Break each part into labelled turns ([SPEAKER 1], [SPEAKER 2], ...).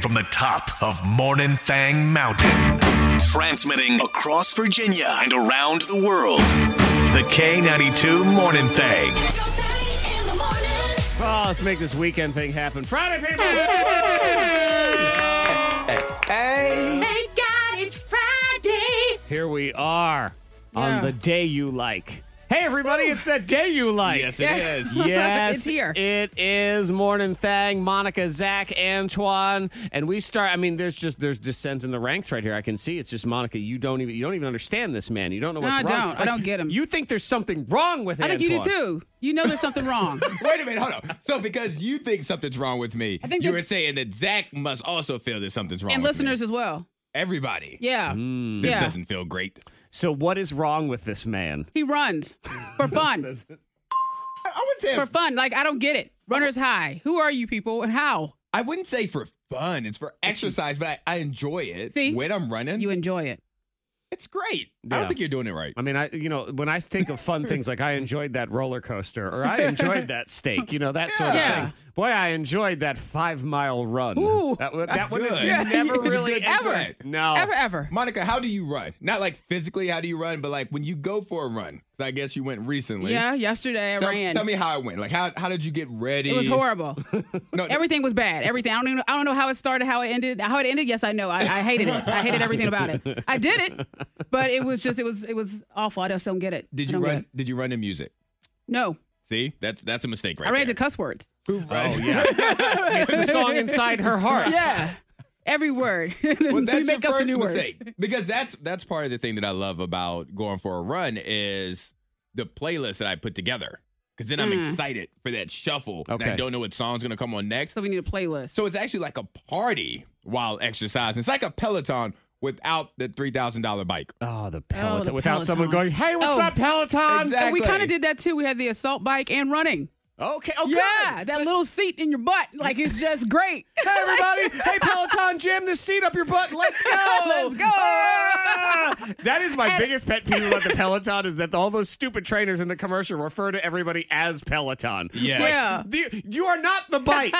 [SPEAKER 1] from the top of Morning Thang Mountain, transmitting across Virginia and around the world. The K92 Morning Thang.
[SPEAKER 2] Oh, let's make this weekend thing happen. Friday, people!
[SPEAKER 3] Thank God it's Friday.
[SPEAKER 2] Here we are
[SPEAKER 4] Yeah.
[SPEAKER 2] on the day you like. Hey, everybody, it's that day you like. Yes, it is. yes,
[SPEAKER 4] It's here.
[SPEAKER 2] It is morning thang. Monica, Zach, Antoine, and we start. I mean, there's just there's dissent in the ranks right here. I can see it's just Monica. You don't even you don't even understand this man. You don't know
[SPEAKER 4] No,
[SPEAKER 2] what's
[SPEAKER 4] I
[SPEAKER 2] wrong.
[SPEAKER 4] don't. I don't get him.
[SPEAKER 2] You think there's something wrong with him?
[SPEAKER 4] I think you do too. You know there's something wrong.
[SPEAKER 5] Wait a minute, hold on. So because you think something's wrong with me,
[SPEAKER 4] think
[SPEAKER 5] you were
[SPEAKER 4] this-
[SPEAKER 5] saying that Zach must also feel that something's wrong.
[SPEAKER 4] and
[SPEAKER 5] with
[SPEAKER 4] listeners
[SPEAKER 5] me. Mm.
[SPEAKER 4] as well.
[SPEAKER 5] everybody,
[SPEAKER 4] Yeah.
[SPEAKER 5] this
[SPEAKER 4] yeah.
[SPEAKER 5] doesn't feel great.
[SPEAKER 2] So what is wrong with this man?
[SPEAKER 4] He runs for fun.
[SPEAKER 5] I, I would say
[SPEAKER 4] for fun. Like I don't get it. Runners high. Who are you people and how?
[SPEAKER 5] I wouldn't say for fun. It's for exercise, but I, I enjoy it.
[SPEAKER 4] See?
[SPEAKER 5] when I'm running,
[SPEAKER 4] You enjoy it.
[SPEAKER 5] it's great. I
[SPEAKER 2] Yeah.
[SPEAKER 5] don't think you're doing it right.
[SPEAKER 2] I mean, I you know when I think of fun things like I enjoyed that roller coaster or I enjoyed that steak, you know that sort of
[SPEAKER 4] Yeah.
[SPEAKER 2] thing. Boy, I enjoyed that five mile run.
[SPEAKER 4] Ooh,
[SPEAKER 2] that wa- that one is
[SPEAKER 5] good. Yeah.
[SPEAKER 2] never
[SPEAKER 5] It's a
[SPEAKER 2] really
[SPEAKER 5] good
[SPEAKER 4] Ever.
[SPEAKER 5] sweat.
[SPEAKER 2] No,
[SPEAKER 4] Ever, ever.
[SPEAKER 5] Monica, how do you run? Not like physically, how do you run, but like when you go for a run. 'Cause I guess you went recently.
[SPEAKER 4] Yeah, yesterday I
[SPEAKER 5] Tell,
[SPEAKER 4] ran.
[SPEAKER 5] tell me how it went. Like how how did you get ready?
[SPEAKER 4] it was horrible.
[SPEAKER 5] No, no,
[SPEAKER 4] Everything was bad. Everything. I don't even, I don't know how it started, how it ended. How it ended, yes, I know. I, I hated it. I hated everything about it. I did it, but it was just it was it was awful. I just don't get it.
[SPEAKER 5] did
[SPEAKER 4] I
[SPEAKER 5] you
[SPEAKER 4] don't get
[SPEAKER 5] run?
[SPEAKER 4] it.
[SPEAKER 5] Did you run to music?
[SPEAKER 4] No.
[SPEAKER 5] See, that's that's a mistake, right?
[SPEAKER 4] I ran
[SPEAKER 5] there.
[SPEAKER 4] to cuss words.
[SPEAKER 2] Oh yeah, it's the song inside her heart.
[SPEAKER 4] Yeah. Every word.
[SPEAKER 5] Well, that's
[SPEAKER 4] we make
[SPEAKER 5] your
[SPEAKER 4] up
[SPEAKER 5] first
[SPEAKER 4] some new words.
[SPEAKER 5] mistake. Because that's that's part of the thing that I love about going for a run is the playlist that I put together. Because then I'm
[SPEAKER 4] Hmm.
[SPEAKER 5] excited for that shuffle. And I
[SPEAKER 2] Okay.
[SPEAKER 5] don't know what song's gonna come on next.
[SPEAKER 4] So we need a playlist.
[SPEAKER 5] So it's actually like a party while exercising. It's like a Peloton without the three thousand dollar bike.
[SPEAKER 2] Oh, the Peloton.
[SPEAKER 4] the
[SPEAKER 2] Without someone going,
[SPEAKER 4] Peloton.
[SPEAKER 2] hey, what's
[SPEAKER 4] Oh.
[SPEAKER 2] up, Peloton?
[SPEAKER 4] And we
[SPEAKER 5] Exactly.
[SPEAKER 4] kind of did that too. We had the assault bike and running.
[SPEAKER 2] Okay. Oh,
[SPEAKER 4] Yeah,
[SPEAKER 2] good.
[SPEAKER 4] that
[SPEAKER 2] So-
[SPEAKER 4] little seat in your butt, like it's just great.
[SPEAKER 2] Hey everybody! Hey Peloton, jam this seat up your butt. Let's go.
[SPEAKER 4] Let's go.
[SPEAKER 2] Ah! That is my
[SPEAKER 4] And-
[SPEAKER 2] biggest pet peeve about the Peloton is that all those stupid trainers in the commercial refer to everybody as Peloton.
[SPEAKER 5] Yes.
[SPEAKER 4] Yeah.
[SPEAKER 2] The- you are not the bike.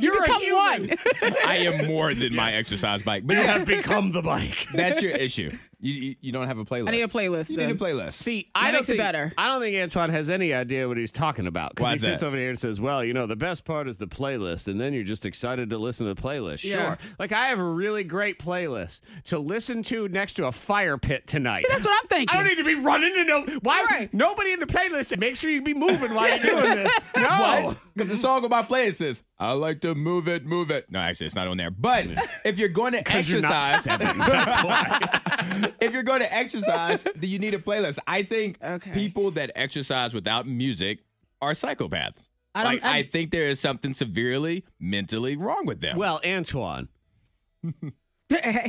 [SPEAKER 2] You're a
[SPEAKER 4] become
[SPEAKER 2] human.
[SPEAKER 4] one.
[SPEAKER 5] I am more than my exercise bike. But
[SPEAKER 2] You
[SPEAKER 5] yeah,
[SPEAKER 2] have become the bike.
[SPEAKER 5] that's your issue. You, you you don't have a playlist.
[SPEAKER 4] I need a playlist.
[SPEAKER 5] You need a
[SPEAKER 4] then.
[SPEAKER 5] playlist.
[SPEAKER 2] See, I
[SPEAKER 4] That
[SPEAKER 2] don't
[SPEAKER 4] makes it
[SPEAKER 2] think
[SPEAKER 4] better.
[SPEAKER 2] I don't think Antoine has any idea what he's talking about because
[SPEAKER 5] Why
[SPEAKER 2] he
[SPEAKER 5] is
[SPEAKER 2] sits
[SPEAKER 5] that?
[SPEAKER 2] over here and says, "Well, you know, the best part is the playlist, and then you're just excited to listen to the playlist."
[SPEAKER 4] Yeah.
[SPEAKER 2] Sure, like I have a really great playlist to listen to next to a fire pit tonight.
[SPEAKER 4] That's what I'm thinking.
[SPEAKER 2] I don't need to be running to know why
[SPEAKER 4] Right.
[SPEAKER 2] nobody in the playlist. Make sure you be moving while you're doing this. No,
[SPEAKER 5] Because the song on my playlist is "I like to move it, move it." No, actually, it's not on there. But if you're going to
[SPEAKER 2] 'Cause you're not
[SPEAKER 5] exercise,
[SPEAKER 2] seven. That's why.
[SPEAKER 5] if you're going to exercise, then you need a playlist. I think
[SPEAKER 4] Okay.
[SPEAKER 5] people that exercise without music are psychopaths.
[SPEAKER 4] I don't-
[SPEAKER 5] like,
[SPEAKER 4] I-
[SPEAKER 5] I think there is something severely mentally wrong with them.
[SPEAKER 2] Well, Antoine.
[SPEAKER 4] well,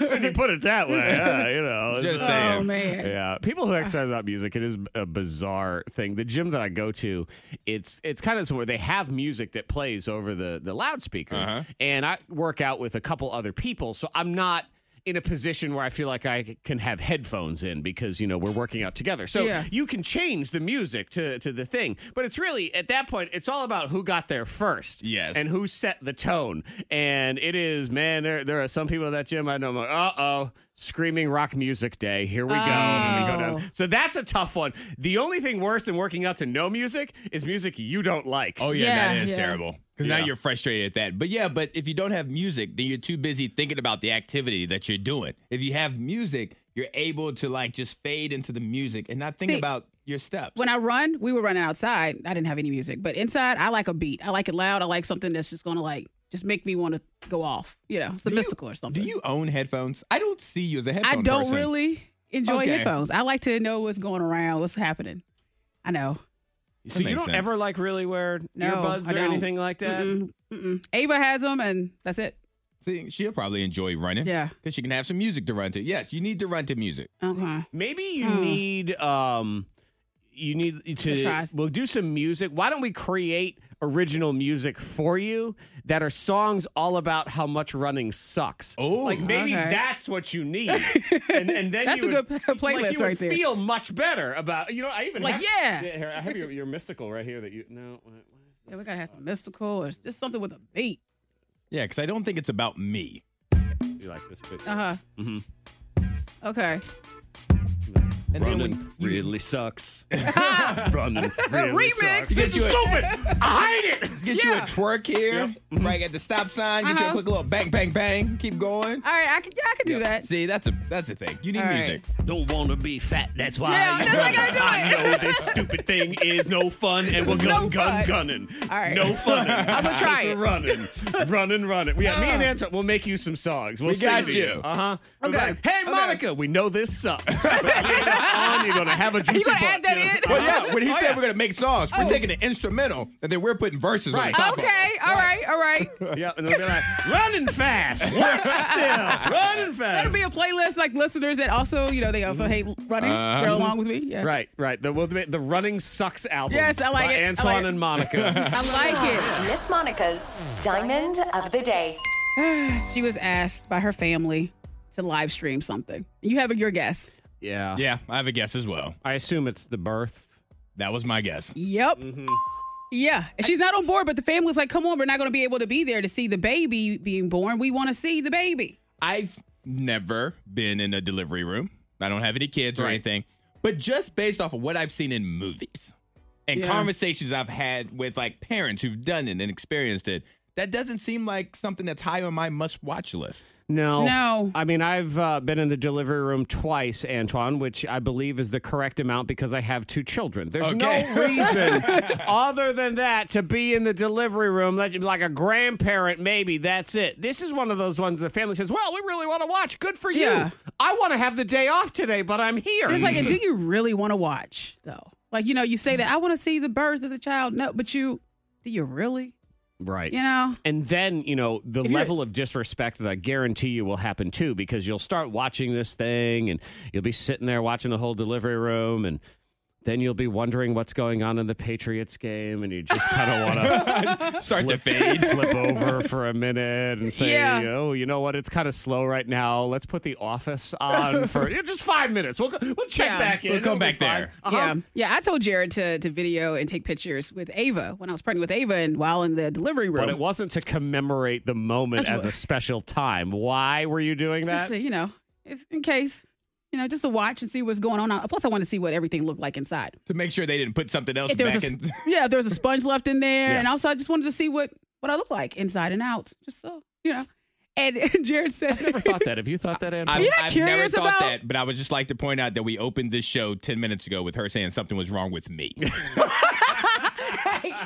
[SPEAKER 2] When you put it that way, yeah, you know. it's-
[SPEAKER 5] just
[SPEAKER 4] oh
[SPEAKER 5] saying.
[SPEAKER 4] man.
[SPEAKER 2] Yeah, people who exercise without music, it is a bizarre thing. The gym that I go to, it's it's kind of where they have music that plays over the the loudspeakers,
[SPEAKER 5] Uh-huh.
[SPEAKER 2] and I work out with a couple other people, so I'm not in a position where I feel like I can have headphones in because you know we're working out together. So
[SPEAKER 4] Yeah.
[SPEAKER 2] you can change the music to to the thing, but it's really at that point it's all about who got there first,
[SPEAKER 5] Yes.
[SPEAKER 2] and who set the tone. And it is man, there there are some people at that gym I know. I'm like, uh oh. Screaming rock music day. Here we go. And we go down.
[SPEAKER 4] Oh.
[SPEAKER 2] So that's a tough one. The only thing worse than working out to no music is music you don't like.
[SPEAKER 5] Oh yeah,
[SPEAKER 4] Yeah,
[SPEAKER 5] that is
[SPEAKER 4] yeah.
[SPEAKER 5] terrible. Because
[SPEAKER 2] Yeah.
[SPEAKER 5] now you're frustrated at that. But yeah, but if you don't have music, then you're too busy thinking about the activity that you're doing. If you have music, you're able to like just fade into the music and not think
[SPEAKER 4] See,
[SPEAKER 5] about your steps.
[SPEAKER 4] When I run, we were running outside. I didn't have any music, but inside, I like a beat. I like it loud. I like something that's just gonna like just make me want to go off. You know, it's a
[SPEAKER 5] Do you-
[SPEAKER 4] mystical or something.
[SPEAKER 5] Do you own headphones? I don't see you as a
[SPEAKER 4] I
[SPEAKER 5] headphone
[SPEAKER 4] don't
[SPEAKER 5] person.
[SPEAKER 4] really enjoy
[SPEAKER 5] Okay.
[SPEAKER 4] headphones. I like to know what's going around, what's happening. I know.
[SPEAKER 2] so you
[SPEAKER 5] makes
[SPEAKER 2] don't
[SPEAKER 5] sense.
[SPEAKER 2] ever like really wear
[SPEAKER 4] No,
[SPEAKER 2] earbuds
[SPEAKER 4] I
[SPEAKER 2] or
[SPEAKER 4] don't.
[SPEAKER 2] anything like that?
[SPEAKER 4] Mm-mm, mm-mm. Ava has them, and that's it.
[SPEAKER 5] See, she'll probably enjoy running.
[SPEAKER 4] Yeah.
[SPEAKER 5] Because she can have some music to run to. Yes, you need to run to music.
[SPEAKER 4] Okay.
[SPEAKER 2] Maybe you
[SPEAKER 4] Hmm.
[SPEAKER 2] need um you need
[SPEAKER 4] Let's try.
[SPEAKER 2] to we'll do some music. Why don't we create original music for you that are songs all about how much running sucks?
[SPEAKER 5] Oh.
[SPEAKER 2] like maybe
[SPEAKER 4] Okay.
[SPEAKER 2] that's what you need, and, and then
[SPEAKER 4] That's
[SPEAKER 2] you
[SPEAKER 4] a good
[SPEAKER 2] would,
[SPEAKER 4] playlist
[SPEAKER 2] like you would
[SPEAKER 4] right there.
[SPEAKER 2] Feel much better about you know. I even have,
[SPEAKER 4] Like, yeah.
[SPEAKER 2] here, I have your, your mystical right here that you no. What, what is
[SPEAKER 4] Yeah, we gotta have some mystical or just something with a beat.
[SPEAKER 5] Yeah, because I don't think it's about me.
[SPEAKER 2] You like this picture?
[SPEAKER 4] Uh huh.
[SPEAKER 5] Mm-hmm.
[SPEAKER 4] Okay.
[SPEAKER 5] And then
[SPEAKER 2] Running
[SPEAKER 5] when you-
[SPEAKER 2] really sucks. Running really
[SPEAKER 4] Remix.
[SPEAKER 2] sucks.
[SPEAKER 5] This is
[SPEAKER 2] stupid. I hate it.
[SPEAKER 5] get you a
[SPEAKER 4] Yeah.
[SPEAKER 5] twerk here, right at the stop sign, get you a
[SPEAKER 4] Uh-huh.
[SPEAKER 5] quick little bang, bang, bang, keep going.
[SPEAKER 4] All right, I could yeah, I could do that.
[SPEAKER 5] See, that's a that's a thing. You need
[SPEAKER 4] All right.
[SPEAKER 5] music.
[SPEAKER 2] Don't want to be fat. That's why.
[SPEAKER 4] Yeah, that's why I gotta do
[SPEAKER 2] I know this stupid thing is no fun, and we're gun,
[SPEAKER 4] no
[SPEAKER 2] gun,
[SPEAKER 4] fun.
[SPEAKER 2] gunning.
[SPEAKER 4] All right.
[SPEAKER 2] No fun. I'm
[SPEAKER 4] gonna try it. Ah.
[SPEAKER 2] Running, running, running. We got me and Anton. We'll make you some songs. We'll
[SPEAKER 5] We got
[SPEAKER 2] sing to
[SPEAKER 5] you.
[SPEAKER 2] Uh huh.
[SPEAKER 4] Okay.
[SPEAKER 2] hey,
[SPEAKER 4] Okay.
[SPEAKER 2] Monica. We know this sucks. But you're on. You're gonna have a juicy.
[SPEAKER 4] You gonna
[SPEAKER 2] bar-
[SPEAKER 4] add that
[SPEAKER 2] Yeah.
[SPEAKER 4] in?
[SPEAKER 5] Well, yeah, when he said
[SPEAKER 2] yeah.
[SPEAKER 5] we're gonna make songs, we're
[SPEAKER 4] Oh.
[SPEAKER 5] taking an instrumental and then we're putting verses
[SPEAKER 2] Right.
[SPEAKER 5] on top of
[SPEAKER 4] Okay.
[SPEAKER 5] it.
[SPEAKER 4] All right. All right.
[SPEAKER 2] Yeah, and they'll be like, running fast. Work yourself. Running fast.
[SPEAKER 4] That'll be a playlist like listeners that also you know they also hate running.
[SPEAKER 5] Uh-huh.
[SPEAKER 4] They're along with me. Yeah.
[SPEAKER 2] Right, right. The, well, the, the Running Sucks album.
[SPEAKER 4] Yes, I like
[SPEAKER 2] by
[SPEAKER 4] it. I
[SPEAKER 2] Antoine
[SPEAKER 4] like it.
[SPEAKER 2] and Monica.
[SPEAKER 4] I like
[SPEAKER 6] Miss Monica's Diamond of the Day.
[SPEAKER 4] it. She was asked by her family to live stream something. You have your guess.
[SPEAKER 2] yeah.
[SPEAKER 5] Yeah, I have a guess as well.
[SPEAKER 2] I assume it's the birth.
[SPEAKER 5] That was my guess.
[SPEAKER 4] Yep.
[SPEAKER 2] Mm-hmm.
[SPEAKER 4] Yeah. And she's not on board, but the family's like, come on, we're not going to be able to be there to see the baby being born. We want to see the baby.
[SPEAKER 5] I've never been in a delivery room. I don't have any kids or
[SPEAKER 2] Right.
[SPEAKER 5] anything. But just based off of what I've seen in movies and
[SPEAKER 4] Yeah.
[SPEAKER 5] conversations I've had with like parents who've done it and experienced it, that doesn't seem like something that's high on my must watch list.
[SPEAKER 2] No.
[SPEAKER 4] No.
[SPEAKER 2] I mean, I've uh, been in the delivery room twice, Antoine, which I believe is the correct amount because I have two children. There's
[SPEAKER 5] Okay.
[SPEAKER 2] no reason other than that to be in the delivery room Let- like a grandparent, maybe. That's it. This is one of those ones the family says, well, we really want to watch. Good for
[SPEAKER 4] Yeah.
[SPEAKER 2] you. I want to have the day off today, but I'm here.
[SPEAKER 4] It's like, and do you really want to watch, though? Like, you know, you say that I want to see the birth of the child. No, but you, do you really?
[SPEAKER 2] right.
[SPEAKER 4] You know?
[SPEAKER 2] And then, you know, the
[SPEAKER 4] you're-
[SPEAKER 2] level of disrespect that I guarantee you will happen too, because you'll start watching this thing and you'll be sitting there watching the whole delivery room and then you'll be wondering what's going on in the Patriots game and you just kind of want
[SPEAKER 5] Start to
[SPEAKER 2] to
[SPEAKER 5] fade.
[SPEAKER 2] flip over for a minute and say,
[SPEAKER 4] Yeah.
[SPEAKER 2] oh, you know what? It's kind of slow right now. Let's put the office on for yeah, just five minutes. We'll, go- we'll check
[SPEAKER 4] Yeah.
[SPEAKER 2] back in.
[SPEAKER 5] We'll come
[SPEAKER 2] It'll be
[SPEAKER 5] back
[SPEAKER 2] fine."
[SPEAKER 5] there.
[SPEAKER 2] Uh-huh.
[SPEAKER 4] Yeah. Yeah. I told Jared to, to video and take pictures with Ava when I was pregnant with Ava and while in the delivery room.
[SPEAKER 2] But it wasn't to commemorate the moment
[SPEAKER 4] That's
[SPEAKER 2] as
[SPEAKER 4] what-
[SPEAKER 2] a special time. Why were you doing that?
[SPEAKER 4] just so, you know, it's in case, you know, just to watch and see what's going on. Plus, I want to see what everything looked like inside.
[SPEAKER 5] to make sure they didn't put something else
[SPEAKER 4] If there was
[SPEAKER 5] back
[SPEAKER 4] a,
[SPEAKER 5] in.
[SPEAKER 4] yeah, if there was a sponge left in there,
[SPEAKER 5] Yeah.
[SPEAKER 4] and also I just wanted to see what what I look like inside and out, just so you know. And Jared said,
[SPEAKER 2] never thought that. Have you thought that, Andrew?
[SPEAKER 5] I've,
[SPEAKER 4] You're not
[SPEAKER 5] I've never
[SPEAKER 4] curious
[SPEAKER 5] thought
[SPEAKER 4] about-
[SPEAKER 5] that, but I would just like to point out that we opened this show 10 minutes ago with her saying something was wrong with me.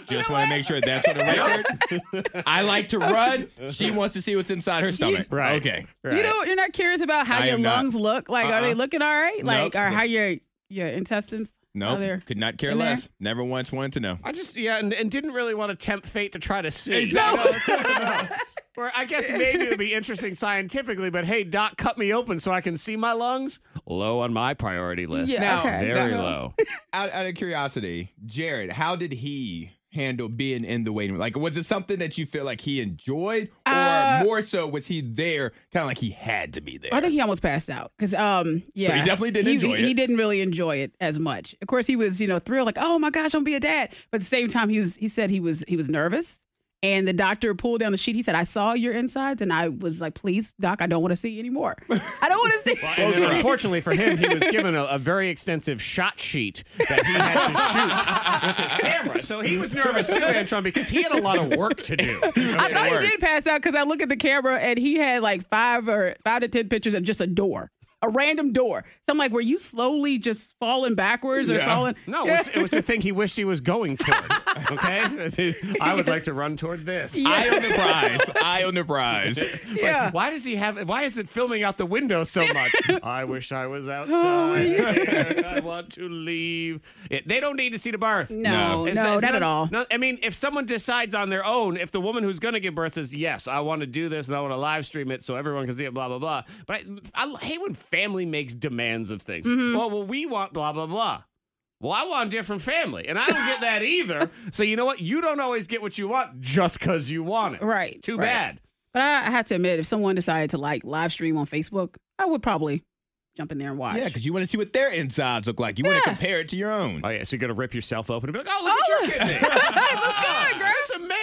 [SPEAKER 5] just want to make sure that's on the record. I like to run. She wants to see what's inside her stomach.
[SPEAKER 2] Right.
[SPEAKER 5] Okay.
[SPEAKER 4] "You know, you're not curious about how
[SPEAKER 5] I
[SPEAKER 4] your
[SPEAKER 5] am not.
[SPEAKER 4] lungs look. Like, are they
[SPEAKER 5] Uh-uh.
[SPEAKER 4] looking all right? Like,
[SPEAKER 5] Nope.
[SPEAKER 4] or how your your intestines?
[SPEAKER 5] No,
[SPEAKER 4] are
[SPEAKER 5] nope.
[SPEAKER 4] there?
[SPEAKER 5] could not care
[SPEAKER 4] in there?
[SPEAKER 5] less. Never once wanted to know.
[SPEAKER 2] I just yeah, and, and didn't really want to tempt fate to try to see.
[SPEAKER 5] Exactly.
[SPEAKER 2] You know, it's something else. Or I guess maybe it'd be interesting scientifically, but hey, doc, cut me open so I can see my lungs. Low on my priority list.
[SPEAKER 4] Yeah,
[SPEAKER 5] Now, okay.
[SPEAKER 2] very
[SPEAKER 5] now-
[SPEAKER 2] low.
[SPEAKER 5] Out, out of curiosity, Jared, how did he handle being in the waiting room? Like, was it something that you feel like he enjoyed, or
[SPEAKER 4] Uh,
[SPEAKER 5] more so was he there, kind of like he had to be there?
[SPEAKER 4] I think he almost passed out because, um, yeah,
[SPEAKER 5] he definitely didn't
[SPEAKER 4] he,
[SPEAKER 5] enjoy
[SPEAKER 4] he,
[SPEAKER 5] it.
[SPEAKER 4] didn't really enjoy it as much. Of course, he was, you know, thrilled, like, oh my gosh, I'm gonna be a dad. But at the same time, he was, he said he was, he was nervous. And the doctor pulled down the sheet. He said, "I saw your insides," and I was like, "Please, doc, I don't want to see anymore. I don't want to see."
[SPEAKER 2] And then, unfortunately for him, he was given a, a very extensive shot sheet that he had to shoot with his camera. So he was nervous too, Antron, because he had a lot of work to do.
[SPEAKER 4] I thought
[SPEAKER 5] work.
[SPEAKER 4] he did pass out because I look at the camera and he had like five or five to ten pictures of just a door, a random door. So I'm like, were you slowly just falling backwards or
[SPEAKER 5] Yeah.
[SPEAKER 4] falling?
[SPEAKER 2] No, it was, it was the thing he wished he was going toward. Okay, I would like to run toward this.
[SPEAKER 5] I own the prize. I own the prize.
[SPEAKER 4] yeah.
[SPEAKER 2] Why does he have? Why is it filming out the window so much? I wish I was
[SPEAKER 4] Oh,
[SPEAKER 2] outside. I want to leave. It- they don't need to see the birth.
[SPEAKER 4] No, no,
[SPEAKER 2] It's- it's
[SPEAKER 4] not at all.
[SPEAKER 2] no, I mean, if someone decides on their own, if the woman who's going to give birth says, "Yes, I want to do this and I want to live stream it so everyone can see it," blah blah blah. But I, I hate when family makes demands of things.
[SPEAKER 4] Mm-hmm.
[SPEAKER 2] Well, well, we want blah blah blah. Well, I want a different family, and I don't get that either. So you know what? You don't always get what you want just because you want it.
[SPEAKER 4] Right,
[SPEAKER 2] Too
[SPEAKER 4] right.
[SPEAKER 2] bad.
[SPEAKER 4] But I I have to admit, if someone decided to like live stream on Facebook, I would probably jump in there and watch.
[SPEAKER 5] Yeah, because you want to see what their insides look like. You want to compare it to your own.
[SPEAKER 2] Oh yeah, so you're gonna rip yourself open and be like, "Oh, look at your kidney."
[SPEAKER 4] Hey, what's good, girl?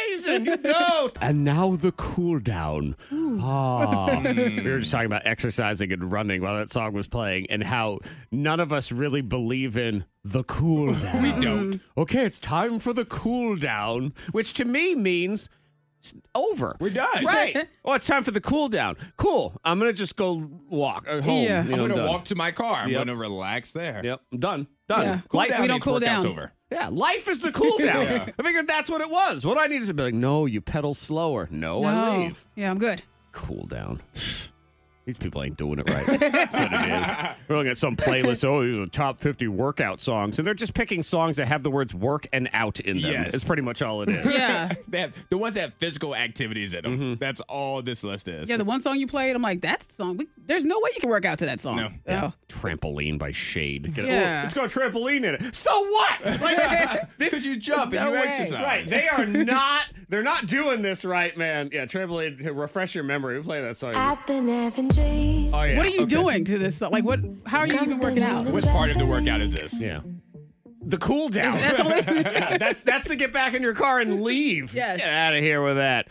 [SPEAKER 2] Jason, you go. And now the cool down. Ah.
[SPEAKER 5] Hmm.
[SPEAKER 2] we were just talking about exercising and running while that song was playing and how none of us really believe in the cool down. we don't. Okay, it's time for the cool down, which to me means it's over.
[SPEAKER 5] We're done.
[SPEAKER 2] Right. oh, it's time for the cool down. Cool. I'm going to just go walk uh, home.
[SPEAKER 4] Yeah.
[SPEAKER 2] you
[SPEAKER 5] I'm
[SPEAKER 2] know,
[SPEAKER 5] gonna
[SPEAKER 2] done.
[SPEAKER 5] walk to my car. I'm
[SPEAKER 2] Yep.
[SPEAKER 5] gonna relax there.
[SPEAKER 2] Yep. I'm done. Done.
[SPEAKER 4] Yeah.
[SPEAKER 5] Cool
[SPEAKER 2] Life-
[SPEAKER 5] down
[SPEAKER 4] we don't
[SPEAKER 5] means
[SPEAKER 4] cool
[SPEAKER 5] workout's
[SPEAKER 4] down.
[SPEAKER 5] over.
[SPEAKER 2] yeah, life is the cool down.
[SPEAKER 5] Yeah.
[SPEAKER 2] I figured that's what it was. What I needed to be like, no, you pedal slower. No, Oh, I
[SPEAKER 4] No.
[SPEAKER 2] leave.
[SPEAKER 4] Yeah, I'm good.
[SPEAKER 2] Cool down. These people ain't doing it right. That's what it is. We're looking at some playlist. Oh, these are the top 50 workout songs. And they're just picking songs that have the words work and out in them.
[SPEAKER 5] Yes.
[SPEAKER 2] It's pretty much all it is.
[SPEAKER 4] Yeah.
[SPEAKER 5] They have, the ones that have physical activities in them. That's all this list is.
[SPEAKER 4] Yeah, the one song you played, I'm like, that's the song. We, there's no way you can work out to that song.
[SPEAKER 5] No.
[SPEAKER 4] No.
[SPEAKER 2] Trampoline by Shade. Get it-
[SPEAKER 4] Yeah.
[SPEAKER 2] Oh, it's got trampoline in it. So what? Like, this,
[SPEAKER 5] Because you jump and
[SPEAKER 4] no
[SPEAKER 5] you
[SPEAKER 4] way.
[SPEAKER 5] exercise.
[SPEAKER 2] Right. They are not they're not doing this right, man. Yeah, trampoline to refresh your memory. We play that song.
[SPEAKER 7] I've been having dreams.
[SPEAKER 2] Oh yeah.
[SPEAKER 4] What are you doing to this song? Like, what? How are you even working out?
[SPEAKER 5] What part of the workout is this?
[SPEAKER 2] Yeah. The cool down.
[SPEAKER 4] That's only.
[SPEAKER 2] Yeah, that's that's to get back in your car and leave.
[SPEAKER 4] Yes.
[SPEAKER 2] Get out of here with that.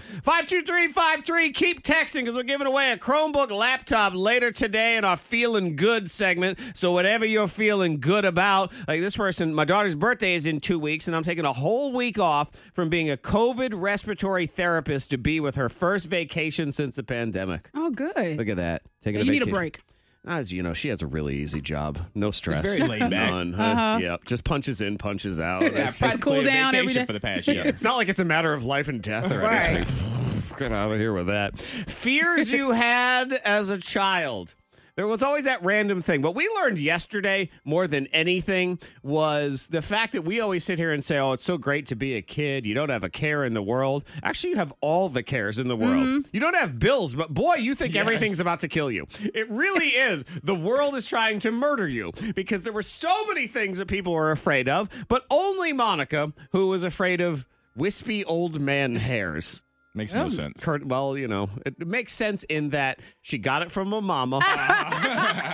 [SPEAKER 2] 52353, keep texting because we're giving away a Chromebook laptop later today in our feeling good segment. So whatever you're feeling good about, like this person, my daughter's birthday is in two weeks, and I'm taking a whole week off from being a COVID respiratory therapist to be with her first vacation since the pandemic.
[SPEAKER 4] Oh, good.
[SPEAKER 2] Look at that. Taking
[SPEAKER 4] You need a
[SPEAKER 2] vacation.
[SPEAKER 4] break.
[SPEAKER 2] Ah, As you know, she has a really easy job. No stress.
[SPEAKER 5] very laid back.
[SPEAKER 2] None. Yeah, just punches in, punches out. It's,
[SPEAKER 5] practically
[SPEAKER 4] cool
[SPEAKER 5] a
[SPEAKER 4] down every
[SPEAKER 5] vacation
[SPEAKER 4] day.
[SPEAKER 5] for the past year.
[SPEAKER 2] it's not like it's a matter of life and death or
[SPEAKER 4] Right.
[SPEAKER 2] anything. Get out of here with that. Fears you had as a child. There was always that random thing. What we learned yesterday more than anything was the fact that we always sit here and say, oh, it's so great to be a kid. You don't have a care in the world. Actually, you have all the cares in the world. You don't have bills, but boy, you think everything's about to kill you. It really is. The world is trying to murder you because there were so many things that people were afraid of, but only Monica, who was afraid of wispy old man hairs.
[SPEAKER 5] Makes no sense.
[SPEAKER 2] Kurt, well, you know, it makes sense in that she got it from a mama,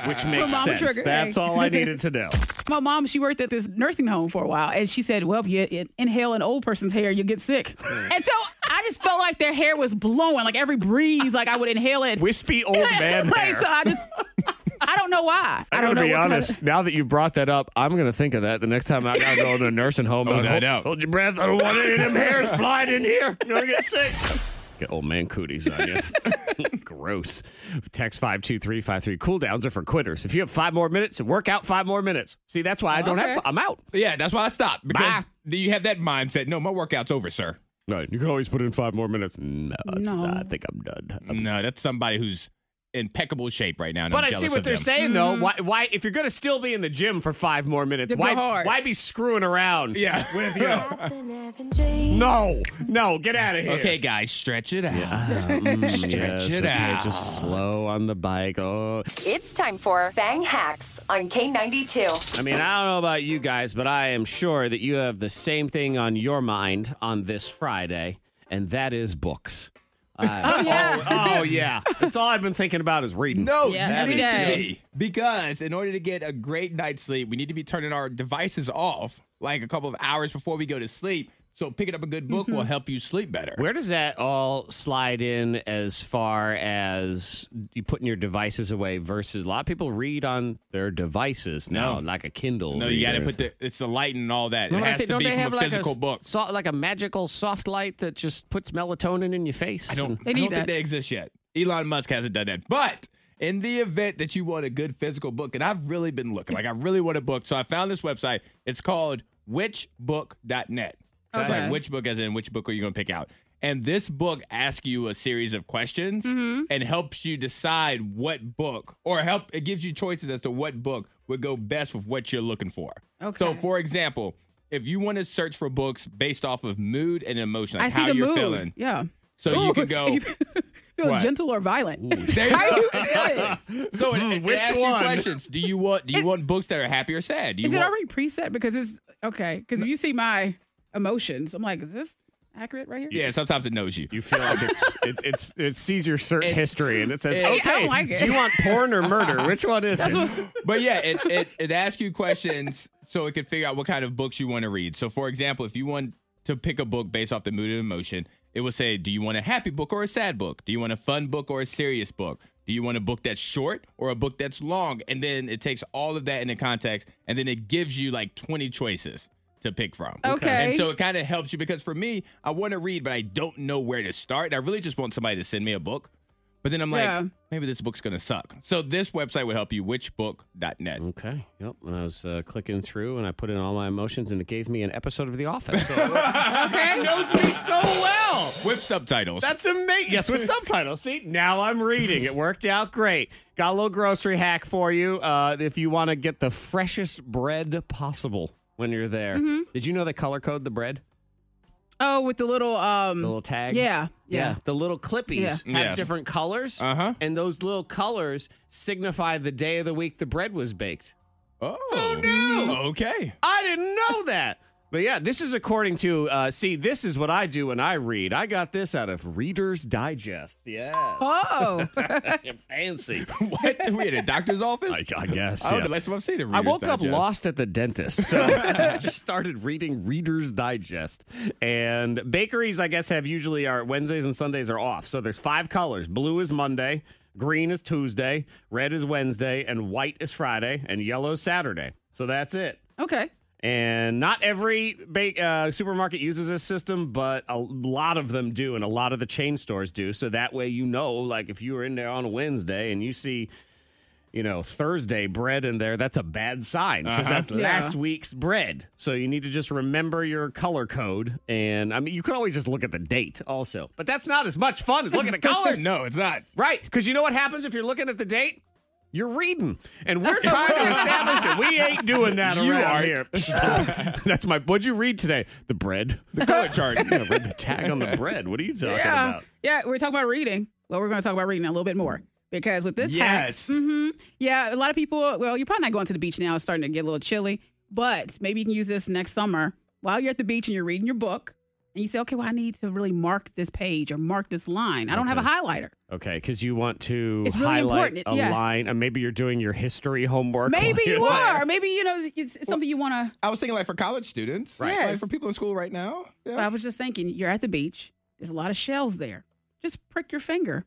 [SPEAKER 2] which makes
[SPEAKER 4] mama
[SPEAKER 2] sense.
[SPEAKER 4] trigger,
[SPEAKER 2] That's
[SPEAKER 4] hey.
[SPEAKER 2] all I needed to know.
[SPEAKER 4] My mom, she worked at this nursing home for a while, and she said, "Well, if you in- inhale an old person's hair, you get sick." and so I just felt like their hair was blowing, like every breeze, like I would inhale it.
[SPEAKER 2] Wispy old man
[SPEAKER 4] right.
[SPEAKER 2] hair.
[SPEAKER 4] So I just, I don't know why. I,
[SPEAKER 2] I
[SPEAKER 4] don't
[SPEAKER 2] gotta
[SPEAKER 4] know.
[SPEAKER 2] be
[SPEAKER 4] what kind of-
[SPEAKER 2] honest. Now that you brought that up, I'm gonna think of that the next time I gotta go to a nursing home.
[SPEAKER 5] Oh,
[SPEAKER 2] Like,
[SPEAKER 5] no
[SPEAKER 2] hold,
[SPEAKER 5] doubt.
[SPEAKER 2] hold your breath. I don't want any of them hairs flying in here. You're gonna get sick. Get old man cooties on you. Gross. Text five two three five three. Cool downs are for quitters. If you have five more minutes, work out five more minutes. See, that's why I don't
[SPEAKER 4] Okay.
[SPEAKER 2] have. I'm out.
[SPEAKER 5] Yeah, that's why I stopped because
[SPEAKER 2] Bye.
[SPEAKER 5] you have that mindset. No, my workout's over, sir.
[SPEAKER 2] Right. You can always put in five more minutes. No, it's-
[SPEAKER 4] No.
[SPEAKER 2] I think I'm done. I'm-
[SPEAKER 5] No, that's somebody who's impeccable shape right now. and
[SPEAKER 2] But
[SPEAKER 5] I'm
[SPEAKER 2] I see
[SPEAKER 5] jealous
[SPEAKER 2] what
[SPEAKER 5] of
[SPEAKER 2] they're
[SPEAKER 5] them.
[SPEAKER 2] saying
[SPEAKER 5] Mm.
[SPEAKER 2] though. Why, why, if you're gonna still be in the gym for five more minutes,
[SPEAKER 4] Go
[SPEAKER 2] why,
[SPEAKER 4] hard.
[SPEAKER 2] why be screwing around?
[SPEAKER 5] Yeah.
[SPEAKER 2] With you?
[SPEAKER 7] I've been having dreams.
[SPEAKER 2] no, no, get out of here.
[SPEAKER 5] Okay, guys, stretch it out. Stretch it out.
[SPEAKER 2] Just slow on the bike. Oh,
[SPEAKER 6] It's time for Bang Hacks on K92.
[SPEAKER 2] I mean, I don't know about you guys, but I am sure that you have the same thing on your mind on this Friday, and that is books. I-
[SPEAKER 4] Oh, yeah.
[SPEAKER 2] oh, yeah. That's all I've been thinking about is reading.
[SPEAKER 5] No,
[SPEAKER 4] Yeah,
[SPEAKER 5] that
[SPEAKER 4] every
[SPEAKER 5] needs to
[SPEAKER 4] day.
[SPEAKER 5] be. Because in order to get a great night's sleep, we need to be turning our devices off like a couple of hours before we go to sleep. So picking up a good
[SPEAKER 4] Mm-hmm.
[SPEAKER 5] book will help you sleep better.
[SPEAKER 2] Where does that all slide in as far as you putting your devices away versus a lot of people read on their devices now,
[SPEAKER 5] No.
[SPEAKER 2] like a Kindle.
[SPEAKER 5] no, you got to put the it's the light and all that. it has to be from a physical book.
[SPEAKER 2] so, like a magical soft light that just puts melatonin in your face.
[SPEAKER 5] I don't,
[SPEAKER 2] And-
[SPEAKER 5] I don't
[SPEAKER 4] need
[SPEAKER 5] think
[SPEAKER 4] that.
[SPEAKER 5] they exist yet. Elon Musk hasn't done that. But in the event that you want a good physical book, and I've really been looking, like I really want a book. So I found this website. It's called whichbook.net. That's
[SPEAKER 4] Okay.
[SPEAKER 5] like which book as in which book are you going to pick out? And this book asks you a series of questions
[SPEAKER 4] Mm-hmm.
[SPEAKER 5] and helps you decide what book or help it gives you choices as to what book would go best with what you're looking for.
[SPEAKER 4] Okay.
[SPEAKER 5] So for example, if you want to search for books based off of mood and emotion, like
[SPEAKER 4] I see
[SPEAKER 5] how
[SPEAKER 4] the
[SPEAKER 5] you're
[SPEAKER 4] mood.
[SPEAKER 5] feeling.
[SPEAKER 4] Yeah.
[SPEAKER 5] So you could go-
[SPEAKER 4] if you feel
[SPEAKER 5] What?
[SPEAKER 4] gentle or violent.
[SPEAKER 5] There you
[SPEAKER 4] How
[SPEAKER 5] go.
[SPEAKER 4] you feeling?
[SPEAKER 5] So it,
[SPEAKER 4] Hmm,
[SPEAKER 5] it
[SPEAKER 2] which
[SPEAKER 5] asks you
[SPEAKER 2] one?
[SPEAKER 5] questions. Do you want do you want books that are happy or sad? Do you
[SPEAKER 4] Is it
[SPEAKER 5] want-
[SPEAKER 4] already preset? Because it's okay. Because if you see my emotions, I'm like, is this accurate right here?
[SPEAKER 5] Yeah, sometimes it knows you.
[SPEAKER 2] You feel like it's it's it's it sees your search history and it says,
[SPEAKER 5] it- I
[SPEAKER 2] "Okay,
[SPEAKER 4] don't like it."
[SPEAKER 2] do you want porn or murder? Which one is it?"
[SPEAKER 5] But yeah, it, it it asks you questions so it can figure out what kind of books you want to read. So for example, if you want to pick a book based off the mood and emotion. It will say, do you want a happy book or a sad book? Do you want a fun book or a serious book? Do you want a book that's short or a book that's long? And then it takes all of that into context and then it gives you like 20 choices to pick from.
[SPEAKER 4] Okay.
[SPEAKER 5] And so it kind of helps you because for me, I want to read, but I don't know where to start. I really just want somebody to send me a book. But then I'm like,
[SPEAKER 4] Yeah.
[SPEAKER 5] maybe this book's going to suck. So this website would help you, whichbook.net.
[SPEAKER 2] Okay. Yep. And I was uh, clicking through and I put in all my emotions and it gave me an episode of The Office. So okay. Knows me so well.
[SPEAKER 5] With subtitles.
[SPEAKER 2] That's amazing. Yes, with subtitles. See, now I'm reading. It worked out great. Got a little grocery hack for you. Uh, if you want to get the freshest bread possible when you're there,
[SPEAKER 4] Mm-hmm.
[SPEAKER 2] did you know they color code the bread?
[SPEAKER 4] Oh, with the little um
[SPEAKER 2] The little tag?
[SPEAKER 4] Yeah.
[SPEAKER 2] Yeah.
[SPEAKER 4] Yeah.
[SPEAKER 2] the little clippies
[SPEAKER 4] Yeah.
[SPEAKER 2] have
[SPEAKER 5] Yes.
[SPEAKER 2] different colors,
[SPEAKER 5] Uh-huh.
[SPEAKER 2] and those little colors signify the day of the week the bread was baked.
[SPEAKER 5] oh. no. Okay.
[SPEAKER 2] I didn't know that. But yeah, this is according to. Uh, see, this is what I do when I read. I got this out of Reader's Digest. Yes,
[SPEAKER 4] Oh.
[SPEAKER 2] fancy.
[SPEAKER 5] What? we at a doctor's office?
[SPEAKER 2] I, I guess.
[SPEAKER 5] I don't know.
[SPEAKER 2] yeah.
[SPEAKER 5] the Last time I've seen it.
[SPEAKER 2] I woke up lost at the dentist, so I just started reading Reader's Digest. And bakeries, I guess, have usually are Wednesdays and Sundays are off. So there's five colors: blue is Monday, green is Tuesday, red is Wednesday, and white is Friday, and yellow is Saturday. So that's it.
[SPEAKER 4] okay.
[SPEAKER 2] And not every ba- uh, supermarket uses this system, but a lot of them do, and a lot of the chain stores do. So that way, you know, like if you were in there on a Wednesday and you see, you know, Thursday bread in there, that's a bad sign because
[SPEAKER 5] Uh-huh.
[SPEAKER 2] that's
[SPEAKER 4] Yeah.
[SPEAKER 2] last week's bread. So you need to just remember your color code. And I mean, you can always just look at the date also, but that's not as much fun as looking at colors.
[SPEAKER 5] No, it's not.
[SPEAKER 2] Right. Because you know what happens if you're looking at the date? You're reading. And we're trying to establish that we ain't doing that
[SPEAKER 5] You
[SPEAKER 2] around
[SPEAKER 5] aren't.
[SPEAKER 2] here. That's my. What'd you read today? The bread.
[SPEAKER 5] The color chart.
[SPEAKER 2] I read the tag on the bread. What are you talking
[SPEAKER 4] Yeah.
[SPEAKER 2] about?
[SPEAKER 4] Yeah, we're talking about reading. Well, we're going to talk about reading a little bit more because with this hack-
[SPEAKER 5] Yes.
[SPEAKER 4] yeah, a lot of people, well, you're probably not going to the beach now. It's starting to get a little chilly, but maybe you can use this next summer while you're at the beach and you're reading your book and you say, okay, well, I need to really mark this page or mark this line. I don't have a highlighter.
[SPEAKER 2] Okay, because you want to
[SPEAKER 4] It's really
[SPEAKER 2] highlight
[SPEAKER 4] important,
[SPEAKER 2] a
[SPEAKER 4] yeah.
[SPEAKER 2] line, and maybe you're doing your history homework.
[SPEAKER 4] Maybe
[SPEAKER 2] while
[SPEAKER 4] you
[SPEAKER 2] you're there.
[SPEAKER 4] are. Or Maybe, you know, it's, it's something you want to.
[SPEAKER 5] I was thinking like for college students. Right. Like
[SPEAKER 4] Yes.
[SPEAKER 5] for people in school right now.
[SPEAKER 4] But
[SPEAKER 2] Um,
[SPEAKER 4] I was just thinking, you're at the beach. There's a lot of shells there. Just prick your finger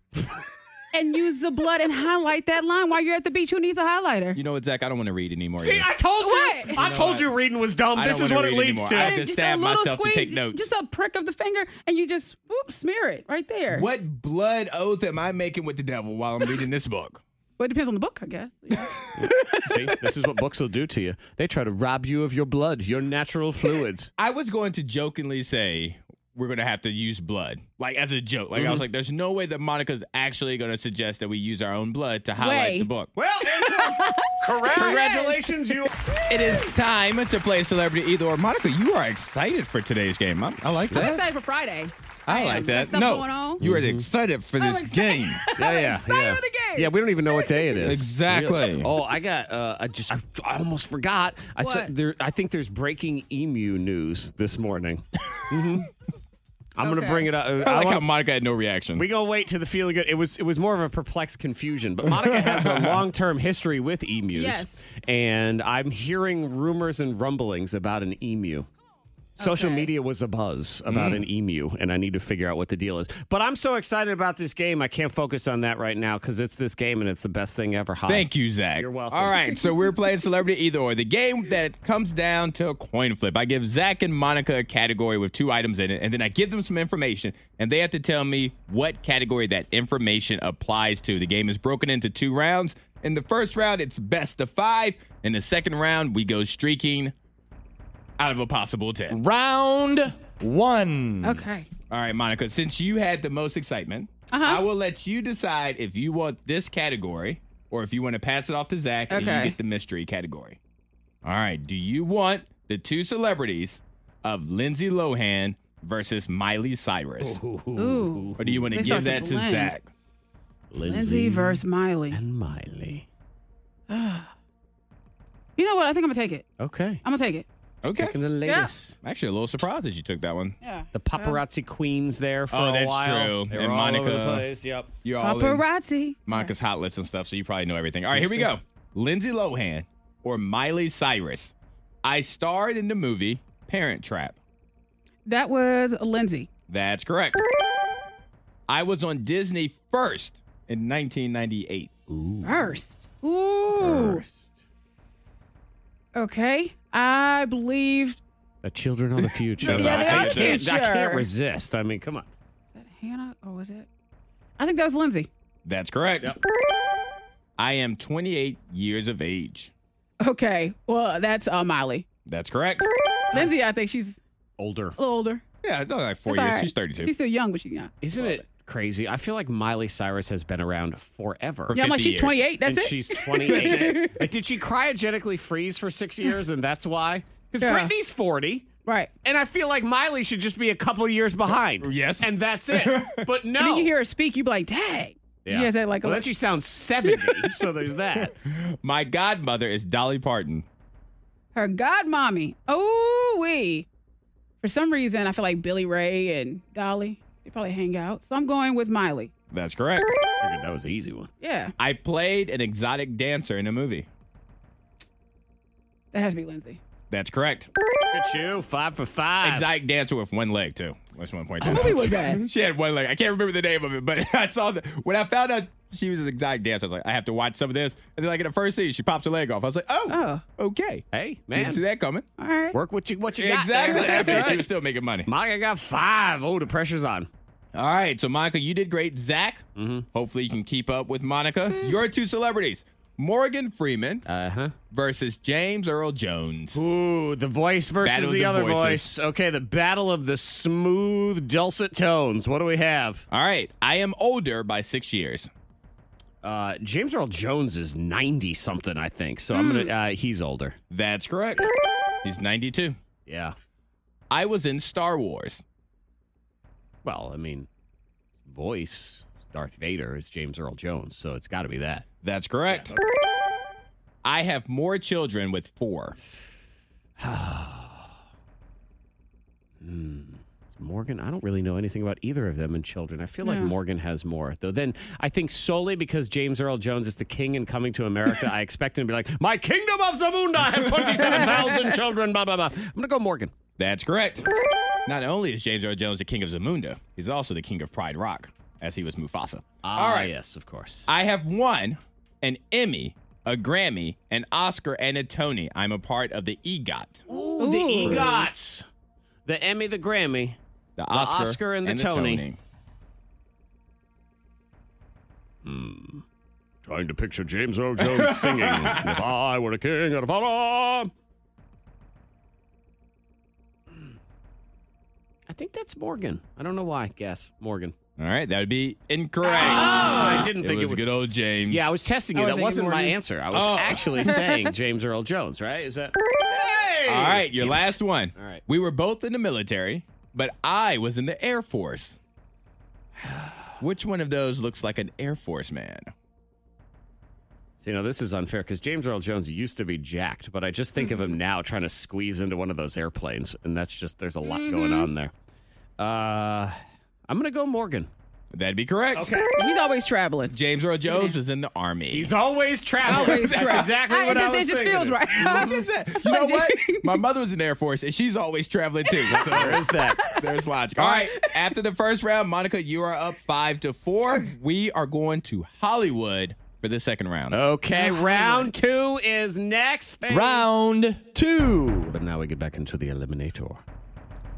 [SPEAKER 4] and use the blood and highlight that line while you're at the beach. Who needs a highlighter?
[SPEAKER 5] You know what, Zach? I don't want to read anymore.
[SPEAKER 2] See,
[SPEAKER 5] either.
[SPEAKER 2] I told you.
[SPEAKER 4] What? You
[SPEAKER 2] I
[SPEAKER 5] know
[SPEAKER 2] told
[SPEAKER 5] what?
[SPEAKER 2] you reading was dumb.
[SPEAKER 5] I
[SPEAKER 2] This
[SPEAKER 5] don't
[SPEAKER 2] is
[SPEAKER 5] wanna
[SPEAKER 2] what it
[SPEAKER 5] read
[SPEAKER 2] leads
[SPEAKER 5] anymore.
[SPEAKER 2] to.
[SPEAKER 5] I
[SPEAKER 4] And
[SPEAKER 5] just
[SPEAKER 4] a
[SPEAKER 5] stabbed
[SPEAKER 4] little
[SPEAKER 5] myself to take notes.
[SPEAKER 4] Just a prick of the finger, and you just whoop, smear it right there.
[SPEAKER 5] what blood oath am I making with the devil while I'm reading this book?
[SPEAKER 4] Well, it depends on the book, I guess.
[SPEAKER 2] See, this is what books will do to you. They try to rob you of your blood, your natural fluids.
[SPEAKER 5] I was going to jokingly say we're going to have to use blood, like as a joke. Like I
[SPEAKER 4] Mm-hmm.
[SPEAKER 5] was like, there's no way that Monica's actually going to suggest that we use our own blood to highlight
[SPEAKER 4] Way.
[SPEAKER 5] the book.
[SPEAKER 2] well, correct. Congratulations, you.
[SPEAKER 5] It is time to play Celebrity Either or. Monica, you are excited for today's game. i I like
[SPEAKER 4] I'm
[SPEAKER 5] that.
[SPEAKER 4] excited for Friday.
[SPEAKER 5] I
[SPEAKER 4] am.
[SPEAKER 5] like
[SPEAKER 4] There's
[SPEAKER 5] that.
[SPEAKER 4] stuff
[SPEAKER 5] No,
[SPEAKER 4] going on. Mm-hmm.
[SPEAKER 5] you are excited for
[SPEAKER 4] I'm
[SPEAKER 5] this
[SPEAKER 4] excited.
[SPEAKER 5] game.
[SPEAKER 2] yeah, yeah,
[SPEAKER 4] excited
[SPEAKER 2] yeah.
[SPEAKER 4] for the game.
[SPEAKER 2] Yeah, we don't even know what day it is.
[SPEAKER 5] Exactly.
[SPEAKER 2] Really? Oh, I got. Uh, I just. I, I almost forgot. I saw,
[SPEAKER 4] What?
[SPEAKER 2] there. I think there's breaking emu news this morning. hmm I'm gonna
[SPEAKER 4] Okay.
[SPEAKER 2] bring it up.
[SPEAKER 5] I like
[SPEAKER 2] wanna-
[SPEAKER 5] how Monica had no reaction.
[SPEAKER 2] we gonna wait to the feeling good. It was it was more of a perplexed confusion. But Monica has a long term history with emus.
[SPEAKER 4] Yes.
[SPEAKER 2] And I'm hearing rumors and rumblings about an emu. Social
[SPEAKER 4] Okay. Mm.
[SPEAKER 2] media was a buzz about an emu, and I need to figure out what the deal is. But I'm so excited about this game, I can't focus on that right now because it's this game and it's the best thing ever. Hi.
[SPEAKER 5] Thank you, Zach.
[SPEAKER 2] You're welcome.
[SPEAKER 5] All right, so we're playing Celebrity Either Or, the game that comes down to a coin flip. I give Zach and Monica a category with two items in it, and then I give them some information, and they have to tell me what category that information applies to. The game is broken into two rounds. In the first round, it's best of five. In the second round, we go streaking out of a possible 10.
[SPEAKER 8] Round one.
[SPEAKER 4] Okay.
[SPEAKER 5] All right, Monica, since you had the most excitement,
[SPEAKER 4] Uh-huh.
[SPEAKER 5] I will let you decide if you want this category or if you want to pass it off to Zach and
[SPEAKER 4] Okay.
[SPEAKER 5] you get the mystery category. All right, do you want the two celebrities of Lindsay Lohan versus Miley Cyrus?
[SPEAKER 4] Ooh.
[SPEAKER 5] Or do you want to
[SPEAKER 4] They
[SPEAKER 5] give
[SPEAKER 4] start to
[SPEAKER 5] that to
[SPEAKER 4] blend.
[SPEAKER 5] Zach?
[SPEAKER 4] Lindsay versus Miley.
[SPEAKER 2] and Miley.
[SPEAKER 4] You know what? I think I'm gonna take it.
[SPEAKER 2] Okay.
[SPEAKER 4] I'm gonna take it.
[SPEAKER 5] Okay.
[SPEAKER 2] Checking the latest.
[SPEAKER 5] I'm actually a little surprised that you took that one.
[SPEAKER 4] Yeah.
[SPEAKER 2] The paparazzi queens there for
[SPEAKER 5] Oh,
[SPEAKER 2] a
[SPEAKER 5] that's
[SPEAKER 2] while.
[SPEAKER 5] true.
[SPEAKER 2] They
[SPEAKER 5] And
[SPEAKER 2] were all over the
[SPEAKER 5] Monica.
[SPEAKER 2] place. Yep.
[SPEAKER 5] You're all in
[SPEAKER 4] Paparazzi.
[SPEAKER 5] Monica's hot list and stuff, so you probably know everything. All right, here we go. Lindsay Lohan or Miley Cyrus. I starred in the movie Parent Trap.
[SPEAKER 4] That was Lindsay.
[SPEAKER 5] That's correct. I was on Disney first in 1998.
[SPEAKER 4] First. Ooh. Okay. I believe
[SPEAKER 2] The children of the future.
[SPEAKER 4] Yeah, they
[SPEAKER 2] I,
[SPEAKER 4] are
[SPEAKER 2] can't, I can't
[SPEAKER 4] future.
[SPEAKER 2] resist. I mean, come on.
[SPEAKER 4] that Hannah or was it? I think that was Lindsay.
[SPEAKER 5] That's correct. I am 28 years of age.
[SPEAKER 4] Okay. Well, that's uh, Molly.
[SPEAKER 5] That's correct.
[SPEAKER 4] Lindsay, I think she's
[SPEAKER 2] Older.
[SPEAKER 4] a little older.
[SPEAKER 5] Yeah, no, like four
[SPEAKER 4] That's all
[SPEAKER 5] years.
[SPEAKER 4] right.
[SPEAKER 5] She's 32.
[SPEAKER 4] She's still young, but she's not.
[SPEAKER 2] Isn't it crazy? I feel like Miley Cyrus has been around forever.
[SPEAKER 4] Yeah, I'm like,
[SPEAKER 5] 50
[SPEAKER 4] she's
[SPEAKER 5] years.
[SPEAKER 4] 28. That's
[SPEAKER 2] and
[SPEAKER 4] it.
[SPEAKER 2] she's 28. like, did she cryogenically freeze for six years and that's why? Because
[SPEAKER 4] Yeah.
[SPEAKER 2] Britney's 40.
[SPEAKER 4] Right.
[SPEAKER 2] And I feel like Miley should just be a couple years behind.
[SPEAKER 5] Yes.
[SPEAKER 2] And that's it. But no.
[SPEAKER 4] Then you hear her speak, you be like, dang. She has that like a
[SPEAKER 2] well, then she sounds 70, so there's that.
[SPEAKER 5] My godmother is Dolly Parton.
[SPEAKER 4] her godmommy. Oh wee. For some reason, I feel like Billy Ray and Dolly. They probably hang out. So I'm going with Miley.
[SPEAKER 5] That's correct.
[SPEAKER 2] Figured that was an easy one.
[SPEAKER 4] Yeah.
[SPEAKER 5] I played an exotic dancer in a movie.
[SPEAKER 4] That has to be Lindsay.
[SPEAKER 5] That's correct.
[SPEAKER 2] Look at you, five for five.
[SPEAKER 5] Exotic dancer with one leg too. That's one point.
[SPEAKER 4] What movie was that?
[SPEAKER 5] she had one leg. I can't remember the name of it, but I saw that when I found out she was an exotic dancer. I was like, I have to watch some of this. And then, like in the first scene, she pops her leg off. I was like, oh, okay.
[SPEAKER 2] Hey,
[SPEAKER 5] Didn't see
[SPEAKER 2] man,
[SPEAKER 5] that coming.
[SPEAKER 4] All right.
[SPEAKER 2] work what you what you got.
[SPEAKER 5] Exactly.
[SPEAKER 2] there.
[SPEAKER 5] I
[SPEAKER 2] That's
[SPEAKER 5] mean, she
[SPEAKER 2] right.
[SPEAKER 5] was still making money.
[SPEAKER 2] Maya got five. Oh, the pressure's on.
[SPEAKER 5] All right, so Monica, you did great. Zach, hopefully you can keep up with Monica. Your two celebrities, Morgan Freeman
[SPEAKER 2] Uh huh.
[SPEAKER 5] versus James Earl Jones.
[SPEAKER 2] Ooh, the voice versus
[SPEAKER 5] Battle of
[SPEAKER 2] the,
[SPEAKER 5] the
[SPEAKER 2] other
[SPEAKER 5] voices.
[SPEAKER 2] voice. Okay, the battle of the smooth dulcet tones. What do we have?
[SPEAKER 5] All right, I am older by six years.
[SPEAKER 2] Uh, James Earl Jones is ninety something, I think. So I'm
[SPEAKER 5] Hmm.
[SPEAKER 2] gonna. Uh, he's older.
[SPEAKER 5] That's correct. He's 92.
[SPEAKER 2] Yeah.
[SPEAKER 5] I was in Star Wars.
[SPEAKER 2] Well, I mean, voice Darth Vader is James Earl Jones, so it's got to be that.
[SPEAKER 5] That's correct. I have more children with four.
[SPEAKER 2] Morgan, I don't really know anything about either of them and children. I feel like
[SPEAKER 4] No.
[SPEAKER 2] Morgan has more, though. Then I think solely because James Earl Jones is the king and coming to America, I expect him to be like, "My kingdom of Zamunda, I have twenty-seven thousand children." Blah blah blah. I'm gonna go Morgan.
[SPEAKER 5] That's correct. Not only is James Earl Jones the king of Zamunda, he's also the king of Pride Rock, as he was Mufasa.
[SPEAKER 2] Ah, yes, of course.
[SPEAKER 5] I have won an Emmy, a Grammy, an Oscar, and a Tony. I'm a part of the E EGOT. The,
[SPEAKER 2] Ooh, the EGOTs, the Emmy, the Grammy.
[SPEAKER 5] Oscar,
[SPEAKER 2] Oscar and the Tony. Hmm. Trying to picture James Earl Jones singing, "If I were a king and if I were-" I think that's Morgan. I don't know why. Guess Morgan.
[SPEAKER 5] All right, that would be incorrect.
[SPEAKER 2] I didn't
[SPEAKER 5] it
[SPEAKER 2] think Oh!
[SPEAKER 5] was
[SPEAKER 2] it would.
[SPEAKER 5] good old James.
[SPEAKER 2] Yeah, I was testing you.
[SPEAKER 4] I was
[SPEAKER 2] that
[SPEAKER 4] thinking
[SPEAKER 2] wasn't my
[SPEAKER 4] Morgan.
[SPEAKER 2] answer. I was
[SPEAKER 5] Oh.
[SPEAKER 2] actually saying James Earl Jones, right? Is that
[SPEAKER 5] All right, your
[SPEAKER 2] Damn it.
[SPEAKER 5] last one.
[SPEAKER 2] All right.
[SPEAKER 5] We were both in the military, but I was in the Air Force. Which one of those looks like an Air Force man?
[SPEAKER 2] So, you know, this is unfair because James Earl Jones used to be jacked, but I just think of him
[SPEAKER 4] Mm-hmm.
[SPEAKER 2] now trying to squeeze into one of those airplanes, and that's just there's a lot going
[SPEAKER 4] Mm-hmm.
[SPEAKER 2] on there. Uh, I'm gonna go Morgan.
[SPEAKER 5] That'd be correct. Okay.
[SPEAKER 4] He's always traveling.
[SPEAKER 5] James Earl Jones was in the Army.
[SPEAKER 2] always traveling.
[SPEAKER 4] Always traveling. I- it just, it just feels right.
[SPEAKER 2] Mm-hmm.
[SPEAKER 5] you know what? My mother was in the Air Force, and she's always traveling too. So there is that. There's logic. All right. After the first round, Monica, you are up five to four. We are going to Hollywood for the second round.
[SPEAKER 2] Okay, round two is next.
[SPEAKER 8] Round two.
[SPEAKER 2] But now we get back into the eliminator.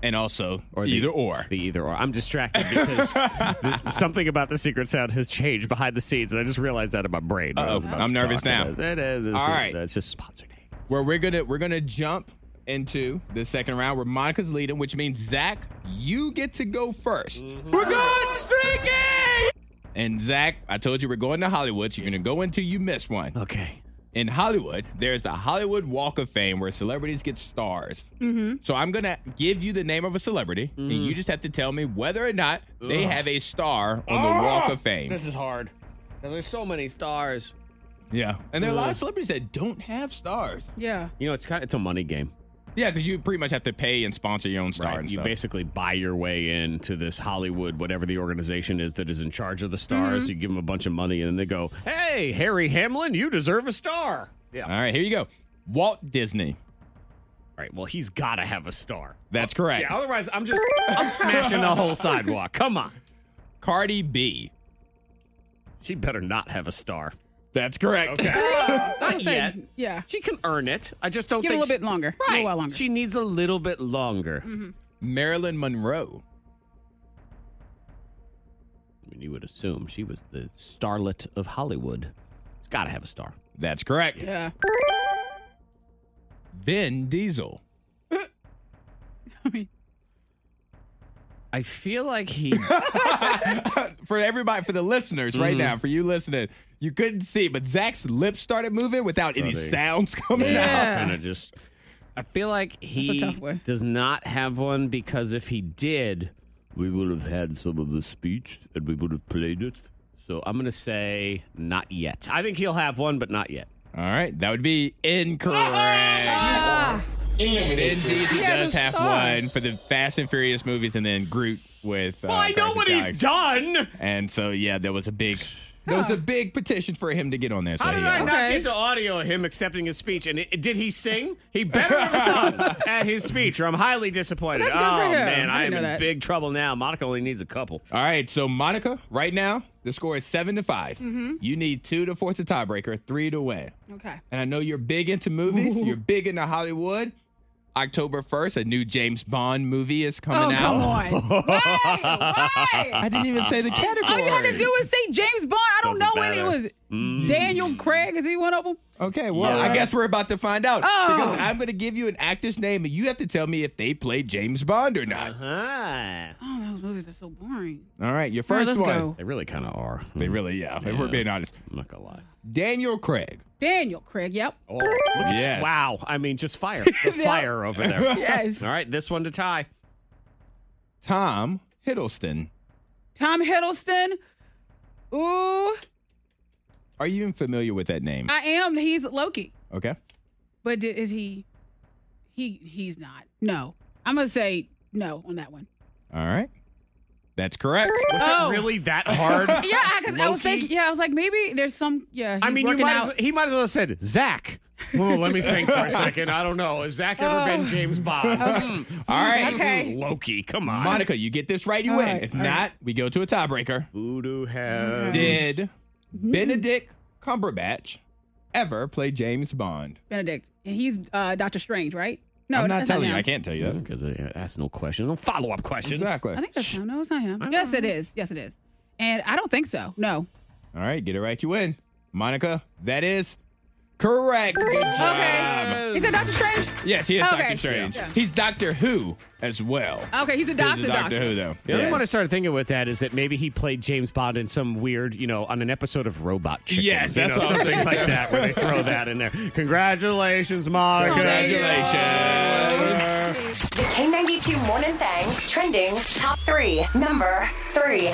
[SPEAKER 5] And also,
[SPEAKER 2] Or the-
[SPEAKER 5] either or.
[SPEAKER 2] The either or. I'm distracted because the, something about the secret sound has changed behind the scenes, and I just realized that in my brain. when I
[SPEAKER 5] Uh-oh.
[SPEAKER 2] was about
[SPEAKER 5] I'm
[SPEAKER 2] to
[SPEAKER 5] nervous
[SPEAKER 2] talk.
[SPEAKER 5] now.
[SPEAKER 2] It is- it is- it's-
[SPEAKER 5] All right.
[SPEAKER 2] It's just sponsored.
[SPEAKER 5] Where we're gonna we're gonna jump into the second round where Monica's leading, which means Zach, you get to go 1st we Mm-hmm. We're going streaking. And Zach, I told you we're going to Hollywood. So you're gonna go until you miss one.
[SPEAKER 2] Okay.
[SPEAKER 5] in Hollywood, there's the Hollywood Walk of Fame where celebrities get stars.
[SPEAKER 2] Mm-hmm.
[SPEAKER 5] So I'm going to give you the name of a celebrity,
[SPEAKER 2] Mm.
[SPEAKER 5] and you just have to tell me whether or not they have a star on the Walk of Fame.
[SPEAKER 2] Ah! is hard. There's so many stars.
[SPEAKER 5] Yeah. And there are a lot of celebrities that don't have stars.
[SPEAKER 4] Yeah.
[SPEAKER 2] You know, it's kind of, it's a money game.
[SPEAKER 5] Yeah, because you pretty much have to pay and sponsor your own star. And
[SPEAKER 2] You
[SPEAKER 5] stuff.
[SPEAKER 2] basically buy your way into this Hollywood, whatever the organization is that is in charge of the stars.
[SPEAKER 4] Mm-hmm.
[SPEAKER 2] You give them a bunch of money, and then they go, "Hey, Harry Hamlin, you deserve a star."
[SPEAKER 5] All right, here you go. Walt Disney.
[SPEAKER 2] All right, well, he's got to have a star.
[SPEAKER 5] That's correct.
[SPEAKER 2] Oh, Yeah, otherwise, I'm just I'm smashing the whole sidewalk. Come on.
[SPEAKER 5] Cardi B.
[SPEAKER 2] She better not have a star.
[SPEAKER 5] That's correct.
[SPEAKER 2] Not yet.
[SPEAKER 4] Yeah.
[SPEAKER 2] She can earn it. I just don't
[SPEAKER 4] Give it a
[SPEAKER 2] think
[SPEAKER 4] little
[SPEAKER 2] she-
[SPEAKER 4] bit longer. A
[SPEAKER 2] Right.
[SPEAKER 4] little while longer. Mm-hmm.
[SPEAKER 2] She needs a little bit longer.
[SPEAKER 5] Marilyn Monroe.
[SPEAKER 2] I mean, you would assume she was the starlet of Hollywood. She's got to have a star.
[SPEAKER 5] That's correct.
[SPEAKER 4] Yeah.
[SPEAKER 5] Vin Diesel.
[SPEAKER 4] I mean,
[SPEAKER 2] I feel like he.
[SPEAKER 5] For everybody, for the listeners right now, for you listening, you couldn't see, but Zach's lips started moving without any
[SPEAKER 2] Starting.
[SPEAKER 5] sounds coming
[SPEAKER 4] Yeah.
[SPEAKER 5] out.
[SPEAKER 2] kind of just. I feel like he
[SPEAKER 4] tough way.
[SPEAKER 2] does not have one because if he did, we would have had some of the speech and we would have played it. So I'm going to say not yet. I think he'll have one, but not yet.
[SPEAKER 5] All right, that would be incorrect.
[SPEAKER 2] Ah.
[SPEAKER 5] Vin Diesel does have one for the Fast and Furious movies, and then Groot with. Uh,
[SPEAKER 2] Oh,
[SPEAKER 5] Guardians of the Galaxy.
[SPEAKER 2] done.
[SPEAKER 5] And so, yeah, there was a big, there was a big petition for him to get on there. So
[SPEAKER 2] How did
[SPEAKER 5] yeah.
[SPEAKER 2] I not
[SPEAKER 4] Okay.
[SPEAKER 2] get the audio of him accepting his speech? And it, did he sing? He better have sung at his speech, or I'm highly disappointed.
[SPEAKER 4] That's good
[SPEAKER 2] oh
[SPEAKER 4] for him.
[SPEAKER 2] man,
[SPEAKER 4] I
[SPEAKER 2] I,
[SPEAKER 4] didn't
[SPEAKER 2] am
[SPEAKER 4] know
[SPEAKER 2] in
[SPEAKER 4] that.
[SPEAKER 2] big trouble now. Monica only needs a couple.
[SPEAKER 5] All right, so Monica, right now the score is seven to 5
[SPEAKER 2] Mm-hmm.
[SPEAKER 5] You need two to force a tiebreaker, three to win.
[SPEAKER 4] okay.
[SPEAKER 5] And I know you're big into movies. You're big into Hollywood. October first, a new James Bond movie is
[SPEAKER 4] Oh,
[SPEAKER 5] coming out.
[SPEAKER 4] come on. Why? Why?
[SPEAKER 5] I didn't even say the category.
[SPEAKER 4] All you had to do is say James Bond. I don't
[SPEAKER 2] Doesn't
[SPEAKER 4] know any.
[SPEAKER 2] matter.
[SPEAKER 4] Was it
[SPEAKER 5] Mm.
[SPEAKER 4] Daniel Craig? Is he one of them?
[SPEAKER 5] Okay, well,
[SPEAKER 2] Yeah.
[SPEAKER 5] I guess we're about to find out
[SPEAKER 4] Oh.
[SPEAKER 5] because I'm going to give you an actor's name, and you have to tell me if they played James Bond or not.
[SPEAKER 2] Uh-huh. Huh?
[SPEAKER 4] Oh, those movies are so boring.
[SPEAKER 5] All right, your first
[SPEAKER 4] let's
[SPEAKER 5] one.
[SPEAKER 4] go.
[SPEAKER 2] They really kind of are.
[SPEAKER 5] They really, yeah, If we're being honest,
[SPEAKER 2] I'm not gonna lie.
[SPEAKER 5] Daniel Craig.
[SPEAKER 4] Daniel Craig. Yep.
[SPEAKER 2] Oh, look at you.
[SPEAKER 5] Yes.
[SPEAKER 2] Wow. I mean, just fire. The fire over there.
[SPEAKER 4] Yes.
[SPEAKER 2] All right, this one to tie.
[SPEAKER 5] Tom Hiddleston.
[SPEAKER 4] Tom Hiddleston. Ooh,
[SPEAKER 5] Are you even familiar with that name?
[SPEAKER 4] I am. He's Loki.
[SPEAKER 5] okay.
[SPEAKER 4] But di- is he? He he's not. No, I'm gonna say no on that one.
[SPEAKER 5] All right. That's correct.
[SPEAKER 2] Was
[SPEAKER 4] Oh.
[SPEAKER 2] it really that hard?
[SPEAKER 4] Yeah, because I was
[SPEAKER 2] Loki?
[SPEAKER 4] thinking. Yeah, I was like maybe there's some. Yeah, he's
[SPEAKER 2] I mean, you
[SPEAKER 4] working
[SPEAKER 2] might
[SPEAKER 4] out.
[SPEAKER 2] as, he might as well have said Zach. Well, let me think for a second. I don't know. Has Zach ever been James Bond? Hmm.
[SPEAKER 5] All right.
[SPEAKER 4] Oh. Okay.
[SPEAKER 2] Loki, come on.
[SPEAKER 5] Monica, you get this right, you
[SPEAKER 4] All
[SPEAKER 5] win.
[SPEAKER 4] right,
[SPEAKER 5] if
[SPEAKER 4] all
[SPEAKER 5] not, we go to a tiebreaker.
[SPEAKER 2] Voodoo has.
[SPEAKER 5] Did
[SPEAKER 4] Mm-hmm.
[SPEAKER 5] Benedict Cumberbatch ever play James Bond?
[SPEAKER 4] Benedict, and he's uh, Doctor Strange, right? No,
[SPEAKER 5] I'm not
[SPEAKER 4] that's
[SPEAKER 5] telling
[SPEAKER 4] him.
[SPEAKER 5] you. I can't tell you that.
[SPEAKER 2] Because they ask no questions, no follow up questions.
[SPEAKER 5] Exactly.
[SPEAKER 4] I think that's him. No, it's not him. Yes, it is. Yes, it is. And I don't think so. No.
[SPEAKER 5] All right, get it right, you win. Monica, that is correct. Good job.
[SPEAKER 4] Okay. Is it Doctor Strange?
[SPEAKER 5] Yes, he is
[SPEAKER 4] Okay.
[SPEAKER 5] Doctor Strange.
[SPEAKER 4] Yeah.
[SPEAKER 5] He's Doctor Who as well.
[SPEAKER 4] Okay, he's a doctor.
[SPEAKER 5] He's a Doctor Who, though.
[SPEAKER 2] The only
[SPEAKER 5] Yes.
[SPEAKER 2] one I started thinking with that is that maybe he played James Bond in some weird, you know, on an episode of Robot Chicken.
[SPEAKER 5] Yes,
[SPEAKER 2] you
[SPEAKER 5] that's
[SPEAKER 2] know,
[SPEAKER 5] what I was
[SPEAKER 2] something
[SPEAKER 5] thinking,
[SPEAKER 2] like that where they throw that in there. Congratulations, Monica.
[SPEAKER 4] Congratulations.
[SPEAKER 5] Congratulations.
[SPEAKER 6] The K92 Morning Thang trending top three. Number three.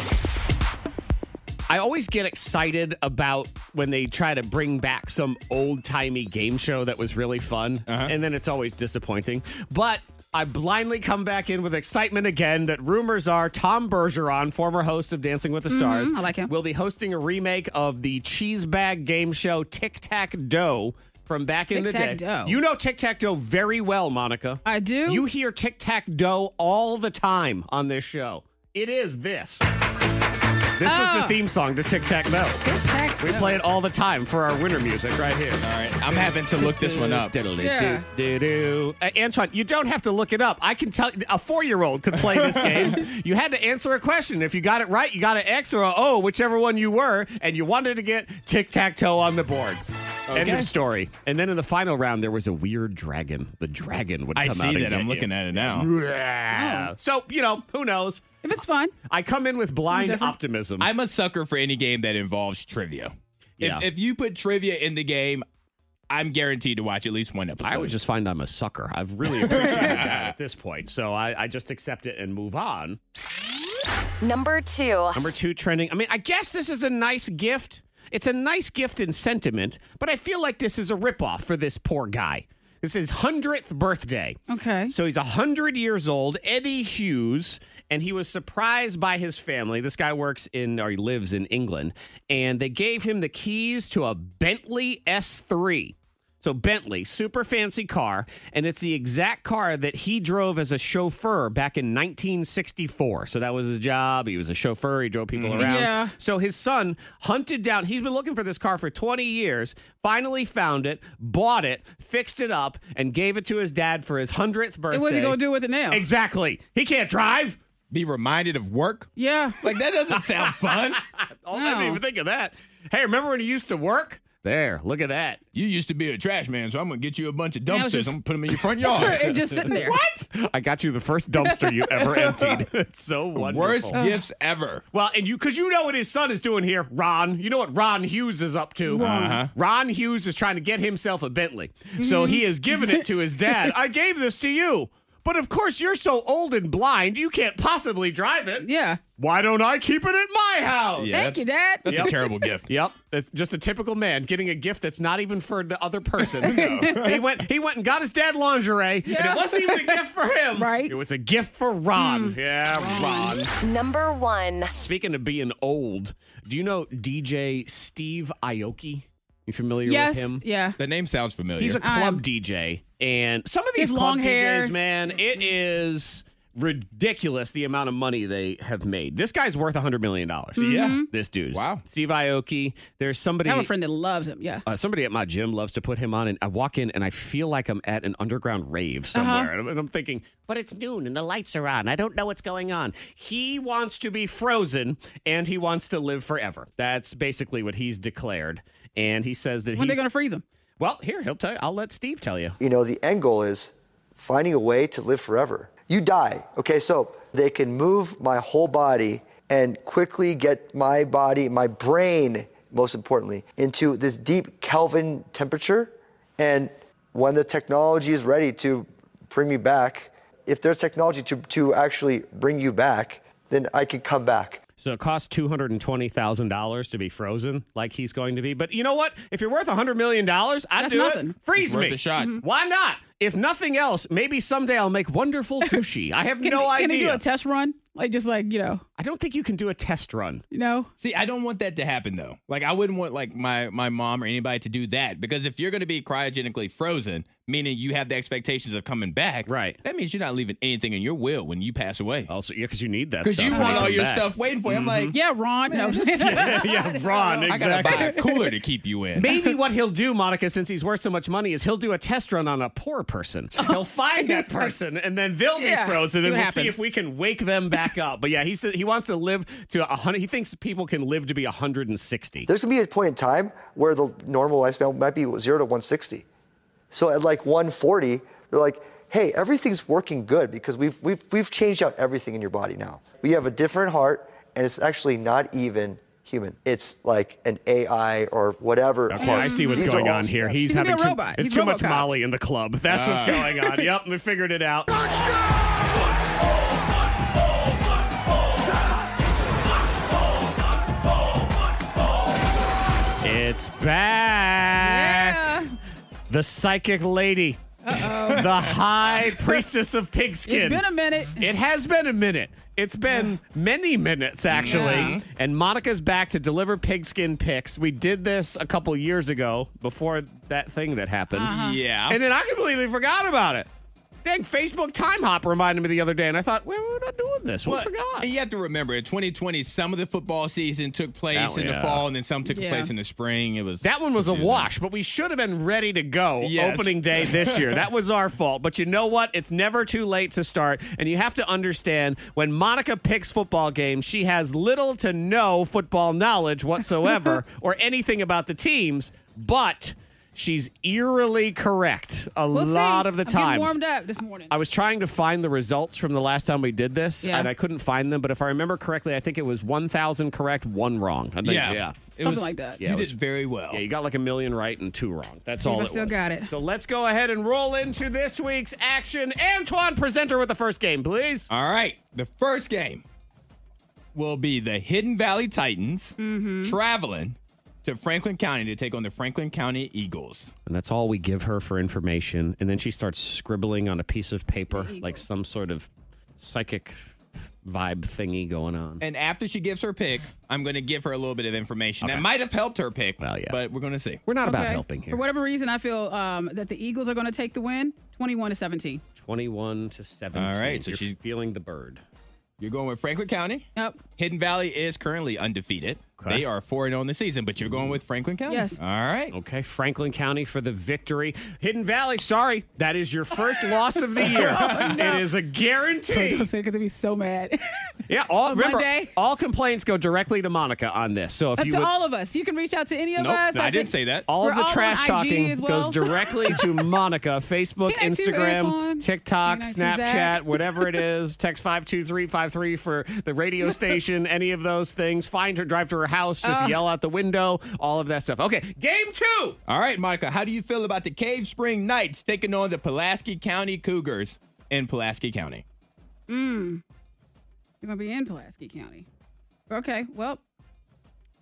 [SPEAKER 2] I always get excited about when they try to bring back some old timey game show that was really fun,
[SPEAKER 4] Uh-huh.
[SPEAKER 2] and then it's always disappointing. But I blindly come back in with excitement again that rumors are Tom Bergeron, former host of Dancing with the Stars,
[SPEAKER 4] Mm-hmm, I like him.
[SPEAKER 2] will be hosting a remake of the cheese bag game show Tic Tac Dough from back in the day.
[SPEAKER 4] Tic-Tac-Doe.
[SPEAKER 2] You know Tic Tac Dough very well, Monica.
[SPEAKER 4] I do.
[SPEAKER 2] You hear Tic Tac Dough all the time on this show. It is this. This was the
[SPEAKER 4] Oh.
[SPEAKER 2] theme song to Tic Tac Doe.
[SPEAKER 4] Tac
[SPEAKER 2] We
[SPEAKER 4] Doe.
[SPEAKER 2] play it all the time for our winter music right here.
[SPEAKER 5] All right, I'm having to look this one up.
[SPEAKER 4] Yeah.
[SPEAKER 2] Do-do. Uh, Antoine, you don't have to look it up. I can tell a four year old could play this game. you had to answer a question. If you got it right, you got an X or a O, whichever one you were, and you wanted to get tic tac toe on the board. End
[SPEAKER 5] Okay.
[SPEAKER 2] of story. And then in the final round, there was a weird dragon. The dragon would come
[SPEAKER 5] I
[SPEAKER 2] out.
[SPEAKER 5] see that. I'm looking at it now.
[SPEAKER 2] at. Ah. So you know who knows.
[SPEAKER 4] If it's fun.
[SPEAKER 2] I come in with blind optimism.
[SPEAKER 5] I'm a sucker for any game that involves trivia.
[SPEAKER 2] Yeah.
[SPEAKER 5] If, if you put trivia in the game, I'm guaranteed to watch at least one episode.
[SPEAKER 2] I would just find I'm a sucker. I've really appreciated that at this point. So I, I just accept it and move on.
[SPEAKER 6] Number two.
[SPEAKER 2] Number two trending. I mean, I guess this is a nice gift. It's a nice gift in sentiment, but I feel like this is a ripoff for this poor guy. This is his 100th birthday.
[SPEAKER 4] Okay.
[SPEAKER 2] So he's 100 years old, Eddie Hughes, and he was surprised by his family. This guy works in, or he lives in England, and they gave him the keys to a Bentley S3. So Bentley, super fancy car, and it's the exact car that he drove as a chauffeur back in 1964. So that was his job. He was a chauffeur. He drove people around.
[SPEAKER 4] Mm-hmm. Yeah.
[SPEAKER 2] So his son hunted down. He's been looking for this car for 20 years. Finally found it, bought it, fixed it up, and gave it to his dad for his hundredth birthday.
[SPEAKER 4] And what's he gonna do with it now?
[SPEAKER 2] Exactly. He can't drive.
[SPEAKER 5] Be reminded of work.
[SPEAKER 4] yeah.
[SPEAKER 5] Like that doesn't sound fun.
[SPEAKER 2] Oh, I didn't
[SPEAKER 4] No.
[SPEAKER 2] even think of that. Hey, remember when you used to work? There, look at that.
[SPEAKER 5] You used to be a trash man, so I'm gonna get you a bunch of
[SPEAKER 4] Now it's
[SPEAKER 5] dumpsters.
[SPEAKER 4] just-
[SPEAKER 5] I'm gonna put them in your front
[SPEAKER 2] Oh,
[SPEAKER 4] and
[SPEAKER 5] yard.
[SPEAKER 4] just sitting there. What?
[SPEAKER 2] I got you the first dumpster you ever emptied. It's so wonderful.
[SPEAKER 5] Worst gifts ever.
[SPEAKER 2] Well, and you, because you know what his son is doing here, Ron. You know what Ron Hughes is up to.
[SPEAKER 5] Uh-huh.
[SPEAKER 2] Ron Hughes is trying to get himself a Bentley. So he has given it to his dad. I gave this to you. But of course, you're so old and blind, you can't possibly drive it.
[SPEAKER 4] Yeah.
[SPEAKER 2] Why don't I keep it at my house?
[SPEAKER 5] Yeah,
[SPEAKER 4] Thank you,
[SPEAKER 5] that's-
[SPEAKER 4] Dad.
[SPEAKER 5] That's a terrible gift.
[SPEAKER 2] Yep, that's just a typical man getting a gift that's not even for the other person. he went, he went and got his dad lingerie, and it wasn't even a gift for him.
[SPEAKER 4] Right.
[SPEAKER 2] It was a gift for Ron. Yeah, Ron.
[SPEAKER 6] Number one.
[SPEAKER 2] Speaking of being old, do you know DJ Steve Aoki? You familiar
[SPEAKER 4] Yes.
[SPEAKER 2] with him?
[SPEAKER 4] Yeah.
[SPEAKER 5] The name sounds familiar.
[SPEAKER 2] He's a club
[SPEAKER 4] am.
[SPEAKER 2] DJ, and some of these
[SPEAKER 4] His
[SPEAKER 2] club
[SPEAKER 4] long hair.
[SPEAKER 2] DJs, man, it is ridiculous the amount of money they have made. This guy's worth hundred million dollars.
[SPEAKER 5] Yeah.
[SPEAKER 2] this dude.
[SPEAKER 5] Wow.
[SPEAKER 2] Steve Aoki. There's
[SPEAKER 4] I
[SPEAKER 2] somebody.
[SPEAKER 4] Mm-hmm. have a friend that loves him. Yeah.
[SPEAKER 2] Uh, somebody at my gym loves to put him on, and I walk in and I feel like I'm at an underground rave
[SPEAKER 4] Uh-huh.
[SPEAKER 2] somewhere. And, I'm, and I'm thinking, but it's noon and the lights are on. I don't know what's going on. He wants to be frozen and he wants to live forever. That's basically what he's declared. And he says that
[SPEAKER 4] When they
[SPEAKER 2] he's
[SPEAKER 4] gonna freeze him?
[SPEAKER 2] well. Here, he'll tell you. I'll let Steve tell you.
[SPEAKER 9] You know, the end goal is finding a way to live forever. You die. Okay, so they can move my whole body and quickly get my body, my brain, most importantly, into this deep Kelvin temperature. And when the technology is ready to bring me back, if there's technology to, to actually bring you back, then I could come back.
[SPEAKER 2] So it costs two hundred and twenty thousand dollars to be frozen, like he's going to be. But you know what? If you're worth hundred million dollars, I'd
[SPEAKER 4] That's
[SPEAKER 2] do
[SPEAKER 4] nothing. Mm-hmm.
[SPEAKER 2] it. Freeze
[SPEAKER 5] Worth
[SPEAKER 2] me.
[SPEAKER 5] a shot. Mhm.
[SPEAKER 2] Why not? If nothing else, maybe someday I'll make wonderful sushi. I have
[SPEAKER 4] Can
[SPEAKER 2] no
[SPEAKER 4] he,
[SPEAKER 2] idea.
[SPEAKER 4] Can he do a test run? Like just like you know,
[SPEAKER 2] I don't think you can do a test run.
[SPEAKER 4] you know.
[SPEAKER 5] See, I don't want that to happen though. Like I wouldn't want like my my mom or anybody to do that because if you're going to be cryogenically frozen, meaning you have the expectations of coming back,
[SPEAKER 2] Right.
[SPEAKER 5] That means you're not leaving anything in your will when you pass away.
[SPEAKER 2] Also, yeah, because you need that.
[SPEAKER 5] Because
[SPEAKER 2] stuff
[SPEAKER 5] you
[SPEAKER 2] when
[SPEAKER 5] want all
[SPEAKER 2] come
[SPEAKER 5] your
[SPEAKER 2] back.
[SPEAKER 5] stuff waiting for you. I'm like,
[SPEAKER 4] Yeah, Ron. No,
[SPEAKER 2] yeah, Ron.
[SPEAKER 5] I got to
[SPEAKER 2] Exactly.
[SPEAKER 5] buy a cooler to keep you in.
[SPEAKER 2] Maybe what he'll do, Monica, since he's worth so much money, is he'll do a test run on a poor person. He'll find that person, and then they'll be
[SPEAKER 4] Yeah,
[SPEAKER 2] frozen,
[SPEAKER 4] see
[SPEAKER 2] and
[SPEAKER 4] what
[SPEAKER 2] we'll see
[SPEAKER 4] happens.
[SPEAKER 2] if we can wake them back up. But yeah, he said he wants to live to a hundred. He thinks people can live to be hundred and sixty.
[SPEAKER 9] There's gonna be a point in time where the normal lifespan might be zero to 160. So at like 140, they're like, hey, everything's working good because we've, we've, we've changed out everything in your body now. We have a different heart, and it's actually not even human. It's like an AI or whatever.
[SPEAKER 2] Okay, I see what's
[SPEAKER 9] These are
[SPEAKER 2] going
[SPEAKER 9] all
[SPEAKER 2] on here.
[SPEAKER 9] steps.
[SPEAKER 2] He's
[SPEAKER 4] He's gonna be
[SPEAKER 2] having
[SPEAKER 4] a
[SPEAKER 2] too,
[SPEAKER 4] robot. Ah.
[SPEAKER 2] it's
[SPEAKER 4] He's
[SPEAKER 2] too much
[SPEAKER 4] Robocop.
[SPEAKER 2] Molly in the club. That's what's going on. Yep, we figured it out. It's back.
[SPEAKER 4] Yeah.
[SPEAKER 2] The psychic lady. Uh-oh. The high priestess of pigskin.
[SPEAKER 4] It's been a minute.
[SPEAKER 2] It has been a minute. It's been many minutes, actually.
[SPEAKER 4] Yeah.
[SPEAKER 2] And Monica's back to deliver pigskin picks. We did this a couple years ago before that thing that happened.
[SPEAKER 5] yeah.
[SPEAKER 2] And then I completely forgot about it. Dang, Facebook Time Hop reminded me the other day, and I thought, well, we're not doing this. We
[SPEAKER 5] Well,
[SPEAKER 2] forgot.
[SPEAKER 5] And you have to remember, in 2020, some of the football season took place
[SPEAKER 2] That one,
[SPEAKER 5] in the
[SPEAKER 2] yeah.
[SPEAKER 5] fall, and then some took
[SPEAKER 4] Yeah.
[SPEAKER 5] place in the spring. It was
[SPEAKER 2] That one was a
[SPEAKER 5] confusing.
[SPEAKER 2] wash, but we should have been ready to go
[SPEAKER 5] Yes.
[SPEAKER 2] opening day this year. that was our fault. But you know what? It's never too late to start. And you have to understand when Monica picks football games, she has little to no football knowledge whatsoever or anything about the teams, but she's eerily correct a
[SPEAKER 4] We'll see.
[SPEAKER 2] lot of the
[SPEAKER 4] I'm getting
[SPEAKER 2] times.
[SPEAKER 4] warmed up this morning.
[SPEAKER 2] I was trying to find the results from the last time we did this,
[SPEAKER 4] Yeah.
[SPEAKER 2] and I couldn't find them. But if I remember correctly, I think it was 1,000 correct, one wrong. I think,
[SPEAKER 5] Yeah.
[SPEAKER 2] yeah.
[SPEAKER 5] It
[SPEAKER 4] Something
[SPEAKER 5] was,
[SPEAKER 4] like that.
[SPEAKER 5] You
[SPEAKER 2] Yeah, it
[SPEAKER 5] did
[SPEAKER 2] was-
[SPEAKER 5] very well.
[SPEAKER 2] Yeah, you got like a million right and two wrong. That's all
[SPEAKER 4] I
[SPEAKER 2] it
[SPEAKER 4] still
[SPEAKER 2] was.
[SPEAKER 4] got it.
[SPEAKER 2] So let's go ahead and roll into this week's action. Antoine, presenter with the first game, please.
[SPEAKER 5] All right. The first game will be the Hidden Valley Titans traveling to Franklin County to take on the Franklin County Eagles.
[SPEAKER 2] And that's all we give her for information. And then she starts scribbling on a piece of paper like some sort of psychic vibe thingy going on.
[SPEAKER 5] And after she gives her pick, I'm going to give her a little bit of information that might have helped her pick.
[SPEAKER 2] Well, yeah.
[SPEAKER 5] But we're going to see.
[SPEAKER 2] We're not about
[SPEAKER 4] Okay.
[SPEAKER 2] helping here.
[SPEAKER 4] For whatever reason, I feel um, that the Eagles are going to take the win, twenty-one to seventeen.
[SPEAKER 2] 21 to 17.
[SPEAKER 5] All right, so
[SPEAKER 2] You're
[SPEAKER 5] she's-
[SPEAKER 2] feeling the bird.
[SPEAKER 5] You're going with Franklin County.
[SPEAKER 4] Yep.
[SPEAKER 5] Hidden Valley is currently undefeated.
[SPEAKER 2] Okay.
[SPEAKER 5] They are 4 0 on the season, but you're going with Franklin County?
[SPEAKER 4] Yes.
[SPEAKER 5] All right.
[SPEAKER 2] Okay, Franklin County for the victory. Hidden Valley, sorry, that is your first loss of the year.
[SPEAKER 4] Oh,
[SPEAKER 2] It is a guarantee.
[SPEAKER 4] Don't say because I'd be so mad.
[SPEAKER 2] Yeah, all remember,
[SPEAKER 4] Monday.
[SPEAKER 2] all complaints go directly to Monica on this. So if
[SPEAKER 4] But
[SPEAKER 2] you
[SPEAKER 4] to
[SPEAKER 2] would,
[SPEAKER 4] all of us, you can reach out to any of
[SPEAKER 5] Nope,
[SPEAKER 4] us.
[SPEAKER 5] I didn't
[SPEAKER 4] think-
[SPEAKER 5] say that.
[SPEAKER 2] all
[SPEAKER 4] We're
[SPEAKER 2] of the
[SPEAKER 4] all on
[SPEAKER 2] trash
[SPEAKER 4] IG
[SPEAKER 2] talking
[SPEAKER 4] as well,
[SPEAKER 2] goes
[SPEAKER 4] so-
[SPEAKER 2] directly to Monica. Facebook,
[SPEAKER 4] Can I too,
[SPEAKER 2] Instagram,
[SPEAKER 4] Antoine?
[SPEAKER 2] TikTok,
[SPEAKER 4] Can I too,
[SPEAKER 2] Snapchat,
[SPEAKER 4] Zach?
[SPEAKER 2] whatever it is. Text five two three five three for the radio station. Any of those things. Find her, drive to her house, just
[SPEAKER 4] Oh.
[SPEAKER 2] yell out the window. All of that stuff. Okay, game two.
[SPEAKER 5] All right, Monica, how do you feel about the Cave Spring Knights taking on the Pulaski County Cougars in Pulaski County?
[SPEAKER 4] You're going to be in Pulaski County. Okay. Well,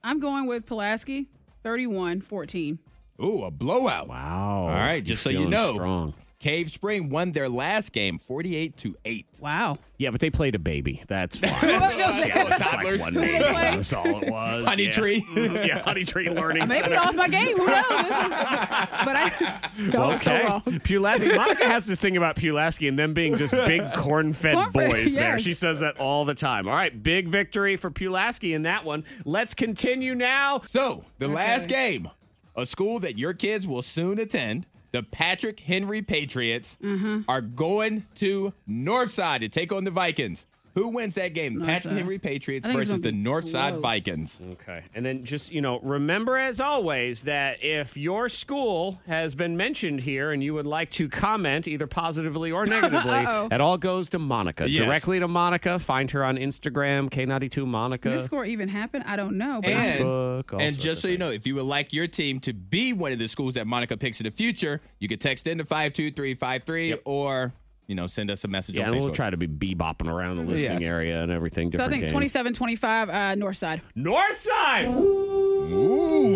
[SPEAKER 4] I'm going with Pulaski, 31-14.
[SPEAKER 5] Ooh, a blowout.
[SPEAKER 2] Wow.
[SPEAKER 5] All right, just so you
[SPEAKER 2] feeling
[SPEAKER 5] know,
[SPEAKER 2] strong.
[SPEAKER 5] Cave Spring won their last game 48 to 8.
[SPEAKER 4] Wow.
[SPEAKER 2] Yeah, but they played a baby. That's why.
[SPEAKER 4] Maybe
[SPEAKER 2] It's like
[SPEAKER 5] Toddlers.
[SPEAKER 2] one baby.
[SPEAKER 4] play?
[SPEAKER 2] That's all it was.
[SPEAKER 5] Honey
[SPEAKER 2] yeah. Mm,
[SPEAKER 5] tree.
[SPEAKER 2] yeah, honey tree learning. Center.
[SPEAKER 4] off my game. Who knows? This is- but I no, I'm so
[SPEAKER 2] Okay.
[SPEAKER 4] wrong.
[SPEAKER 2] Pulaski. Monica has this thing about Pulaski and them being just big corn fed
[SPEAKER 4] Corn-fed,
[SPEAKER 2] boys there.
[SPEAKER 4] yes.
[SPEAKER 2] She says that all the time. All right. Big victory for Pulaski in that one. Let's continue now.
[SPEAKER 5] So, the last game, a school that your kids will soon attend, the Patrick Henry Patriots
[SPEAKER 2] Mm-hmm.
[SPEAKER 5] are going to Northside to take on the Vikings. Who wins that game? The Patrick
[SPEAKER 4] Northside.
[SPEAKER 5] Henry Patriots
[SPEAKER 4] I think it's
[SPEAKER 5] versus the
[SPEAKER 4] gonna be
[SPEAKER 5] Northside
[SPEAKER 4] close.
[SPEAKER 5] Vikings.
[SPEAKER 2] Okay. And then just, you know, remember as always that if your school has been mentioned here and you would like to comment either positively or negatively,
[SPEAKER 4] Uh-oh.
[SPEAKER 2] it all goes to Monica.
[SPEAKER 5] Yes.
[SPEAKER 2] Directly to Monica. Find her on Instagram, K92 Monica.
[SPEAKER 4] Did this score even happen? I don't know. But
[SPEAKER 5] And,
[SPEAKER 2] Facebook, all
[SPEAKER 5] and
[SPEAKER 2] sorts of
[SPEAKER 5] just so you know, if you would like your team to be one of the schools that Monica picks in the future, you could text into 52353 or, you know, send us a message
[SPEAKER 2] yeah,
[SPEAKER 5] on
[SPEAKER 2] and
[SPEAKER 5] Facebook.
[SPEAKER 2] we'll try to be bebopping around the listening
[SPEAKER 5] Yes.
[SPEAKER 2] area and everything.
[SPEAKER 4] so I
[SPEAKER 2] Different
[SPEAKER 4] think
[SPEAKER 2] games.
[SPEAKER 4] 27-25 uh, Northside.
[SPEAKER 2] Northside.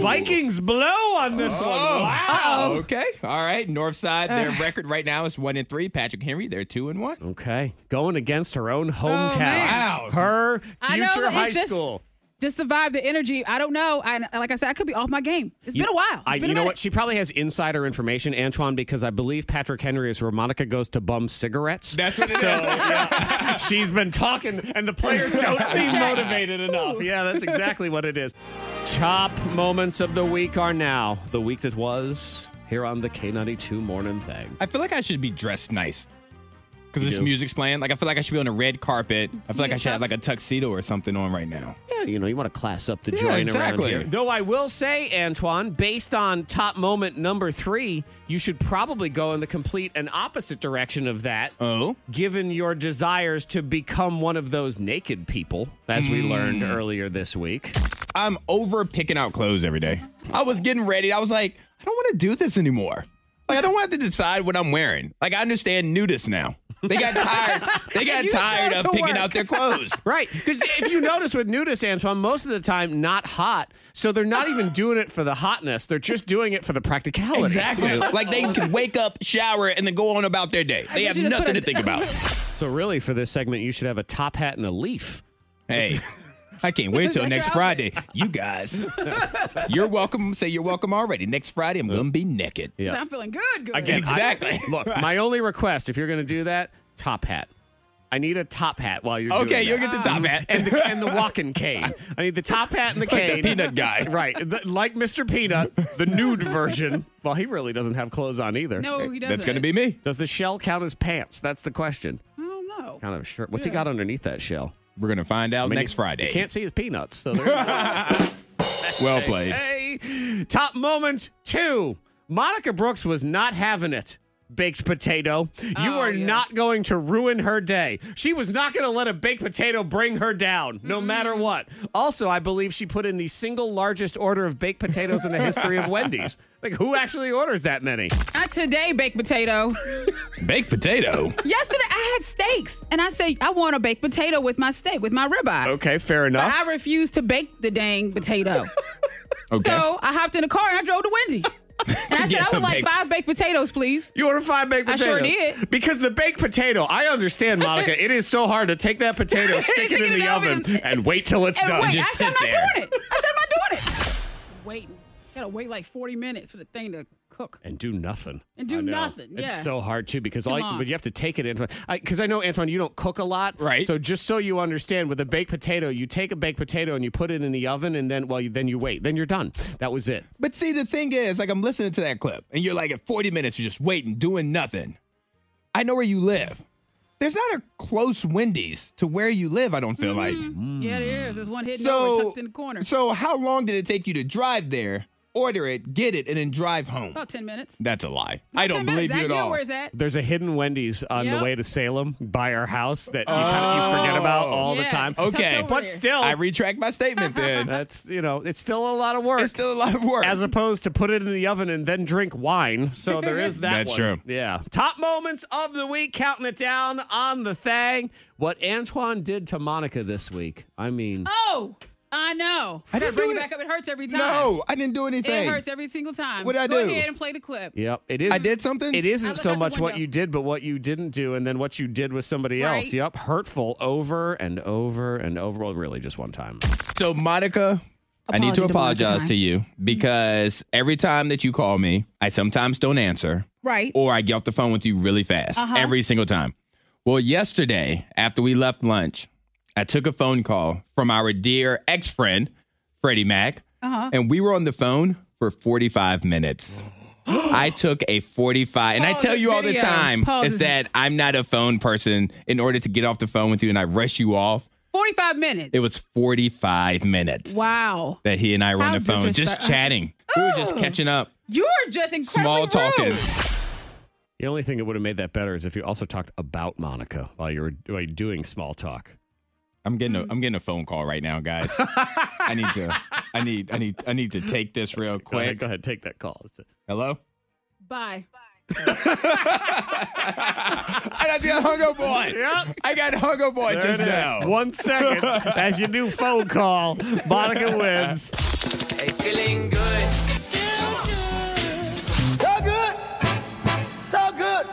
[SPEAKER 2] Vikings blow on this one.
[SPEAKER 4] Oh.
[SPEAKER 2] Wow.
[SPEAKER 5] Okay. All right. Northside, their record right now is one and three. Patrick Henry, they're two and one.
[SPEAKER 2] Okay. Going against her own hometown.
[SPEAKER 4] man.
[SPEAKER 5] Wow.
[SPEAKER 2] Her
[SPEAKER 4] I know,
[SPEAKER 2] future
[SPEAKER 4] it's
[SPEAKER 2] high
[SPEAKER 4] just-
[SPEAKER 2] school.
[SPEAKER 4] Just the vibe, the energy. I don't know. I like I said, I could be off my game. It's been a while. Oh, It's
[SPEAKER 2] I,
[SPEAKER 4] been a
[SPEAKER 2] you know
[SPEAKER 4] minute.
[SPEAKER 2] what? She probably has insider information, Antoine, because I believe Patrick Henry is where Monica goes to bum cigarettes.
[SPEAKER 5] That's what it
[SPEAKER 2] so,
[SPEAKER 5] is.
[SPEAKER 2] yeah. she's been talking, and the players don't seem motivated enough. Yeah, that's exactly what it is. Top moments of the week are now the week that was here on the K92 Morning Thing.
[SPEAKER 5] I feel like I should be dressed nice because this
[SPEAKER 2] do.
[SPEAKER 5] music's playing. Like I feel like I should be on a red carpet. I feel like I should have
[SPEAKER 4] tux.
[SPEAKER 5] like a tuxedo or something on right now.
[SPEAKER 2] Yeah, you know, you want to class up the
[SPEAKER 5] Yeah,
[SPEAKER 2] joint
[SPEAKER 5] exactly.
[SPEAKER 2] around here. Though I will say, Antoine, based on top moment number three, you should probably go in the complete and opposite direction of that,
[SPEAKER 5] Oh,
[SPEAKER 2] given your desires to become one of those naked people, as we
[SPEAKER 5] Hmm.
[SPEAKER 2] learned earlier this week.
[SPEAKER 5] I'm over picking out clothes every day. I was getting ready. I was like, I don't want to do this anymore. Like I don't want to decide what I'm wearing. Like I understand nudists now. They got tired. They got
[SPEAKER 4] You showed
[SPEAKER 5] tired of
[SPEAKER 4] to
[SPEAKER 5] picking
[SPEAKER 4] work.
[SPEAKER 5] out their clothes.
[SPEAKER 2] Right, because if you notice with nudists, Antoine, most of the time not hot, so they're not even doing it for the hotness; they're just doing it for the practicality.
[SPEAKER 5] Exactly. like they can wake up, shower, and then go on about their day. They
[SPEAKER 4] I
[SPEAKER 5] have
[SPEAKER 4] should have put
[SPEAKER 5] nothing to
[SPEAKER 4] a-
[SPEAKER 5] think about.
[SPEAKER 2] So, really, for this segment, you should have a top hat and a leaf.
[SPEAKER 5] hey, I can't wait till
[SPEAKER 4] That's
[SPEAKER 5] next
[SPEAKER 4] your
[SPEAKER 5] Friday.
[SPEAKER 4] outfit.
[SPEAKER 5] You guys, you're welcome. Say you're welcome already. Next Friday, I'm gonna be naked.
[SPEAKER 2] Yeah.
[SPEAKER 4] I'm feeling good. good.
[SPEAKER 2] Again, I-
[SPEAKER 5] Exactly.
[SPEAKER 2] look, my only request, if you're going to do that, top hat. I need a top hat while you're
[SPEAKER 5] Okay,
[SPEAKER 2] doing
[SPEAKER 5] you'll
[SPEAKER 2] that.
[SPEAKER 5] get the top hat.
[SPEAKER 2] and the and the walking cane. I need the top hat and the
[SPEAKER 5] Like the
[SPEAKER 2] cane.
[SPEAKER 5] peanut guy.
[SPEAKER 2] right? The- like Mr. Peanut, the nude version. Well, he really doesn't have clothes on either.
[SPEAKER 4] no, he doesn't.
[SPEAKER 5] That's gonna be me.
[SPEAKER 2] Does the shell count as pants? That's the question.
[SPEAKER 4] I don't know.
[SPEAKER 2] Kind of sure. What's he got underneath that shell?
[SPEAKER 5] We're gonna find out
[SPEAKER 2] I mean,
[SPEAKER 5] next
[SPEAKER 2] you-
[SPEAKER 5] Friday.
[SPEAKER 2] You can't see his peanuts. So there you go.
[SPEAKER 5] well played.
[SPEAKER 2] Hey, top moment two. Monica Brooks was not having it. Baked potato. You
[SPEAKER 4] Oh,
[SPEAKER 2] are
[SPEAKER 4] yeah.
[SPEAKER 2] not going to ruin her day. She was not going to let a baked potato bring her down, no matter what. Also, I believe she put in the single largest order of baked potatoes in the history of Wendy's. Like, who actually orders that many?
[SPEAKER 4] Not today, baked potato.
[SPEAKER 5] Baked potato.
[SPEAKER 4] Yesterday, I had steaks, and I say I want a baked potato with my steak, with my ribeye.
[SPEAKER 2] Okay, fair
[SPEAKER 4] But
[SPEAKER 2] enough.
[SPEAKER 4] I refused to bake the dang potato.
[SPEAKER 5] Okay.
[SPEAKER 4] So I hopped in the car and I drove to Wendy's. And I said, I would like five baked potatoes, please.
[SPEAKER 2] You ordered five baked
[SPEAKER 4] I
[SPEAKER 2] potatoes.
[SPEAKER 4] sure did.
[SPEAKER 2] Because the baked potato, I understand, Monica. it is so hard to take that potato, stick it
[SPEAKER 4] Stick
[SPEAKER 2] in the oven, and, wait till it's
[SPEAKER 4] And
[SPEAKER 2] done.
[SPEAKER 4] wait,
[SPEAKER 5] Just
[SPEAKER 4] I said I'm
[SPEAKER 5] sit
[SPEAKER 4] not
[SPEAKER 5] there.
[SPEAKER 4] doing it. I said I'm not doing it. Waiting. Gotta wait like 40 minutes for the thing to cook
[SPEAKER 2] and do nothing.
[SPEAKER 4] and do nothing.
[SPEAKER 2] It's
[SPEAKER 4] yeah.
[SPEAKER 2] so hard too because
[SPEAKER 4] too
[SPEAKER 2] all you,
[SPEAKER 4] long.
[SPEAKER 2] but you have to take it, Antoine. Because I, know Antoine, you don't cook a lot,
[SPEAKER 5] Right.
[SPEAKER 2] So just so you understand, with a baked potato, you take a baked potato and you put it in the oven, and then well, you, then you wait, then you're done. That was it.
[SPEAKER 5] But see, the thing is, like, I'm listening to that clip, and you're like, at 40 minutes, you're just waiting, doing nothing. I know where you live. There's not a close Wendy's to where you live, I don't feel
[SPEAKER 4] Mm-hmm.
[SPEAKER 5] like.
[SPEAKER 4] yeah, it is. There's one hidden over
[SPEAKER 5] So,
[SPEAKER 4] tucked in the corner.
[SPEAKER 5] so how long did it take you to drive there, order it, get it, and then drive home?
[SPEAKER 4] About 10 minutes.
[SPEAKER 5] That's a lie. I
[SPEAKER 4] About
[SPEAKER 5] don't
[SPEAKER 4] 10
[SPEAKER 5] believe
[SPEAKER 4] minutes.
[SPEAKER 5] you at
[SPEAKER 4] I know
[SPEAKER 5] all.
[SPEAKER 4] where it's at.
[SPEAKER 2] There's a hidden Wendy's on the
[SPEAKER 4] Yep.
[SPEAKER 2] way to Salem by our house that you, kind of, you forget about
[SPEAKER 5] Oh.
[SPEAKER 2] all the
[SPEAKER 4] Yeah,
[SPEAKER 2] time.
[SPEAKER 4] it's tucked
[SPEAKER 5] Okay.
[SPEAKER 4] over
[SPEAKER 2] but
[SPEAKER 4] there.
[SPEAKER 2] still,
[SPEAKER 5] I retract my statement then.
[SPEAKER 2] that's you know, it's still a lot of work.
[SPEAKER 5] it's still a lot of work.
[SPEAKER 2] as opposed to put it in the oven and then drink wine. So there is that.
[SPEAKER 5] That's
[SPEAKER 2] one.
[SPEAKER 5] true.
[SPEAKER 2] Yeah. Top moments of the week, counting it down on the thing. What Antoine did to Monica this week. I mean,
[SPEAKER 4] Oh, I know. I
[SPEAKER 5] didn't
[SPEAKER 4] didn't bring
[SPEAKER 5] do
[SPEAKER 4] it
[SPEAKER 5] it.
[SPEAKER 4] back up. It hurts every time.
[SPEAKER 5] no, I didn't do
[SPEAKER 4] It
[SPEAKER 5] anything.
[SPEAKER 4] hurts every single time.
[SPEAKER 5] What'd I
[SPEAKER 4] Go
[SPEAKER 5] do?
[SPEAKER 4] ahead and play the clip.
[SPEAKER 2] yep. It is.
[SPEAKER 5] I did something?
[SPEAKER 2] It
[SPEAKER 4] I
[SPEAKER 2] isn't
[SPEAKER 4] looked
[SPEAKER 2] so
[SPEAKER 4] out the
[SPEAKER 2] much what
[SPEAKER 4] window.
[SPEAKER 2] you did, but what you didn't do, and then what you did with somebody
[SPEAKER 4] Right.
[SPEAKER 2] else. Yep. Hurtful over and over and over. Well, really, just one time.
[SPEAKER 5] So, Monica, I need to
[SPEAKER 4] Apology to Monica
[SPEAKER 5] apologize to
[SPEAKER 4] time.
[SPEAKER 5] you because every time that you call me, I sometimes don't answer
[SPEAKER 4] Right.
[SPEAKER 5] or I get off the phone with you really fast
[SPEAKER 4] Uh-huh.
[SPEAKER 5] every single time. Well, yesterday, after we left lunch, I took a phone call from our dear ex friend, Freddie Mac,
[SPEAKER 4] Uh-huh.
[SPEAKER 5] and we were on the phone for 45 minutes. I took a 45, and I
[SPEAKER 4] Pause
[SPEAKER 5] tell
[SPEAKER 4] this
[SPEAKER 5] you all the
[SPEAKER 4] video.
[SPEAKER 5] time
[SPEAKER 4] Pause
[SPEAKER 5] is
[SPEAKER 4] this-
[SPEAKER 5] that I'm not a phone person. In order to get off the phone with you and I rush you off,
[SPEAKER 4] 45 minutes.
[SPEAKER 5] it was 45 minutes
[SPEAKER 4] Wow.
[SPEAKER 5] that he and I were on
[SPEAKER 4] How
[SPEAKER 5] the phone,
[SPEAKER 4] disrespect-
[SPEAKER 5] just chatting. We were just
[SPEAKER 4] Ugh.
[SPEAKER 5] catching up,
[SPEAKER 4] You're just incredibly
[SPEAKER 5] small
[SPEAKER 4] rude.
[SPEAKER 5] talking.
[SPEAKER 2] The only thing that would have made that better is if you also talked about Monica while you were while you were doing small talk.
[SPEAKER 5] I'm getting a
[SPEAKER 4] Mm.
[SPEAKER 5] I'm getting a phone call right now, guys. I need to I need I need I need to take this real
[SPEAKER 2] Go ahead,
[SPEAKER 5] quick.
[SPEAKER 2] go ahead take that call. It's-
[SPEAKER 5] Hello?
[SPEAKER 4] Bye.
[SPEAKER 5] I got the hung up on.
[SPEAKER 2] Yep.
[SPEAKER 5] I got hung up on
[SPEAKER 2] There it
[SPEAKER 5] just
[SPEAKER 2] is.
[SPEAKER 5] now.
[SPEAKER 2] One second as your new phone call. Monica wins.
[SPEAKER 8] So good. So good.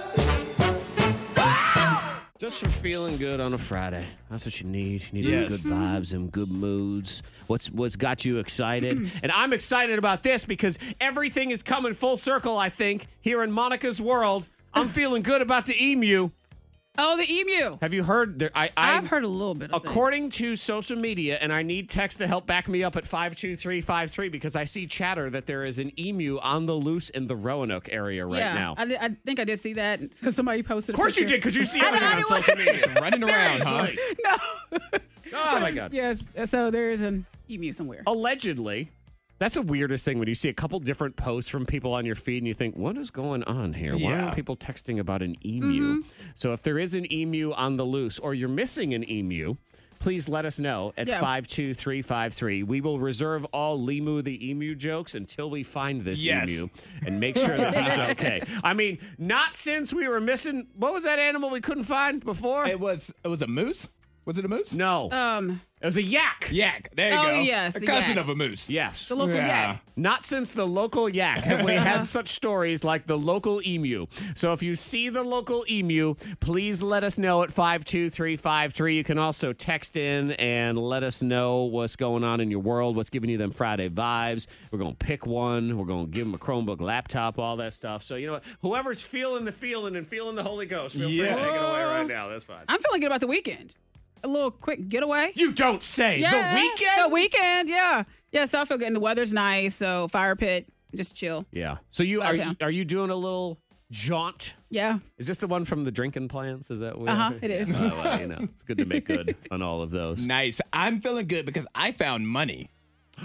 [SPEAKER 2] Just for feeling good on a Friday. That's what you need. You need
[SPEAKER 5] Yes.
[SPEAKER 2] good vibes and good moods. What's what's got you excited? and I'm excited about this because everything is coming full circle, I think, here in Monica's world. I'm feeling good about the emu.
[SPEAKER 4] Oh, the emu.
[SPEAKER 2] Have you heard there I, I
[SPEAKER 4] I've heard a little bit. I think.
[SPEAKER 2] According to social media, and I need text to help back me up at 52353 because I see chatter that there is an emu on the loose in the Roanoke area right
[SPEAKER 4] yeah,
[SPEAKER 2] now.
[SPEAKER 4] I, di- I think I did see that. Somebody posted.
[SPEAKER 2] Of course you did, because you see everything on social media.
[SPEAKER 5] Running around, huh?
[SPEAKER 2] Seriously.
[SPEAKER 4] No.
[SPEAKER 2] Oh my god.
[SPEAKER 4] yes. So there is an emu somewhere.
[SPEAKER 2] Allegedly, that's the weirdest thing when you see a couple different posts from people on your feed and you think, what is going on here? Why
[SPEAKER 5] Yeah. Mm-hmm.
[SPEAKER 2] are people texting about an emu? So if there is an emu on the loose or you're missing an emu, please let us know at
[SPEAKER 4] Yeah.
[SPEAKER 2] 52353. We will reserve all Limu the emu jokes until we find this
[SPEAKER 5] Yes.
[SPEAKER 2] emu and make sure that he's okay. I mean, not since we were missing what was that animal we couldn't find before?
[SPEAKER 5] It Uh, was it was a moose? Was it a moose?
[SPEAKER 2] no.
[SPEAKER 4] Um,
[SPEAKER 2] it was a yak.
[SPEAKER 5] Yak. There you
[SPEAKER 4] Oh,
[SPEAKER 5] go.
[SPEAKER 4] yes,
[SPEAKER 5] A
[SPEAKER 4] the
[SPEAKER 5] cousin
[SPEAKER 4] yak.
[SPEAKER 5] of a moose.
[SPEAKER 2] Yes.
[SPEAKER 4] the local
[SPEAKER 5] Yeah.
[SPEAKER 4] yak.
[SPEAKER 2] Not since the local yak have we had such stories like the local emu. So if you see the local emu, please let us know at 52353. You can also text in and let us know what's going on in your world, what's giving you them Friday vibes. We're going to pick one. We're going to give them a Chromebook laptop, all that stuff. So, you know what? Whoever's feeling the feeling and feeling the Holy Ghost, feel free to
[SPEAKER 5] Yeah.
[SPEAKER 2] take it away right now. That's fine.
[SPEAKER 4] I'm feeling good about the weekend. A little quick getaway.
[SPEAKER 2] You don't say.
[SPEAKER 4] Yeah,
[SPEAKER 2] The weekend?
[SPEAKER 4] The weekend. Yeah. Yeah. So I feel good. And the weather's nice. So fire pit. Just chill.
[SPEAKER 2] yeah. So you are,
[SPEAKER 4] Downtown.
[SPEAKER 2] are you doing a little jaunt
[SPEAKER 4] Yeah.
[SPEAKER 2] Is this the one from the drinking plants? Is that what?
[SPEAKER 4] Uh-huh, it is.
[SPEAKER 2] Yeah, well, well, you know, it's good to make good on all of those.
[SPEAKER 5] Nice. I'm feeling good because I found money.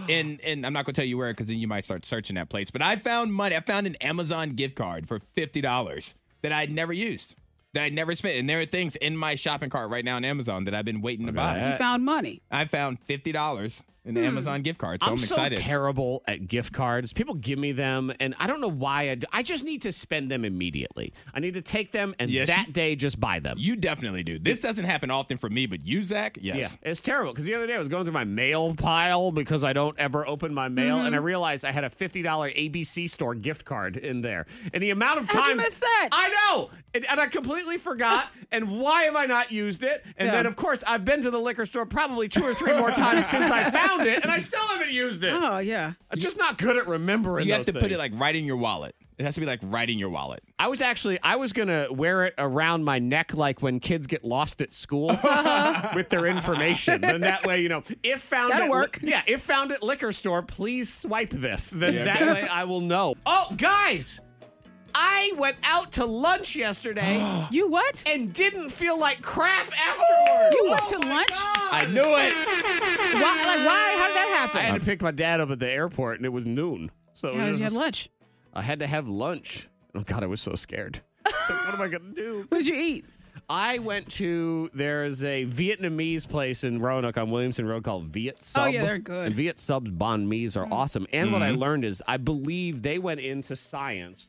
[SPEAKER 5] And and I'm not gonna tell you where because then you might start searching that place. But I found money. I found an Amazon gift card for fifty dollars that I'd never used, that I'd never spent. And there are things
[SPEAKER 2] Uh,
[SPEAKER 5] in my shopping cart right now on Amazon that I've been waiting to buy.
[SPEAKER 2] that. Hmm.
[SPEAKER 4] Found money.
[SPEAKER 5] I found fifty dollars in the Amazon gift card. So I'm,
[SPEAKER 2] I'm, so
[SPEAKER 5] excited.
[SPEAKER 2] terrible at gift cards. People give me them, and I don't know why. I, do- I just need to spend them immediately. I need to take them and
[SPEAKER 5] Yes,
[SPEAKER 2] that
[SPEAKER 5] you-
[SPEAKER 2] day just buy them.
[SPEAKER 5] you definitely do. This doesn't happen often for me, but you, Zach, yes.
[SPEAKER 2] Yeah, it's terrible. Because the other day I was going through my mail pile because I don't ever open my mail, and I realized I had a fifty dollar ABC store gift card in there. And the amount of
[SPEAKER 4] How'd you
[SPEAKER 2] times
[SPEAKER 4] miss that?
[SPEAKER 2] I know, and, and I completely forgot. and why have I not used it? And
[SPEAKER 4] Yeah.
[SPEAKER 2] then of course I've been to the liquor store probably two or three more times since I found it, and I still haven't used it.
[SPEAKER 4] Oh yeah.
[SPEAKER 2] I'm just not good at remembering.
[SPEAKER 5] You have
[SPEAKER 2] those
[SPEAKER 5] to put
[SPEAKER 2] things.
[SPEAKER 5] it like right in your wallet. It has to be like right in your wallet.
[SPEAKER 2] I was actually I was gonna wear it around my neck like when kids get lost at school with their information. Then that way, you know, if found
[SPEAKER 4] Uh-huh. That'll
[SPEAKER 2] at,
[SPEAKER 4] work.
[SPEAKER 2] Yeah, if found at liquor store, please swipe this. Then
[SPEAKER 5] Yeah.
[SPEAKER 2] that way I will know. Oh, guys, I went out to lunch yesterday
[SPEAKER 4] You what?
[SPEAKER 2] and didn't feel like crap afterwards. Oh
[SPEAKER 4] You went to
[SPEAKER 2] my
[SPEAKER 4] lunch?
[SPEAKER 2] God.
[SPEAKER 5] I knew it.
[SPEAKER 4] Why? Like why? How did that happen?
[SPEAKER 2] I had to pick my dad up at the airport and it was noon. So
[SPEAKER 4] How
[SPEAKER 2] it
[SPEAKER 4] did
[SPEAKER 2] was
[SPEAKER 4] you have
[SPEAKER 2] Oh, just-
[SPEAKER 4] lunch?
[SPEAKER 2] I had to have lunch. Oh God, I was so scared. So what am I gonna do?
[SPEAKER 4] What did you eat?
[SPEAKER 2] I went to there's a Vietnamese place in Roanoke on Williamson Road called Viet Sub.
[SPEAKER 4] Oh, yeah, they're good. Mm.
[SPEAKER 2] And Viet Sub's banh mi's are awesome. And what
[SPEAKER 5] Mm-hmm.
[SPEAKER 2] I learned is I believe they went into science.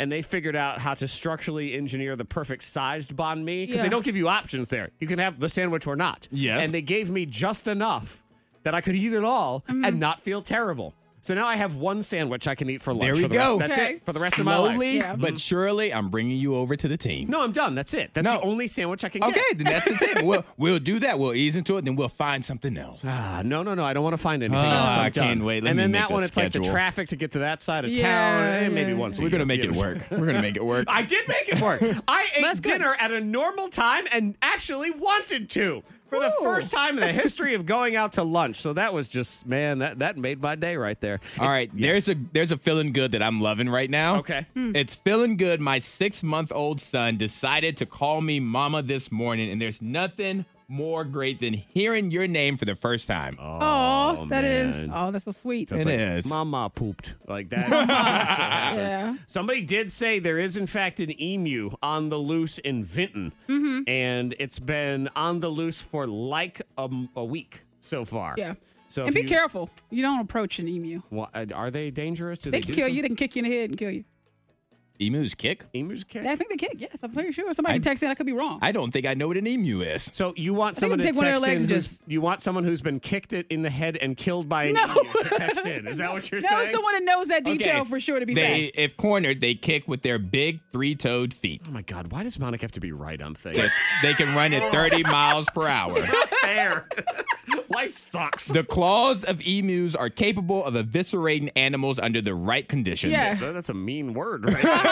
[SPEAKER 2] And they figured out how to structurally engineer the perfect sized banh mi because
[SPEAKER 4] Yeah.
[SPEAKER 2] they don't give you options there. You can have the sandwich or not.
[SPEAKER 5] Yes.
[SPEAKER 2] And they gave me just enough that I could eat it all
[SPEAKER 4] Mm-hmm.
[SPEAKER 2] and not feel terrible. So now I have one sandwich I can eat for lunch.
[SPEAKER 5] There we
[SPEAKER 2] for the Rest,
[SPEAKER 5] go.
[SPEAKER 2] that's
[SPEAKER 4] Okay.
[SPEAKER 2] it for the rest of my life.
[SPEAKER 5] Slowly
[SPEAKER 4] Yeah.
[SPEAKER 5] but surely, I'm bringing you over to the team.
[SPEAKER 2] No, I'm done. That's it. That's
[SPEAKER 5] No.
[SPEAKER 2] the only sandwich I can get.
[SPEAKER 5] Okay, then that's the tip. We'll we'll do that. We'll ease into it, then we'll find something else.
[SPEAKER 2] Ah, no, no, no. I don't want to find anything
[SPEAKER 5] Ah,
[SPEAKER 2] else. I'm
[SPEAKER 5] I can't
[SPEAKER 2] done.
[SPEAKER 5] wait. Let
[SPEAKER 2] and
[SPEAKER 5] me
[SPEAKER 2] then
[SPEAKER 5] make
[SPEAKER 2] that
[SPEAKER 5] a
[SPEAKER 2] one, it's like the
[SPEAKER 5] schedule.
[SPEAKER 2] traffic to get to that side of
[SPEAKER 4] Yeah,
[SPEAKER 2] town. eh, maybe
[SPEAKER 4] yeah,
[SPEAKER 2] once. a
[SPEAKER 5] We're
[SPEAKER 2] year.
[SPEAKER 5] gonna make it
[SPEAKER 2] Yes.
[SPEAKER 5] work. We're gonna make it work.
[SPEAKER 2] I did make it work. I ate
[SPEAKER 4] That's good.
[SPEAKER 2] dinner at a normal time and actually wanted to for the
[SPEAKER 4] Ooh.
[SPEAKER 2] first time in the history of going out to lunch. So that was just man, that that made my day right there.
[SPEAKER 5] All right, there's a there's a feeling good that I'm loving right now.
[SPEAKER 2] Okay.
[SPEAKER 5] It's feeling good. My six month old son decided to call me mama this morning, and there's nothing more great than hearing your name for the first time.
[SPEAKER 4] Oh, that is.
[SPEAKER 2] man.
[SPEAKER 4] Oh, that's so sweet.
[SPEAKER 5] It is.
[SPEAKER 2] Mama pooped. Like that. That's what happens.
[SPEAKER 4] Yeah.
[SPEAKER 2] Somebody did say there is, in fact, an emu on the loose in Vinton.
[SPEAKER 4] Mm-hmm.
[SPEAKER 2] And it's been on the loose for like a, a week so far.
[SPEAKER 4] Yeah.
[SPEAKER 2] So
[SPEAKER 4] and
[SPEAKER 2] if
[SPEAKER 4] be
[SPEAKER 2] you-
[SPEAKER 4] careful. You don't approach an emu.
[SPEAKER 2] Wha- are they dangerous? Do
[SPEAKER 4] They can
[SPEAKER 2] do
[SPEAKER 4] kill
[SPEAKER 2] some-
[SPEAKER 4] you. They can kick you in the head and kill you.
[SPEAKER 5] Emus kick?
[SPEAKER 2] Emus kick?
[SPEAKER 4] I think they kick. Yes, I'm pretty sure. Somebody
[SPEAKER 5] I-
[SPEAKER 4] texted. I could be wrong.
[SPEAKER 5] I don't think I know what an emu is.
[SPEAKER 2] So you want
[SPEAKER 4] I think
[SPEAKER 2] someone
[SPEAKER 4] they
[SPEAKER 2] to
[SPEAKER 4] take
[SPEAKER 2] text
[SPEAKER 4] one of their legs
[SPEAKER 2] in?
[SPEAKER 4] and
[SPEAKER 2] who's-
[SPEAKER 4] just-
[SPEAKER 2] You want someone who's been kicked it in the head and killed by an
[SPEAKER 4] No.
[SPEAKER 2] emu to text in? Is that what you're
[SPEAKER 4] that
[SPEAKER 2] saying?
[SPEAKER 4] was someone that knows that detail
[SPEAKER 5] Okay.
[SPEAKER 4] for sure to be
[SPEAKER 5] They,
[SPEAKER 4] fact.
[SPEAKER 5] if cornered, they kick with their big three toed feet.
[SPEAKER 2] Oh my God! Why does Monica have to be right on things?
[SPEAKER 5] Just- they can run at 30 miles per hour.
[SPEAKER 2] Fair. Life sucks.
[SPEAKER 5] The claws of emus are capable of eviscerating animals under the right conditions.
[SPEAKER 4] Yeah.
[SPEAKER 2] That- That's a mean word, right? there.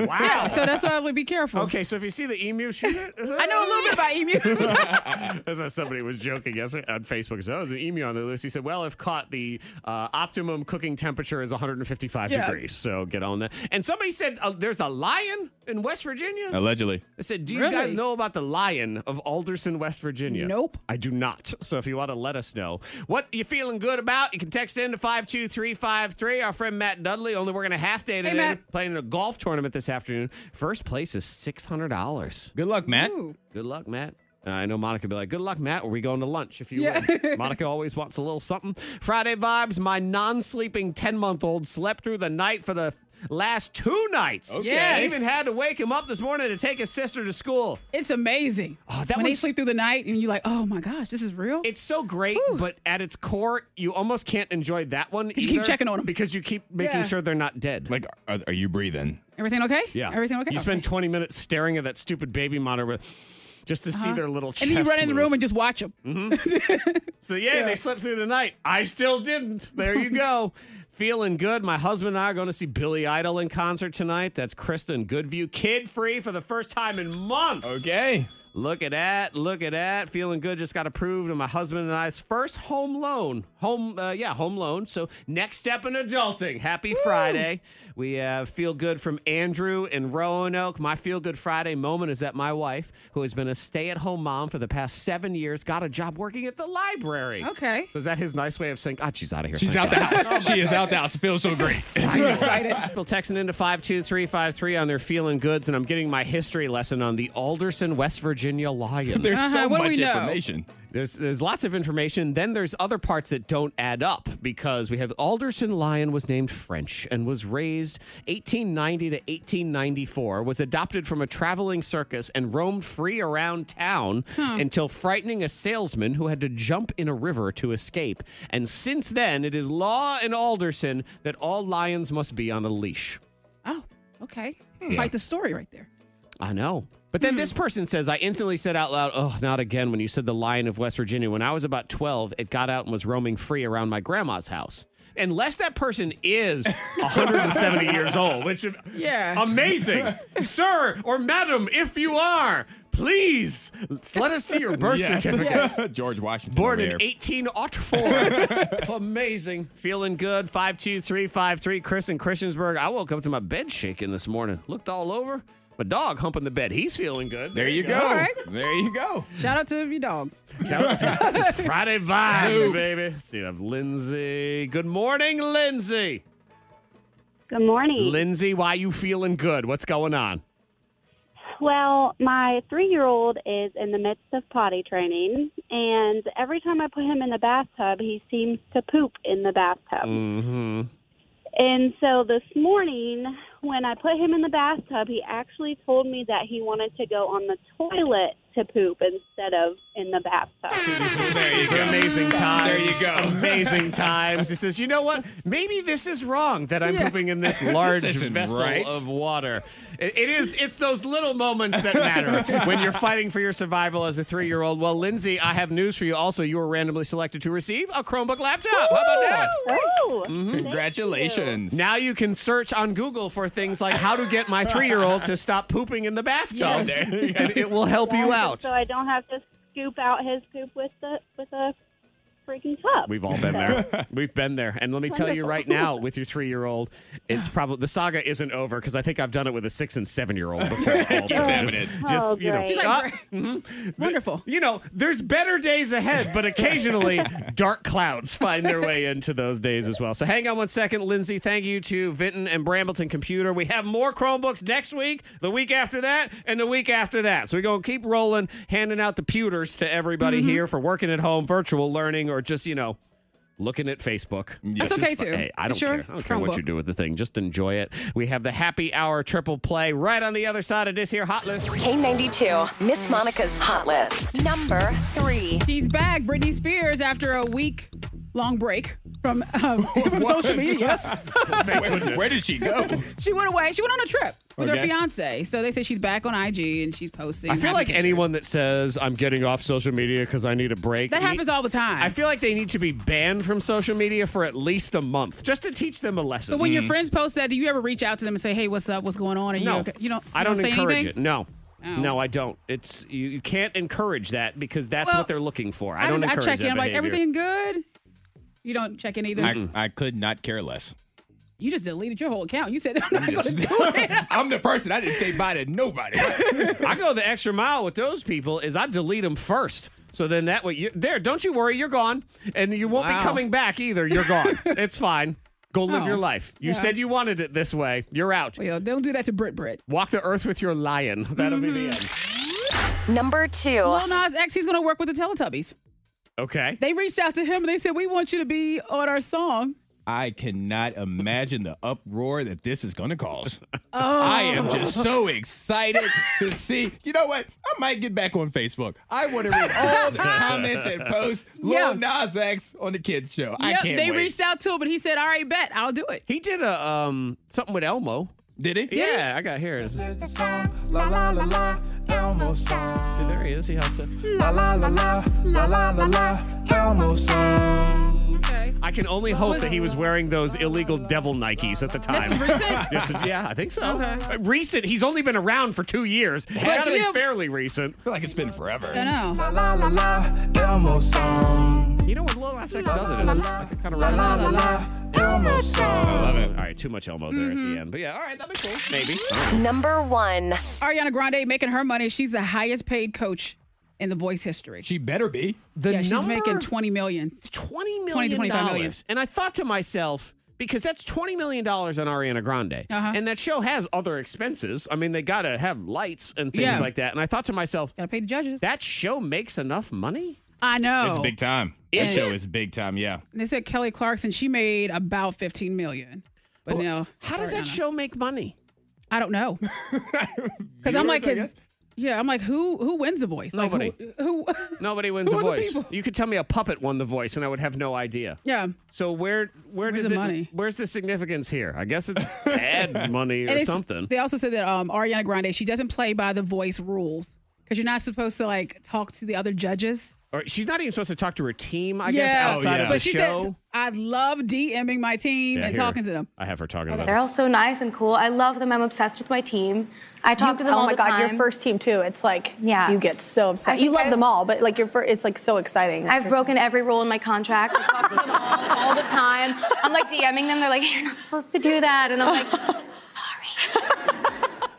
[SPEAKER 2] wow.
[SPEAKER 4] Yeah, so that's why I was like, be careful.
[SPEAKER 2] Ah. okay, so if you see the emu, shoot it.
[SPEAKER 4] I know a little bit about emus.
[SPEAKER 2] That's how somebody was joking yesterday on Facebook. He said, oh, there's an emu on the loose. He said, well, if caught, the uh, optimum cooking temperature is 155
[SPEAKER 4] Yeah.
[SPEAKER 2] degrees. So get on that. And somebody said, uh, there's a lion in West Virginia.
[SPEAKER 5] Allegedly.
[SPEAKER 2] I said, do you
[SPEAKER 4] Really?
[SPEAKER 2] guys know about the lion of Alderson, West Virginia?
[SPEAKER 4] Nope.
[SPEAKER 2] I do not. So if you want to let us know what you feeling good about, you can text in to 52353. Our friend Matt Dudley, only we're going to half day today,
[SPEAKER 4] Matt.
[SPEAKER 2] playing in a golf tournament this afternoon. First place is $600.
[SPEAKER 5] Good luck, Matt.
[SPEAKER 2] Good luck, Matt. And I know Monica would be like, good luck, Matt. Are we going to lunch if you
[SPEAKER 4] Yeah.
[SPEAKER 2] win? Monica always wants a little something. Friday vibes. My non sleeping 10 month old slept through the night for the last two nights.
[SPEAKER 5] Okay.
[SPEAKER 2] I
[SPEAKER 4] Yes.
[SPEAKER 2] even had to wake him up this morning to take his sister to school.
[SPEAKER 4] It's amazing.
[SPEAKER 2] Oh, that
[SPEAKER 4] when they
[SPEAKER 2] one's-
[SPEAKER 4] sleep through the night and you're like, oh my gosh, this is real.
[SPEAKER 2] It's so great, but at its core, you almost can't enjoy that one.
[SPEAKER 4] you keep
[SPEAKER 2] either
[SPEAKER 4] checking on 'em.
[SPEAKER 2] Because you keep making
[SPEAKER 4] Yeah.
[SPEAKER 2] sure they're not dead.
[SPEAKER 5] Like, are, are you breathing?
[SPEAKER 4] Everything okay?
[SPEAKER 2] yeah.
[SPEAKER 4] Everything okay?
[SPEAKER 2] You spend 20 minutes staring at that stupid baby monitor with, just to see their little chest
[SPEAKER 4] Uh-huh. and then you run in the
[SPEAKER 2] move.
[SPEAKER 4] room and just watch them.
[SPEAKER 2] Hmm. So yeah, they slept through the night. I still didn't. There you go. Feeling good. My husband and I are going to see Billy Idol in concert tonight. That's Krista and Goodview. Kid free for the first time in months.
[SPEAKER 5] Okay.
[SPEAKER 2] Look at that. Look at that. Feeling good. Just got approved on my husband and I's first home loan. Home, uh, yeah, home loan. So next step in adulting. Happy Friday. We have feel good from Andrew in Roanoke. My feel good Friday moment is that my wife, who has been a stay at home mom for the past seven years, got a job working at the library.
[SPEAKER 4] Okay.
[SPEAKER 2] So is that his nice way of saying, ah, she's out of here.
[SPEAKER 5] She's
[SPEAKER 2] Thank
[SPEAKER 5] out the house. she is out the house. It feels so great.
[SPEAKER 4] She's excited.
[SPEAKER 2] People texting into 52353 on their feeling goods, and I'm getting my history lesson on the Alderson, West Virginia Lion.
[SPEAKER 5] There's
[SPEAKER 4] Uh-huh,
[SPEAKER 5] so
[SPEAKER 4] what do
[SPEAKER 5] much
[SPEAKER 4] we know?
[SPEAKER 5] information.
[SPEAKER 2] There's there's lots of information. Then there's other parts that don't add up because we have Alderson Lyon was named French and was raised 1890 to 1894. Was adopted from a traveling circus and roamed free around town until frightening a salesman who had to jump in a river to escape. And since then, it is law in Alderson that all lions must be on a leash.
[SPEAKER 4] Oh, okay.
[SPEAKER 2] Yeah.
[SPEAKER 4] Like the story right there.
[SPEAKER 2] I know. But then this person says, I instantly said out loud, oh, not again when you said the Lion of West Virginia. When I was about 12, it got out and was roaming free around my grandma's house. Unless that person is 170 years old, which is
[SPEAKER 4] Yeah.
[SPEAKER 2] amazing. Sir or madam, if you are, please let us see your birth certificate.
[SPEAKER 5] George Washington.
[SPEAKER 2] Born
[SPEAKER 5] over
[SPEAKER 2] in
[SPEAKER 5] here.
[SPEAKER 2] 1804. Amazing. Feeling good. 52353. Chris in Christiansburg. I woke up to my bed shaking this morning. Looked all over. My dog humping the bed. He's feeling good.
[SPEAKER 5] There you go.
[SPEAKER 4] All right.
[SPEAKER 5] There you go.
[SPEAKER 4] Shout out to your dog.
[SPEAKER 2] this is Friday vibes, baby. Let's see, I have Lindsay. Good morning, Lindsay.
[SPEAKER 10] Good morning.
[SPEAKER 2] Lindsay, why you feeling good? What's going on?
[SPEAKER 10] Well, my three year old is in the midst of potty training, and every time I put him in the bathtub, he seems to poop in the bathtub.
[SPEAKER 2] Mm-hmm.
[SPEAKER 10] And so this morning, when I put him in the bathtub, he actually told me that he wanted to go on the toilet to poop instead of in the bathtub.
[SPEAKER 5] There you
[SPEAKER 2] These are
[SPEAKER 5] go.
[SPEAKER 2] amazing times.
[SPEAKER 5] There you go.
[SPEAKER 2] Amazing times. He says, you know what? Maybe this is wrong that I'm pooping in this large
[SPEAKER 5] This isn't
[SPEAKER 2] vessel
[SPEAKER 5] right."
[SPEAKER 2] of water. It- it is. It's those little moments that matter when you're fighting for your survival as a three-year-old. Well, Lindsay, I have news for you. Also, you were randomly selected to receive a Chromebook laptop. How about that?
[SPEAKER 10] Woo!
[SPEAKER 11] Mm-hmm.
[SPEAKER 5] Congratulations.
[SPEAKER 2] Now you can search on Google for things like how to get my three-year-old to stop pooping in the bathtub,
[SPEAKER 4] Yes.
[SPEAKER 2] and it will help you out.
[SPEAKER 10] So I don't have to scoop out his poop with the with a freaking cup.
[SPEAKER 2] We've all been there. We've been there. And let me tell you right now, with your three year old, it's probably the saga isn't over because I think I've done it with a six and seven year old before. also.
[SPEAKER 5] having it.
[SPEAKER 2] just, just,
[SPEAKER 10] Oh,
[SPEAKER 2] you know,
[SPEAKER 10] great. He's
[SPEAKER 4] like,
[SPEAKER 2] "Ah, mhm."
[SPEAKER 4] wonderful.
[SPEAKER 2] You know, there's better days ahead, but occasionally dark clouds find their way into those days as well. So hang on one second, Lindsay. Thank you to Vinton and Brambleton Computer. We have more Chromebooks next week, the week after that, and the week after that. So we're gonna keep rolling, handing out the pewters to everybody here for working at home, virtual learning, or just you know looking at Facebook.
[SPEAKER 4] That's okay too.
[SPEAKER 2] Hey, I
[SPEAKER 4] You
[SPEAKER 2] don't
[SPEAKER 4] sure?
[SPEAKER 2] care. I don't care what
[SPEAKER 4] Chromebook.
[SPEAKER 2] you do with the thing. Just enjoy it. We have the happy hour triple play right on the other side of this here hot list.
[SPEAKER 6] K92, Miss Monica's Hot List. Number three.
[SPEAKER 4] She's back, Britney Spears, after a week long break from um, from social media.
[SPEAKER 5] Where, where did she go?
[SPEAKER 4] She went away. She went on a trip with her
[SPEAKER 5] Okay.
[SPEAKER 4] fiance. So they say she's back on IG and she's posting.
[SPEAKER 2] I feel
[SPEAKER 4] happy
[SPEAKER 2] like
[SPEAKER 4] pictures.
[SPEAKER 2] anyone that says I'm getting off social media because I need a break.
[SPEAKER 4] that
[SPEAKER 2] ne-
[SPEAKER 4] happens all the time.
[SPEAKER 2] I feel like they need to be banned from social media for at least a month, just to teach them a lesson.
[SPEAKER 4] but when your friends post that, do you ever reach out to them and say, "Hey, what's up? What's going on?" Are you okay? You don't.
[SPEAKER 2] I
[SPEAKER 4] you
[SPEAKER 2] don't,
[SPEAKER 4] say
[SPEAKER 2] encourage
[SPEAKER 4] anything?
[SPEAKER 2] it. No.
[SPEAKER 4] Oh.
[SPEAKER 2] No, I don't. It's you, you can't encourage that because that's
[SPEAKER 4] Well,
[SPEAKER 2] what they're looking for. I,
[SPEAKER 4] I,
[SPEAKER 2] don't
[SPEAKER 4] just I
[SPEAKER 2] encourage
[SPEAKER 4] check
[SPEAKER 2] that
[SPEAKER 4] in. I'm like,
[SPEAKER 2] behavior.
[SPEAKER 4] everything good? You don't check in either.
[SPEAKER 5] I, I could not care less.
[SPEAKER 4] you just deleted your whole account. You said I'm not going to do it.
[SPEAKER 5] I'm the person. I didn't say bye to nobody.
[SPEAKER 2] I go the extra mile with those people is I delete them first. So then that way, you, there, don't you worry, you're gone. And you won't be
[SPEAKER 4] Wow.
[SPEAKER 2] coming back either. You're gone. it's fine. Go live
[SPEAKER 4] Oh.
[SPEAKER 2] your life. You
[SPEAKER 4] Yeah.
[SPEAKER 2] said you wanted it this way. You're out.
[SPEAKER 4] Well, don't do that to Brit Brit.
[SPEAKER 2] Walk the earth with your lion. That'll be the end.
[SPEAKER 6] Number two.
[SPEAKER 4] Lil Nas X, he's going to work with the Teletubbies.
[SPEAKER 2] Okay.
[SPEAKER 4] They reached out to him and they said, "We want you to be on our song."
[SPEAKER 5] I cannot imagine the uproar that this is going to cause.
[SPEAKER 3] Oh.
[SPEAKER 5] I am just so excited to see. You know what? I might get back on Facebook. I want to read all the comments and posts. Lil Nas X on the kids show. I
[SPEAKER 4] Yep,
[SPEAKER 5] can't
[SPEAKER 4] they
[SPEAKER 5] wait.
[SPEAKER 4] reached out to him, but he said, "All right, bet I'll do it."
[SPEAKER 2] He did a um something with Elmo.
[SPEAKER 5] Did it?
[SPEAKER 2] yeah, I got here. it is.
[SPEAKER 3] There's the song, la la la la, Elmo song.
[SPEAKER 2] There he is. He helped. it.
[SPEAKER 3] La la la la, la la la la, Elmo song.
[SPEAKER 4] Okay,
[SPEAKER 2] I can only hope
[SPEAKER 4] was-
[SPEAKER 2] that he was wearing those illegal devil Nikes at the time.
[SPEAKER 4] this is recent.
[SPEAKER 2] Yes, yeah, I think so.
[SPEAKER 4] Okay.
[SPEAKER 2] Uh, Recent. He's only been around for two years. It's got to be
[SPEAKER 4] still-
[SPEAKER 2] fairly recent.
[SPEAKER 5] I feel like it's been forever.
[SPEAKER 4] I know.
[SPEAKER 3] La la la la, Elmo song.
[SPEAKER 2] You know what Lil Nas X does? It is like kind of random.
[SPEAKER 3] La la la, Elmo song.
[SPEAKER 5] Love
[SPEAKER 2] All
[SPEAKER 5] it.
[SPEAKER 2] right, too much Elmo there at the end. But yeah, all right, that'd be cool. Maybe.
[SPEAKER 6] Number one.
[SPEAKER 4] Ariana Grande making her money. She's the highest paid coach in the voice history.
[SPEAKER 5] She better be.
[SPEAKER 2] The
[SPEAKER 4] yeah, she's
[SPEAKER 2] number-
[SPEAKER 4] making twenty million.
[SPEAKER 2] 20
[SPEAKER 4] 20,
[SPEAKER 2] million
[SPEAKER 4] 25 million.
[SPEAKER 2] dollars. And I thought to myself, because that's 20 million dollars on Ariana Grande.
[SPEAKER 4] Uh-huh.
[SPEAKER 2] And that show has other expenses. I mean, they got to have lights and things
[SPEAKER 4] Yeah.
[SPEAKER 2] like that. And I thought to myself,
[SPEAKER 4] Gotta pay the judges.
[SPEAKER 2] that show makes enough money?
[SPEAKER 4] I know.
[SPEAKER 3] Oh.
[SPEAKER 5] It's big time.
[SPEAKER 4] Is
[SPEAKER 5] this show
[SPEAKER 4] it?
[SPEAKER 5] is big time. Yeah.
[SPEAKER 4] They said Kelly Clarkson. She made about fifteen million. But no,
[SPEAKER 2] How does that
[SPEAKER 4] Ariana.
[SPEAKER 2] show make money?
[SPEAKER 4] I don't know. Because I'm like,
[SPEAKER 5] Viewers, I
[SPEAKER 4] 'cause-
[SPEAKER 5] guess?
[SPEAKER 4] yeah, I'm like, who who wins the voice? Like,
[SPEAKER 2] Nobody.
[SPEAKER 4] who, who
[SPEAKER 2] Nobody wins
[SPEAKER 4] Who
[SPEAKER 2] a
[SPEAKER 4] are the
[SPEAKER 2] voice.
[SPEAKER 4] people?
[SPEAKER 2] You could tell me a puppet won the voice, and I would have no idea.
[SPEAKER 4] yeah.
[SPEAKER 2] So where where
[SPEAKER 4] Where's
[SPEAKER 2] does
[SPEAKER 4] the
[SPEAKER 2] it,
[SPEAKER 4] money?
[SPEAKER 2] Where's the significance here? I guess it's ad money
[SPEAKER 4] And
[SPEAKER 2] or
[SPEAKER 4] it's-
[SPEAKER 2] something.
[SPEAKER 4] They also said that um, Ariana Grande she doesn't play by the voice rules because you're not supposed to like talk to the other judges.
[SPEAKER 2] or she's not even supposed to talk to her team. I guess outside of
[SPEAKER 5] yeah.
[SPEAKER 2] the
[SPEAKER 4] Oh, but she
[SPEAKER 2] show.
[SPEAKER 4] said I love DMing my team
[SPEAKER 2] Oh, Yeah,
[SPEAKER 4] and
[SPEAKER 2] here.
[SPEAKER 4] talking to them.
[SPEAKER 2] I have her talking about.
[SPEAKER 11] They're all so nice and cool. I love them. I'm obsessed with my team. I talk
[SPEAKER 12] Oh
[SPEAKER 11] to them all the time.
[SPEAKER 12] team too. It's like
[SPEAKER 11] Yeah.
[SPEAKER 12] so
[SPEAKER 11] I think I've-
[SPEAKER 12] all, but like your first, it's like so exciting.
[SPEAKER 11] I've broken every rule in my contract. I talk to them all, all the time. I'm like DMing them. They're like, you're not supposed to do that. And I'm like,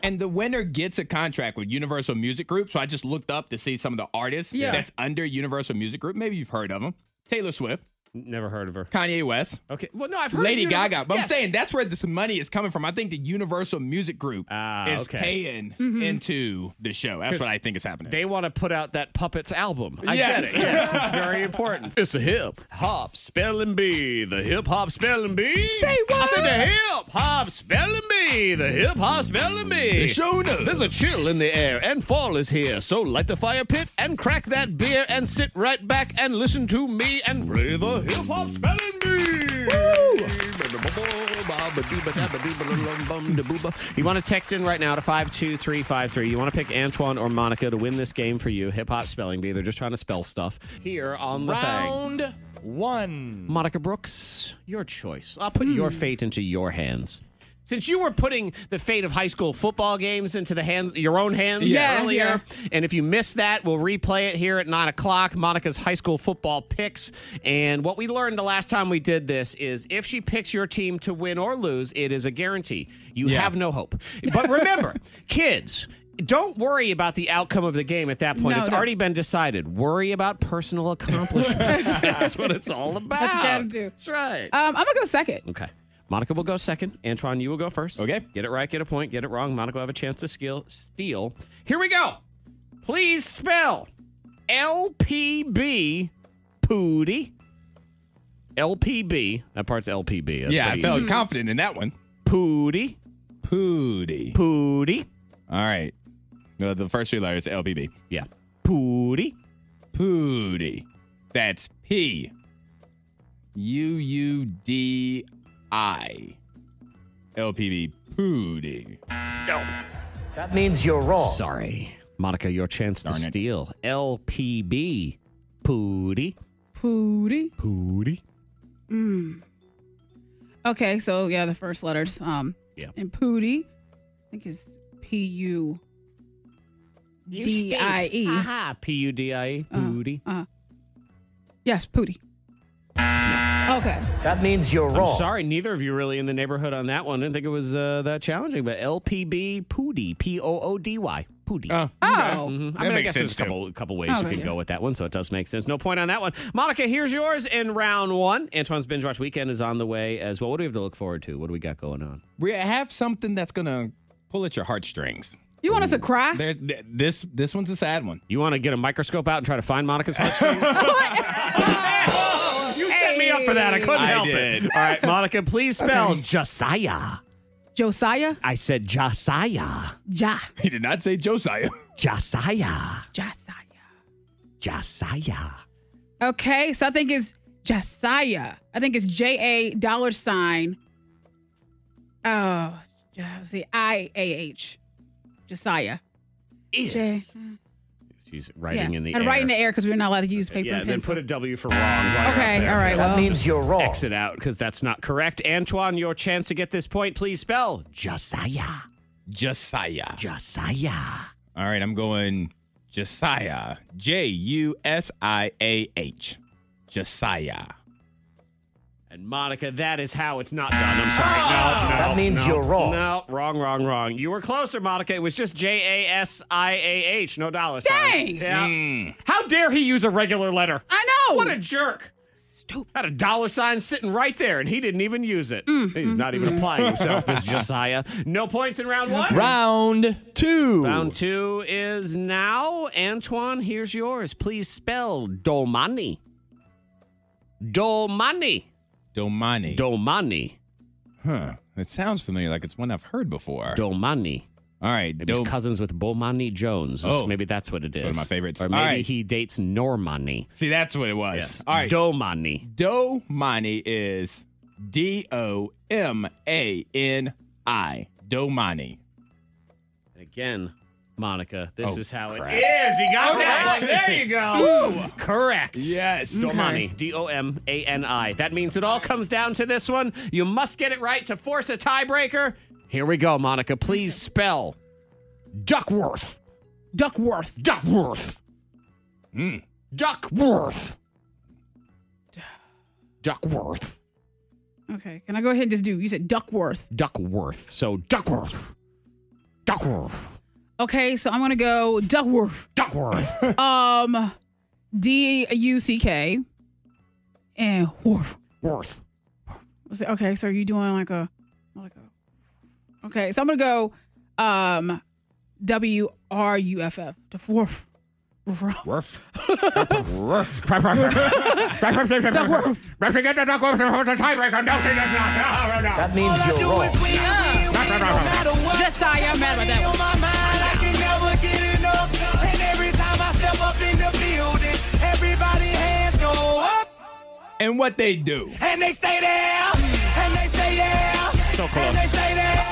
[SPEAKER 5] And the winner gets a contract with Universal Music Group. So I just looked up to see some of the artists
[SPEAKER 4] Yeah.
[SPEAKER 5] that's under Universal Music Group. Maybe you've heard of them. Taylor Swift,
[SPEAKER 2] Never heard of her.
[SPEAKER 5] Kanye West,
[SPEAKER 2] Okay. Well, no, I've heard.
[SPEAKER 5] Lady
[SPEAKER 2] of Univ-
[SPEAKER 5] Gaga. But
[SPEAKER 2] Yes.
[SPEAKER 5] I'm saying that's where this money is coming from. I think the Universal Music Group
[SPEAKER 2] Ah,
[SPEAKER 5] is
[SPEAKER 2] okay.
[SPEAKER 5] paying into the show. That's what I think is happening.
[SPEAKER 2] They want to put out that puppets album. I
[SPEAKER 5] Yes.
[SPEAKER 2] get it. Yes, it's very important. It's a hip hop spelling bee. The hip hop spelling bee. Say what? I said the hip hop spelling bee. The hip hop spelling bee.
[SPEAKER 5] It's showing up.
[SPEAKER 2] There's a chill in the air, and fall is here. So light the fire pit and crack that beer, and sit right back and listen to me and play the hip hop spelling bee. You want to text in right now to 52353. You want to pick Antoine or Monica to win this game for you. Hip hop spelling bee. They're just trying to spell stuff here on the thing.
[SPEAKER 5] Round one.
[SPEAKER 2] Monica Brooks, your choice. I'll put your fate into your hands. Since you were putting the fate of high school football games into the hands, your own hands
[SPEAKER 4] Yeah,
[SPEAKER 2] earlier, and if you missed that, we'll replay it here at nine o'clock. Monica's high school football picks, and what we learned the last time we did this is if she picks your team to win or lose, it is a guarantee. You have no hope. But remember, kids. Don't worry about the outcome of the game at that point.
[SPEAKER 4] No,
[SPEAKER 2] it's
[SPEAKER 4] no.
[SPEAKER 2] already been decided. Worry about personal accomplishments. That's what it's all about.
[SPEAKER 4] That's what you gotta do.
[SPEAKER 2] That's right.
[SPEAKER 4] Um, I'm gonna go second.
[SPEAKER 2] Uh, Okay. Monica will go second. Antoine, you will go first.
[SPEAKER 5] Okay.
[SPEAKER 2] Get it right, get a point. Get it wrong. Monica will have a chance to skill, steal. Here we go. Please spell LPB Pooty. LPB. That part's LPB. That's
[SPEAKER 5] yeah, I
[SPEAKER 2] pretty
[SPEAKER 5] felt
[SPEAKER 2] easy.
[SPEAKER 5] confident in that one.
[SPEAKER 2] Pooty.
[SPEAKER 5] Pooty.
[SPEAKER 2] Pooty.
[SPEAKER 5] All right. Uh, the first three letters LPB.
[SPEAKER 2] Yeah. Pooty.
[SPEAKER 5] Pooty. That's P U U D I. LPB. Pooty.
[SPEAKER 8] That means you're wrong.
[SPEAKER 2] Sorry. Monica, your chance
[SPEAKER 5] Darn
[SPEAKER 2] to
[SPEAKER 5] it.
[SPEAKER 2] steal. LPB Pooty.
[SPEAKER 4] Pooty.
[SPEAKER 2] Pooty.
[SPEAKER 4] Okay, so yeah, the first letters. Um,
[SPEAKER 2] Yeah.
[SPEAKER 4] And Pooty, I think it's P U D I E. Uh-huh.
[SPEAKER 2] Aha. P U D I E. Pooty.
[SPEAKER 4] uh, Yes, Pooty. Okay.
[SPEAKER 8] That means you're wrong.
[SPEAKER 2] I'm sorry, neither of you really in the neighborhood on that one. Didn't think it was uh, that challenging, but LPB Poody, P O O D Y, Poody.
[SPEAKER 5] Oh.
[SPEAKER 4] Oh.
[SPEAKER 2] Mhm.
[SPEAKER 5] That
[SPEAKER 2] I mean, I
[SPEAKER 5] makes
[SPEAKER 2] guess there's a
[SPEAKER 5] sense, too.
[SPEAKER 2] couple, couple ways you
[SPEAKER 4] Okay,
[SPEAKER 2] can
[SPEAKER 4] Oh, yeah.
[SPEAKER 2] go with that one, so it does make sense. No point on that one. Monica, here's yours in round one. Antoine's binge watch weekend is on the way as well. What do we have to look forward to? What do we got going on?
[SPEAKER 5] We have something that's going to pull at your heartstrings.
[SPEAKER 4] You want us to cry?
[SPEAKER 5] There, th- this this one's a sad one.
[SPEAKER 2] You want to get a microscope out and try to find Monica's heartstrings? you set me up for that. I couldn't
[SPEAKER 5] I
[SPEAKER 2] help
[SPEAKER 5] did.
[SPEAKER 2] it. All right, Monica, please spell Josiah.
[SPEAKER 4] Josiah?
[SPEAKER 2] I said Josiah.
[SPEAKER 4] Ja.
[SPEAKER 5] He did not say Josiah.
[SPEAKER 2] Josiah.
[SPEAKER 4] Josiah.
[SPEAKER 2] Josiah.
[SPEAKER 4] Okay, so I think it's Josiah. I think it's J A dollar sign. Oh, see, I A H. Josiah. J-
[SPEAKER 2] She's writing
[SPEAKER 4] yeah.
[SPEAKER 2] in the
[SPEAKER 4] and
[SPEAKER 2] air.
[SPEAKER 4] writing in the air because we're not allowed to use paper
[SPEAKER 2] Yeah,
[SPEAKER 4] and
[SPEAKER 2] then
[SPEAKER 4] pencil.
[SPEAKER 2] put a W for wrong. right up
[SPEAKER 4] okay,
[SPEAKER 2] there.
[SPEAKER 4] all right.
[SPEAKER 8] That
[SPEAKER 4] Well,
[SPEAKER 8] means you're wrong.
[SPEAKER 2] Exit out because that's not correct. Antoine, your chance to get this point. Please spell Josiah.
[SPEAKER 5] Josiah.
[SPEAKER 2] Josiah.
[SPEAKER 5] All right, I'm going Josiah. J U S I A H. Josiah.
[SPEAKER 2] And Monica, that is how it's not done. I'm sorry.
[SPEAKER 4] Oh!
[SPEAKER 2] No, no.
[SPEAKER 8] That means
[SPEAKER 2] no,
[SPEAKER 8] you're wrong.
[SPEAKER 2] No, wrong, wrong, wrong. You were closer, Monica. It was just J A S I A H. No dollar sign.
[SPEAKER 4] Dang!
[SPEAKER 5] Mm.
[SPEAKER 2] Yeah. How dare he use a regular letter?
[SPEAKER 4] I know.
[SPEAKER 2] What a jerk. stupid. Had a dollar sign sitting right there, and he didn't even use it. He's not even
[SPEAKER 5] mm.
[SPEAKER 2] applying himself, Miss Josiah. No points in round one.
[SPEAKER 5] Round two.
[SPEAKER 2] Round two is now. Antoine, here's yours. Please spell Domani. Domani.
[SPEAKER 5] Domani.
[SPEAKER 2] Domani.
[SPEAKER 5] Huh. It sounds familiar. Like it's one I've heard before.
[SPEAKER 2] Domani.
[SPEAKER 5] All right.
[SPEAKER 2] Maybe he's cousins with Bomani Jones.
[SPEAKER 5] Oh.
[SPEAKER 2] Maybe that's what it is.
[SPEAKER 5] It's one of my favorites.
[SPEAKER 2] Or maybe
[SPEAKER 5] All right.
[SPEAKER 2] he dates Normani.
[SPEAKER 5] See, that's what it was.
[SPEAKER 2] Yes.
[SPEAKER 5] All right.
[SPEAKER 2] Domani.
[SPEAKER 5] Domani is D O M A N I. Domani.
[SPEAKER 2] Again, Monica, this
[SPEAKER 5] Oh,
[SPEAKER 2] is how
[SPEAKER 5] crap.
[SPEAKER 2] it is. You got
[SPEAKER 5] Okay.
[SPEAKER 2] that one. There you go.
[SPEAKER 5] Woo.
[SPEAKER 2] Correct.
[SPEAKER 5] Yes.
[SPEAKER 2] Domani. D O M A N I. That means it all comes down to this one. You must get it right to force a tiebreaker. Here we go, Monica. Please spell Duckworth.
[SPEAKER 4] Duckworth.
[SPEAKER 2] Duckworth.
[SPEAKER 5] Hmm.
[SPEAKER 2] Duckworth. Duckworth.
[SPEAKER 4] Okay. Can I go ahead and just do? You said Duckworth.
[SPEAKER 2] Duckworth. So Duckworth. Duckworth.
[SPEAKER 4] Okay, so I'm gonna go Duckworth.
[SPEAKER 2] Duckworth.
[SPEAKER 4] um, D U C K, and Worth.
[SPEAKER 2] Worth.
[SPEAKER 4] Was it- Okay, so are you doing like a, like a? Okay, so I'm gonna go, um, W R U F F. Duckworth.
[SPEAKER 5] Ruff.
[SPEAKER 2] That
[SPEAKER 8] means you're wrong.
[SPEAKER 4] Just I am mad about that one.
[SPEAKER 5] And what they do.
[SPEAKER 3] And they stay there, and they stay there,
[SPEAKER 5] So
[SPEAKER 3] and they stay there.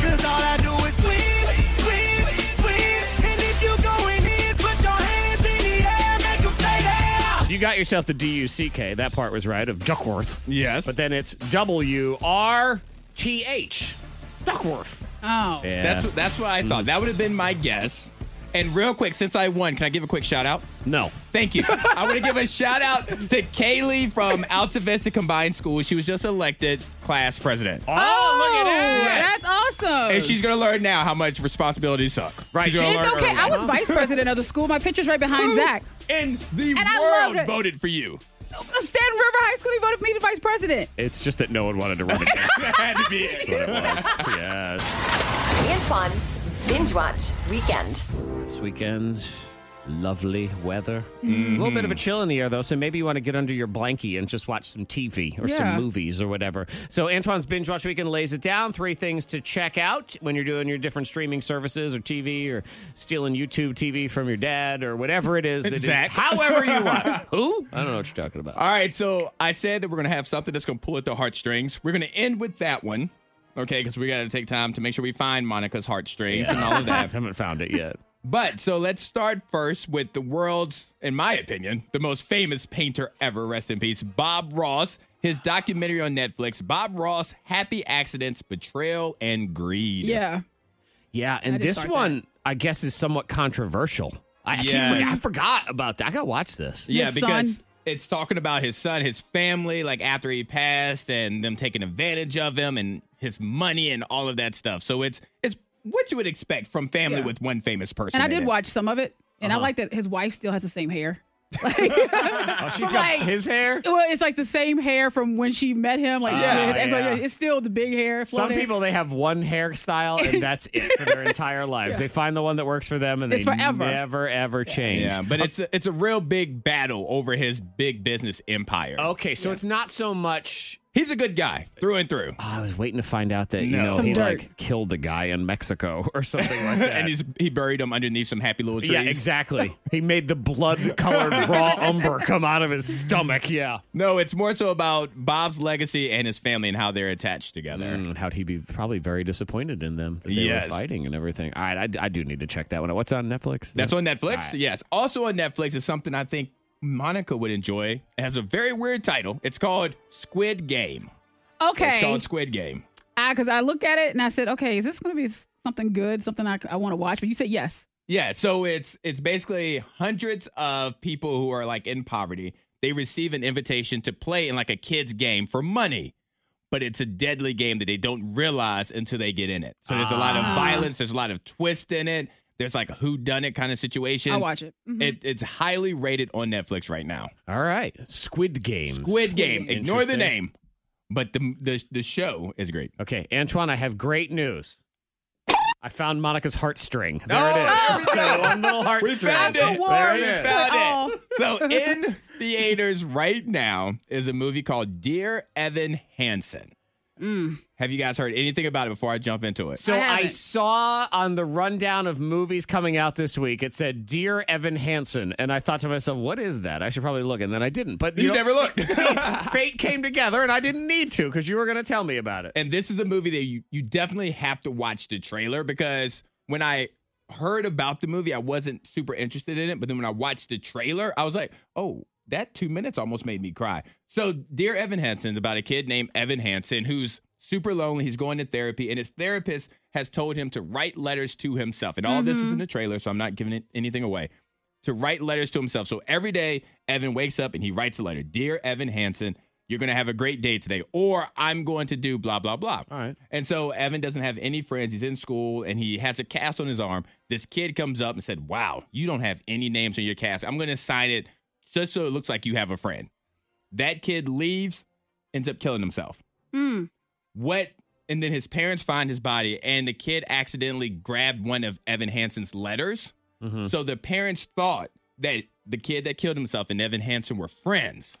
[SPEAKER 3] Cause all I do is win, win, win. And if you going in, put your hands in the air, make 'em stay there.
[SPEAKER 2] You got yourself the D U C K. That part was right of Duckworth.
[SPEAKER 5] Yes.
[SPEAKER 2] But then it's W R T H. Duckworth.
[SPEAKER 4] Oh.
[SPEAKER 2] Yeah.
[SPEAKER 5] That's that's what I thought. That would have been my guess. And real quick, since I won, can I give a quick shout out?
[SPEAKER 2] No.
[SPEAKER 5] Thank you. I want to give a shout out to Kaylee from Alta Vista Combined School. She was just elected class president.
[SPEAKER 2] Oh, look
[SPEAKER 4] That's awesome.
[SPEAKER 5] And she's gonna learn now how much responsibilities suck.
[SPEAKER 2] Right.
[SPEAKER 5] She's gonna
[SPEAKER 4] It's
[SPEAKER 5] learn
[SPEAKER 4] okay.
[SPEAKER 5] early.
[SPEAKER 4] I was vice president of the school. My picture's right behind Zach.
[SPEAKER 5] In the
[SPEAKER 4] And I loved
[SPEAKER 5] world
[SPEAKER 4] it.
[SPEAKER 5] voted for you.
[SPEAKER 4] Stanton River High School, he voted for me to vice president.
[SPEAKER 2] It's just that no one wanted to run again.
[SPEAKER 5] That had to be it.
[SPEAKER 2] yes.
[SPEAKER 6] Antoine's Binge Watch Weekend.
[SPEAKER 2] This weekend, lovely weather. A little bit of a chill in the air, though, so maybe you want to get under your blankie and just watch some TV or some
[SPEAKER 4] Yeah.
[SPEAKER 2] movies or whatever. So Antoine's Binge Watch Weekend lays it down. Three things to check out when you're doing your different streaming services or TV or stealing YouTube TV from your dad or whatever it is. That is-
[SPEAKER 5] Zach.
[SPEAKER 2] however you want. Who? I don't know what you're talking about.
[SPEAKER 5] All right, so I said that we're gonna have something that's gonna pull at the heartstrings. We're gonna end with that one, okay? Because we gotta take time to make sure we find Monica's heartstrings and all of
[SPEAKER 2] I
[SPEAKER 5] that.
[SPEAKER 2] haven't found it yet.
[SPEAKER 5] But so let's start first with the world's, in my opinion, the most famous painter ever. Rest in peace, Bob Ross. His documentary on Netflix, Bob Ross: Happy Accidents, Betrayal, and Greed.
[SPEAKER 4] Yeah.
[SPEAKER 2] Yeah, and
[SPEAKER 4] did
[SPEAKER 2] this
[SPEAKER 4] start
[SPEAKER 2] one, I guess, is somewhat controversial. I, I keep
[SPEAKER 5] Yes.
[SPEAKER 2] forget- I forgot about that. I got to watch this.
[SPEAKER 5] Yeah,
[SPEAKER 4] His
[SPEAKER 5] because
[SPEAKER 4] son.
[SPEAKER 5] it's talking about his son, his family, like after he passed, and them taking advantage of him and his money and all of that stuff. So it's it's what you would expect from family
[SPEAKER 4] Yeah.
[SPEAKER 5] with one famous person.
[SPEAKER 4] And I
[SPEAKER 5] in
[SPEAKER 4] did
[SPEAKER 5] it.
[SPEAKER 4] watch some of it. And I like that his wife still has the same hair.
[SPEAKER 2] Oh, she's got his hair.
[SPEAKER 4] Well, it's like the same hair from when she met him. Like,
[SPEAKER 5] Ah,
[SPEAKER 2] Yeah,
[SPEAKER 4] it's, it's like-
[SPEAKER 2] yeah.
[SPEAKER 4] it's still the big hair.
[SPEAKER 2] Some
[SPEAKER 4] floating hair.
[SPEAKER 2] people they have one hairstyle and that's it for their entire lives. They find the one that works for them and
[SPEAKER 4] It's
[SPEAKER 2] they
[SPEAKER 4] forever.
[SPEAKER 2] never ever change.
[SPEAKER 5] Yeah,
[SPEAKER 4] Uh,
[SPEAKER 5] but it's a, it's a real big battle over his big business empire.
[SPEAKER 2] Okay, so it's not so much. oh,
[SPEAKER 5] He's a good guy through and through.
[SPEAKER 2] I was waiting to find out that you
[SPEAKER 5] No.
[SPEAKER 2] know
[SPEAKER 5] Some
[SPEAKER 2] he
[SPEAKER 4] dirt.
[SPEAKER 2] like killed a guy in Mexico or something like that.
[SPEAKER 5] and he's, he buried him underneath some happy little trees.
[SPEAKER 2] yeah, exactly. He made the blood-colored raw umber come out of his stomach. Yeah.
[SPEAKER 5] No, it's more so about Bob's legacy and his family and how they're attached together.
[SPEAKER 2] Mm, how'd he be probably very disappointed in them that they
[SPEAKER 5] Yes.
[SPEAKER 2] were fighting and everything? All right, I, I do need to check that one out. What's on Netflix?
[SPEAKER 5] That's on Netflix.
[SPEAKER 2] All right.
[SPEAKER 5] Yes. Also on Netflix is something I think Monica would enjoy. It has a very weird title. It's called Squid Game. It's
[SPEAKER 4] Okay.
[SPEAKER 5] called Squid Game.
[SPEAKER 4] Because I looked at it and I said, okay, is this going to be s- something good, something I, want to watch? But you said yes.
[SPEAKER 5] Yeah, so it's it's basically hundreds of people who are like in poverty. They receive an invitation to play in like a kids game for money. But it's a deadly game that they don't realize until they get in it. So there's a lot of
[SPEAKER 4] Ah.
[SPEAKER 5] violence, there's a lot of twist in it. There's like a who done it kind of situation.
[SPEAKER 4] I'll watch it. Mhm.
[SPEAKER 5] it. It's highly rated on Netflix right now.
[SPEAKER 2] All right. Squid Game.
[SPEAKER 5] Squid Game. Ignore the
[SPEAKER 2] Interesting.
[SPEAKER 5] name, but the the the show is great.
[SPEAKER 2] Okay, Antoine, I have great news. I found Monica's heartstring. There it is. So one little heartstring.
[SPEAKER 5] We found it.
[SPEAKER 2] There it
[SPEAKER 5] We
[SPEAKER 2] is.
[SPEAKER 5] found it. So in theaters right now is a movie called Dear Evan Hansen. Have you guys heard anything about it before I jump into it?
[SPEAKER 2] So I, saw on the rundown of movies coming out this week, it said "Dear Evan Hansen," and I thought to myself, "What is that?" I should probably look, and then I didn't. But
[SPEAKER 5] You
[SPEAKER 2] know,
[SPEAKER 5] never looked.
[SPEAKER 2] fate came together, and I didn't need to because you were going to tell me about it.
[SPEAKER 5] And this is a movie that you, you definitely have to watch the trailer because when I heard about the movie, I wasn't super interested in it. But then when I watched the trailer, I was like, oh, that two minutes almost made me cry. So, Dear Evan Hansen is about a kid named Evan Hansen who's super lonely. He's going to therapy, and his therapist has told him to write letters to himself. And all this is in the trailer, so I'm not giving it anything away to write letters to himself. So every day, Evan wakes up and he writes a letter Dear Evan Hansen, you're going to have a great day today, or I'm going to do blah, blah, blah. All right. And so Evan doesn't have any friends. He's in school and he has a cast on his arm. This kid comes up and said, Wow, you don't have any names on your cast. I'm going to sign it just so it looks like you have a friend. That kid leaves, ends up killing himself
[SPEAKER 4] Mm.
[SPEAKER 5] what and then his parents find his body and the kid accidentally grabbed one of evan hansen's letters so the parents thought that the kid that killed himself and evan hansen were friends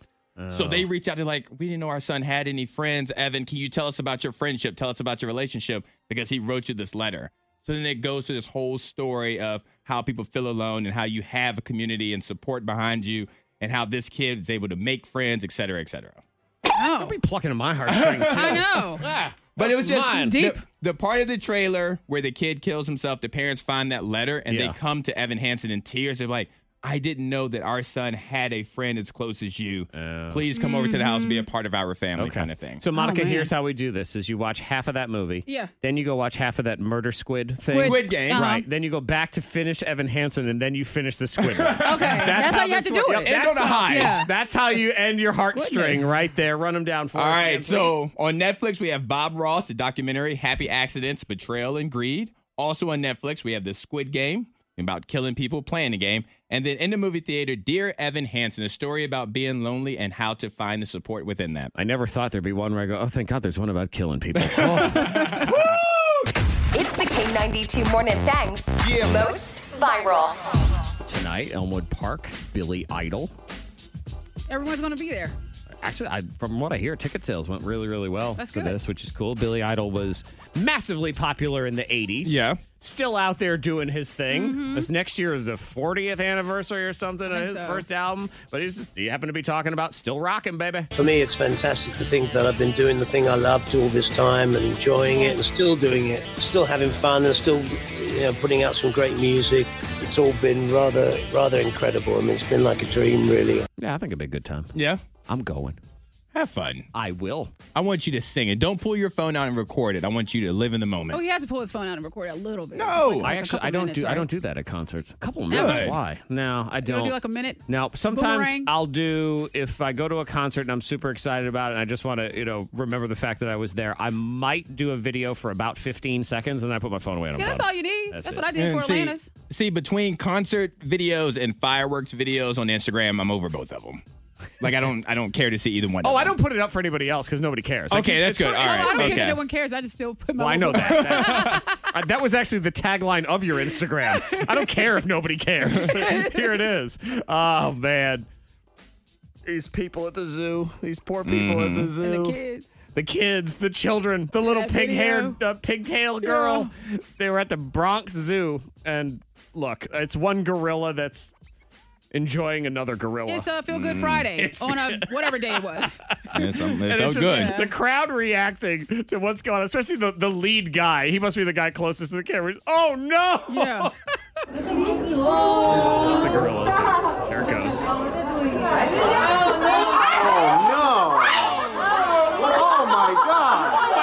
[SPEAKER 5] so they reach out to like we didn't know our son had any friends evan can you tell us about your friendship tell us about your relationship because he wrote you this letter so then it goes to this whole story of how people feel alone and how you have a community and support behind you and how this kid is able to make friends et cetera et cetera
[SPEAKER 4] Oh.
[SPEAKER 2] Don't be plucking at my heartstring. Too. Ah,
[SPEAKER 4] I know.
[SPEAKER 5] But it was just
[SPEAKER 2] mine.
[SPEAKER 5] the- The, part of the trailer where the kid kills himself, the parents find that letter and
[SPEAKER 2] Yeah.
[SPEAKER 5] they come to Evan Hansen in tears. They're like, I didn't know that our son had a friend as close as you. Please come over to the house and be a part of our family kind of thing.
[SPEAKER 2] So Monica,
[SPEAKER 4] Oh, man.
[SPEAKER 2] here's how we do this: is you watch half of that movie,
[SPEAKER 4] Yeah.
[SPEAKER 2] Then you go watch half of that murder squid thing,
[SPEAKER 5] Squid Squid Game. Uh-huh.
[SPEAKER 2] right? Then you go back to finish Evan Hansen, and then you finish the squid. okay,
[SPEAKER 4] That's how you have to do it.
[SPEAKER 5] End on a high.
[SPEAKER 4] Yeah.
[SPEAKER 2] That's how you end your heartstring right there. Run them down for
[SPEAKER 5] All
[SPEAKER 2] us.
[SPEAKER 5] right,
[SPEAKER 2] Sam,
[SPEAKER 5] so on Netflix we have Bob Ross, the documentary Happy Accidents, Betrayal and Greed. Also on Netflix we have The Squid Game, about killing people playing the game, and then in the movie theater, Dear Evan Hansen, a story about being lonely and how to find the support within that.
[SPEAKER 2] I never thought there'd be one where I go, oh, thank God there's one about killing people. Oh.
[SPEAKER 6] It's the K92 Morning Thangs. Most viral.
[SPEAKER 2] Tonight, Elmwood Park, Billy Idol.
[SPEAKER 4] Everyone's going to be there.
[SPEAKER 2] Actually, I, from what I hear, ticket sales went really, really well
[SPEAKER 4] That's
[SPEAKER 2] for
[SPEAKER 4] good.
[SPEAKER 2] this, which is cool. Billy Idol was massively popular in the 80s.
[SPEAKER 5] Yeah.
[SPEAKER 2] Still out there doing his thing. This next year is the 40th anniversary or something of
[SPEAKER 4] Mm-hmm. think
[SPEAKER 2] his
[SPEAKER 4] so.
[SPEAKER 2] first album, but he's just, he happened to be talking about still rocking, baby.
[SPEAKER 13] For me, it's fantastic to think that I've been doing the thing I loved all this time and enjoying it and still doing it, still having fun and still you know, putting out some great music. It's all been rather, rather incredible. I mean, it's been like a dream, really.
[SPEAKER 2] Yeah, I think it'd be a good time.
[SPEAKER 5] Yeah.
[SPEAKER 2] I'm going.
[SPEAKER 5] Have fun.
[SPEAKER 2] I will.
[SPEAKER 5] I want you to sing it. Don't pull your phone out and record it. I want you to live in the moment.
[SPEAKER 4] Oh, he has to pull his phone out and record a little bit.
[SPEAKER 5] No.
[SPEAKER 4] Like, like
[SPEAKER 2] I
[SPEAKER 4] a
[SPEAKER 2] actually
[SPEAKER 4] couple
[SPEAKER 2] I don't
[SPEAKER 4] minutes,
[SPEAKER 2] do I
[SPEAKER 4] right?
[SPEAKER 2] don't do that at concerts. A couple minutes.
[SPEAKER 5] Good.
[SPEAKER 2] Why? No, I
[SPEAKER 4] You
[SPEAKER 2] don't.
[SPEAKER 4] don't do like a minute.
[SPEAKER 2] Now, sometimes
[SPEAKER 4] Boomerang?
[SPEAKER 2] I'll do if I go to a concert and I'm super excited about it and I just want to, you know, remember the fact that I was there. I might do a video for about 15 seconds and then I put my phone away and I'm
[SPEAKER 4] Yeah, that's
[SPEAKER 2] done.
[SPEAKER 4] all you need.
[SPEAKER 2] That's
[SPEAKER 4] That's,
[SPEAKER 2] it.
[SPEAKER 4] what I did for
[SPEAKER 5] And see,
[SPEAKER 4] Atlantis.
[SPEAKER 5] see, between concert videos and fireworks videos on Instagram, I'm over both of them. Like I don't, I don't care to see either one.
[SPEAKER 2] Oh,
[SPEAKER 5] of
[SPEAKER 2] I
[SPEAKER 5] them.
[SPEAKER 2] don't put it up for anybody else because nobody cares. I
[SPEAKER 5] Okay,
[SPEAKER 2] keep-
[SPEAKER 5] that's
[SPEAKER 2] it's
[SPEAKER 5] good.
[SPEAKER 2] for- it's
[SPEAKER 5] All right.
[SPEAKER 2] for
[SPEAKER 4] I don't
[SPEAKER 2] me.
[SPEAKER 4] care
[SPEAKER 5] okay.
[SPEAKER 4] that no one cares. I just still put my
[SPEAKER 2] Well, I know
[SPEAKER 4] little-
[SPEAKER 2] that. That's- uh, that was actually the tagline of your Instagram. I don't care if nobody cares. Here it is. Oh man, these people at the zoo. These poor people at the zoo.
[SPEAKER 4] And the kids.
[SPEAKER 2] Mm-hmm. the kids, the children, the little
[SPEAKER 4] That
[SPEAKER 2] pig haired
[SPEAKER 4] video.
[SPEAKER 2] uh, pigtail girl. They were at the Bronx Zoo, and look, it's one gorilla that's enjoying another gorilla.
[SPEAKER 4] It's a Feel
[SPEAKER 5] mm,
[SPEAKER 4] Good Friday
[SPEAKER 2] It's-
[SPEAKER 4] on a whatever day it was.
[SPEAKER 5] It's, um, it
[SPEAKER 2] and
[SPEAKER 5] felt
[SPEAKER 2] it's
[SPEAKER 5] good.
[SPEAKER 2] just the crowd reacting to what's going on, especially the, the lead guy. He must be the guy closest to the camera. He's, Oh no!
[SPEAKER 4] Yeah.
[SPEAKER 2] It's a gorilla. So here it goes. Oh my god!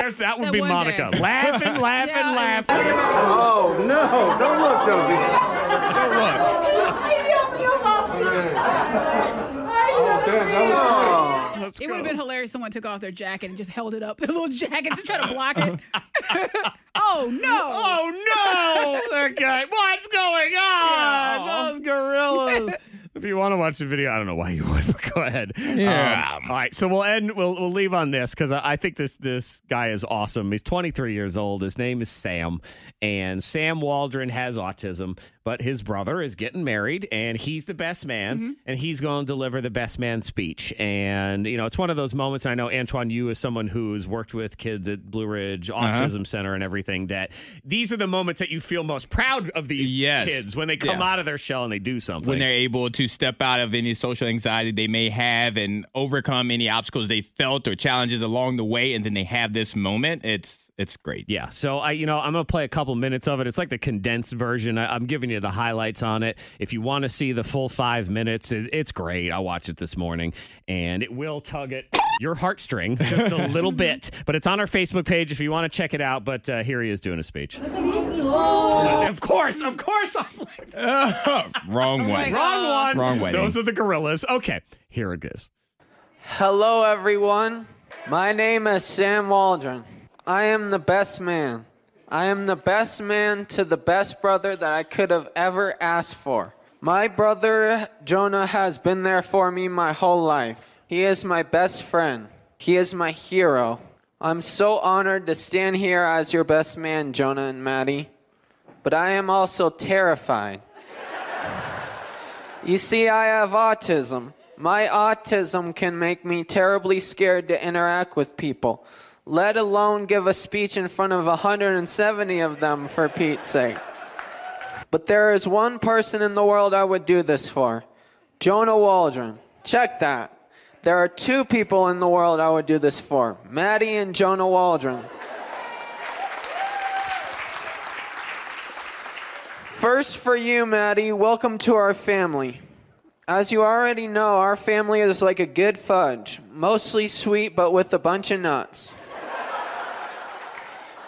[SPEAKER 2] There's that would
[SPEAKER 4] That
[SPEAKER 2] be
[SPEAKER 4] one
[SPEAKER 2] Monica.
[SPEAKER 4] day.
[SPEAKER 2] Laughing, laughing,
[SPEAKER 4] Yeah.
[SPEAKER 2] laughing.
[SPEAKER 3] Oh no! Don't look, Josie.
[SPEAKER 5] Look,
[SPEAKER 3] Oh, damn, that was
[SPEAKER 2] Let's
[SPEAKER 4] it would have
[SPEAKER 2] go.
[SPEAKER 4] been hilarious. if Someone took off their jacket and just held it up, a little jacket to try to block it. oh no!
[SPEAKER 2] Oh no! That guy. What's going on?
[SPEAKER 4] Yeah.
[SPEAKER 2] Those gorillas. if you want to watch the video, I don't know why you would, but go ahead.
[SPEAKER 5] Yeah.
[SPEAKER 2] Um, all right. So we'll end. We'll we'll leave on this because I, I think this this guy is awesome. He's 23 years old. His name is Sam, and Sam Waldron has autism, but his brother is getting married, and he's the best man,
[SPEAKER 5] Mm-hmm.
[SPEAKER 2] and he's going to deliver the best man speech. And you know, it's one of those moments. I know Antoine, you is someone who's worked with kids at Blue Ridge
[SPEAKER 5] Uh-huh.
[SPEAKER 2] Autism Center and everything. That these are the moments that you feel most proud of these
[SPEAKER 5] Yes.
[SPEAKER 2] kids when they come
[SPEAKER 5] Yeah.
[SPEAKER 2] out of their shell and they do something.
[SPEAKER 5] when they're able to step out of any social anxiety they may have and overcome any obstacles they felt or challenges along the way and then they have this moment it's it's great
[SPEAKER 2] Yeah. So I, you know, I'm gonna play a couple minutes of it. It's like the condensed version. I, I'm giving you the highlights on it. If you want to see the full five minutes, it, it's great. I watched it this morning, and it will tug at your heartstring just a little bit. But it's on our Facebook page if you want to check it out. But uh, here he is doing a speech. Of course, of course. I'm
[SPEAKER 4] Oh
[SPEAKER 5] wrong
[SPEAKER 2] one. Wrong one. Those are the gorillas. Okay. Here it is.
[SPEAKER 14] Hello, everyone. My name is Sam Waldron. I am the best man. I am the best man to the best brother that I could have ever asked for. My brother Jonah has been there for me my whole life. He is my best friend. He is my hero. I'm so honored to stand here as your best man, Jonah and Maddie. But I am also terrified. You see, I have autism. My autism can make me terribly scared to interact with people, let alone give a speech in front of 170 of them, for Pete's sake. But there is one person in the world I would do this for Jonah Waldron. Check that. There are two people in the world I would do this for Maddie and Jonah Waldron. First, for you, Maddie, welcome to our family. As you already know, our family is like a good fudge, mostly sweet but with a bunch of nuts.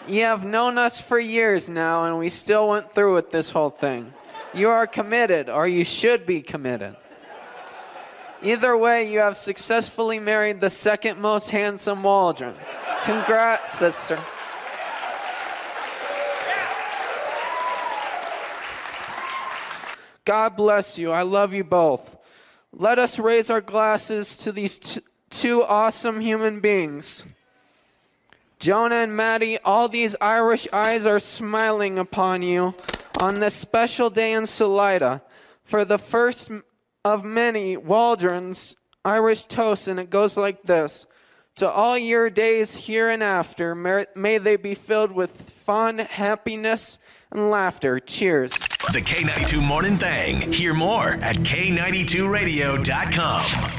[SPEAKER 14] You have known us for years now, and we still went through with this whole thing. You are committed, or you should be committed. Either way, you have successfully married the second most handsome Waldron. Congrats, sister. God bless you. I love you both. Let us raise our glasses to these t- two awesome human beings. Jonah and Maddie, all these Irish eyes are smiling upon you on this special day in Salida for the first m- of many Waldron's Irish toast, and it goes like this. To all your days here and after, mer- may they be filled with fun, happiness, and laughter. Cheers.
[SPEAKER 1] The K92 Morning Thing. Hear more at K92Radio.com.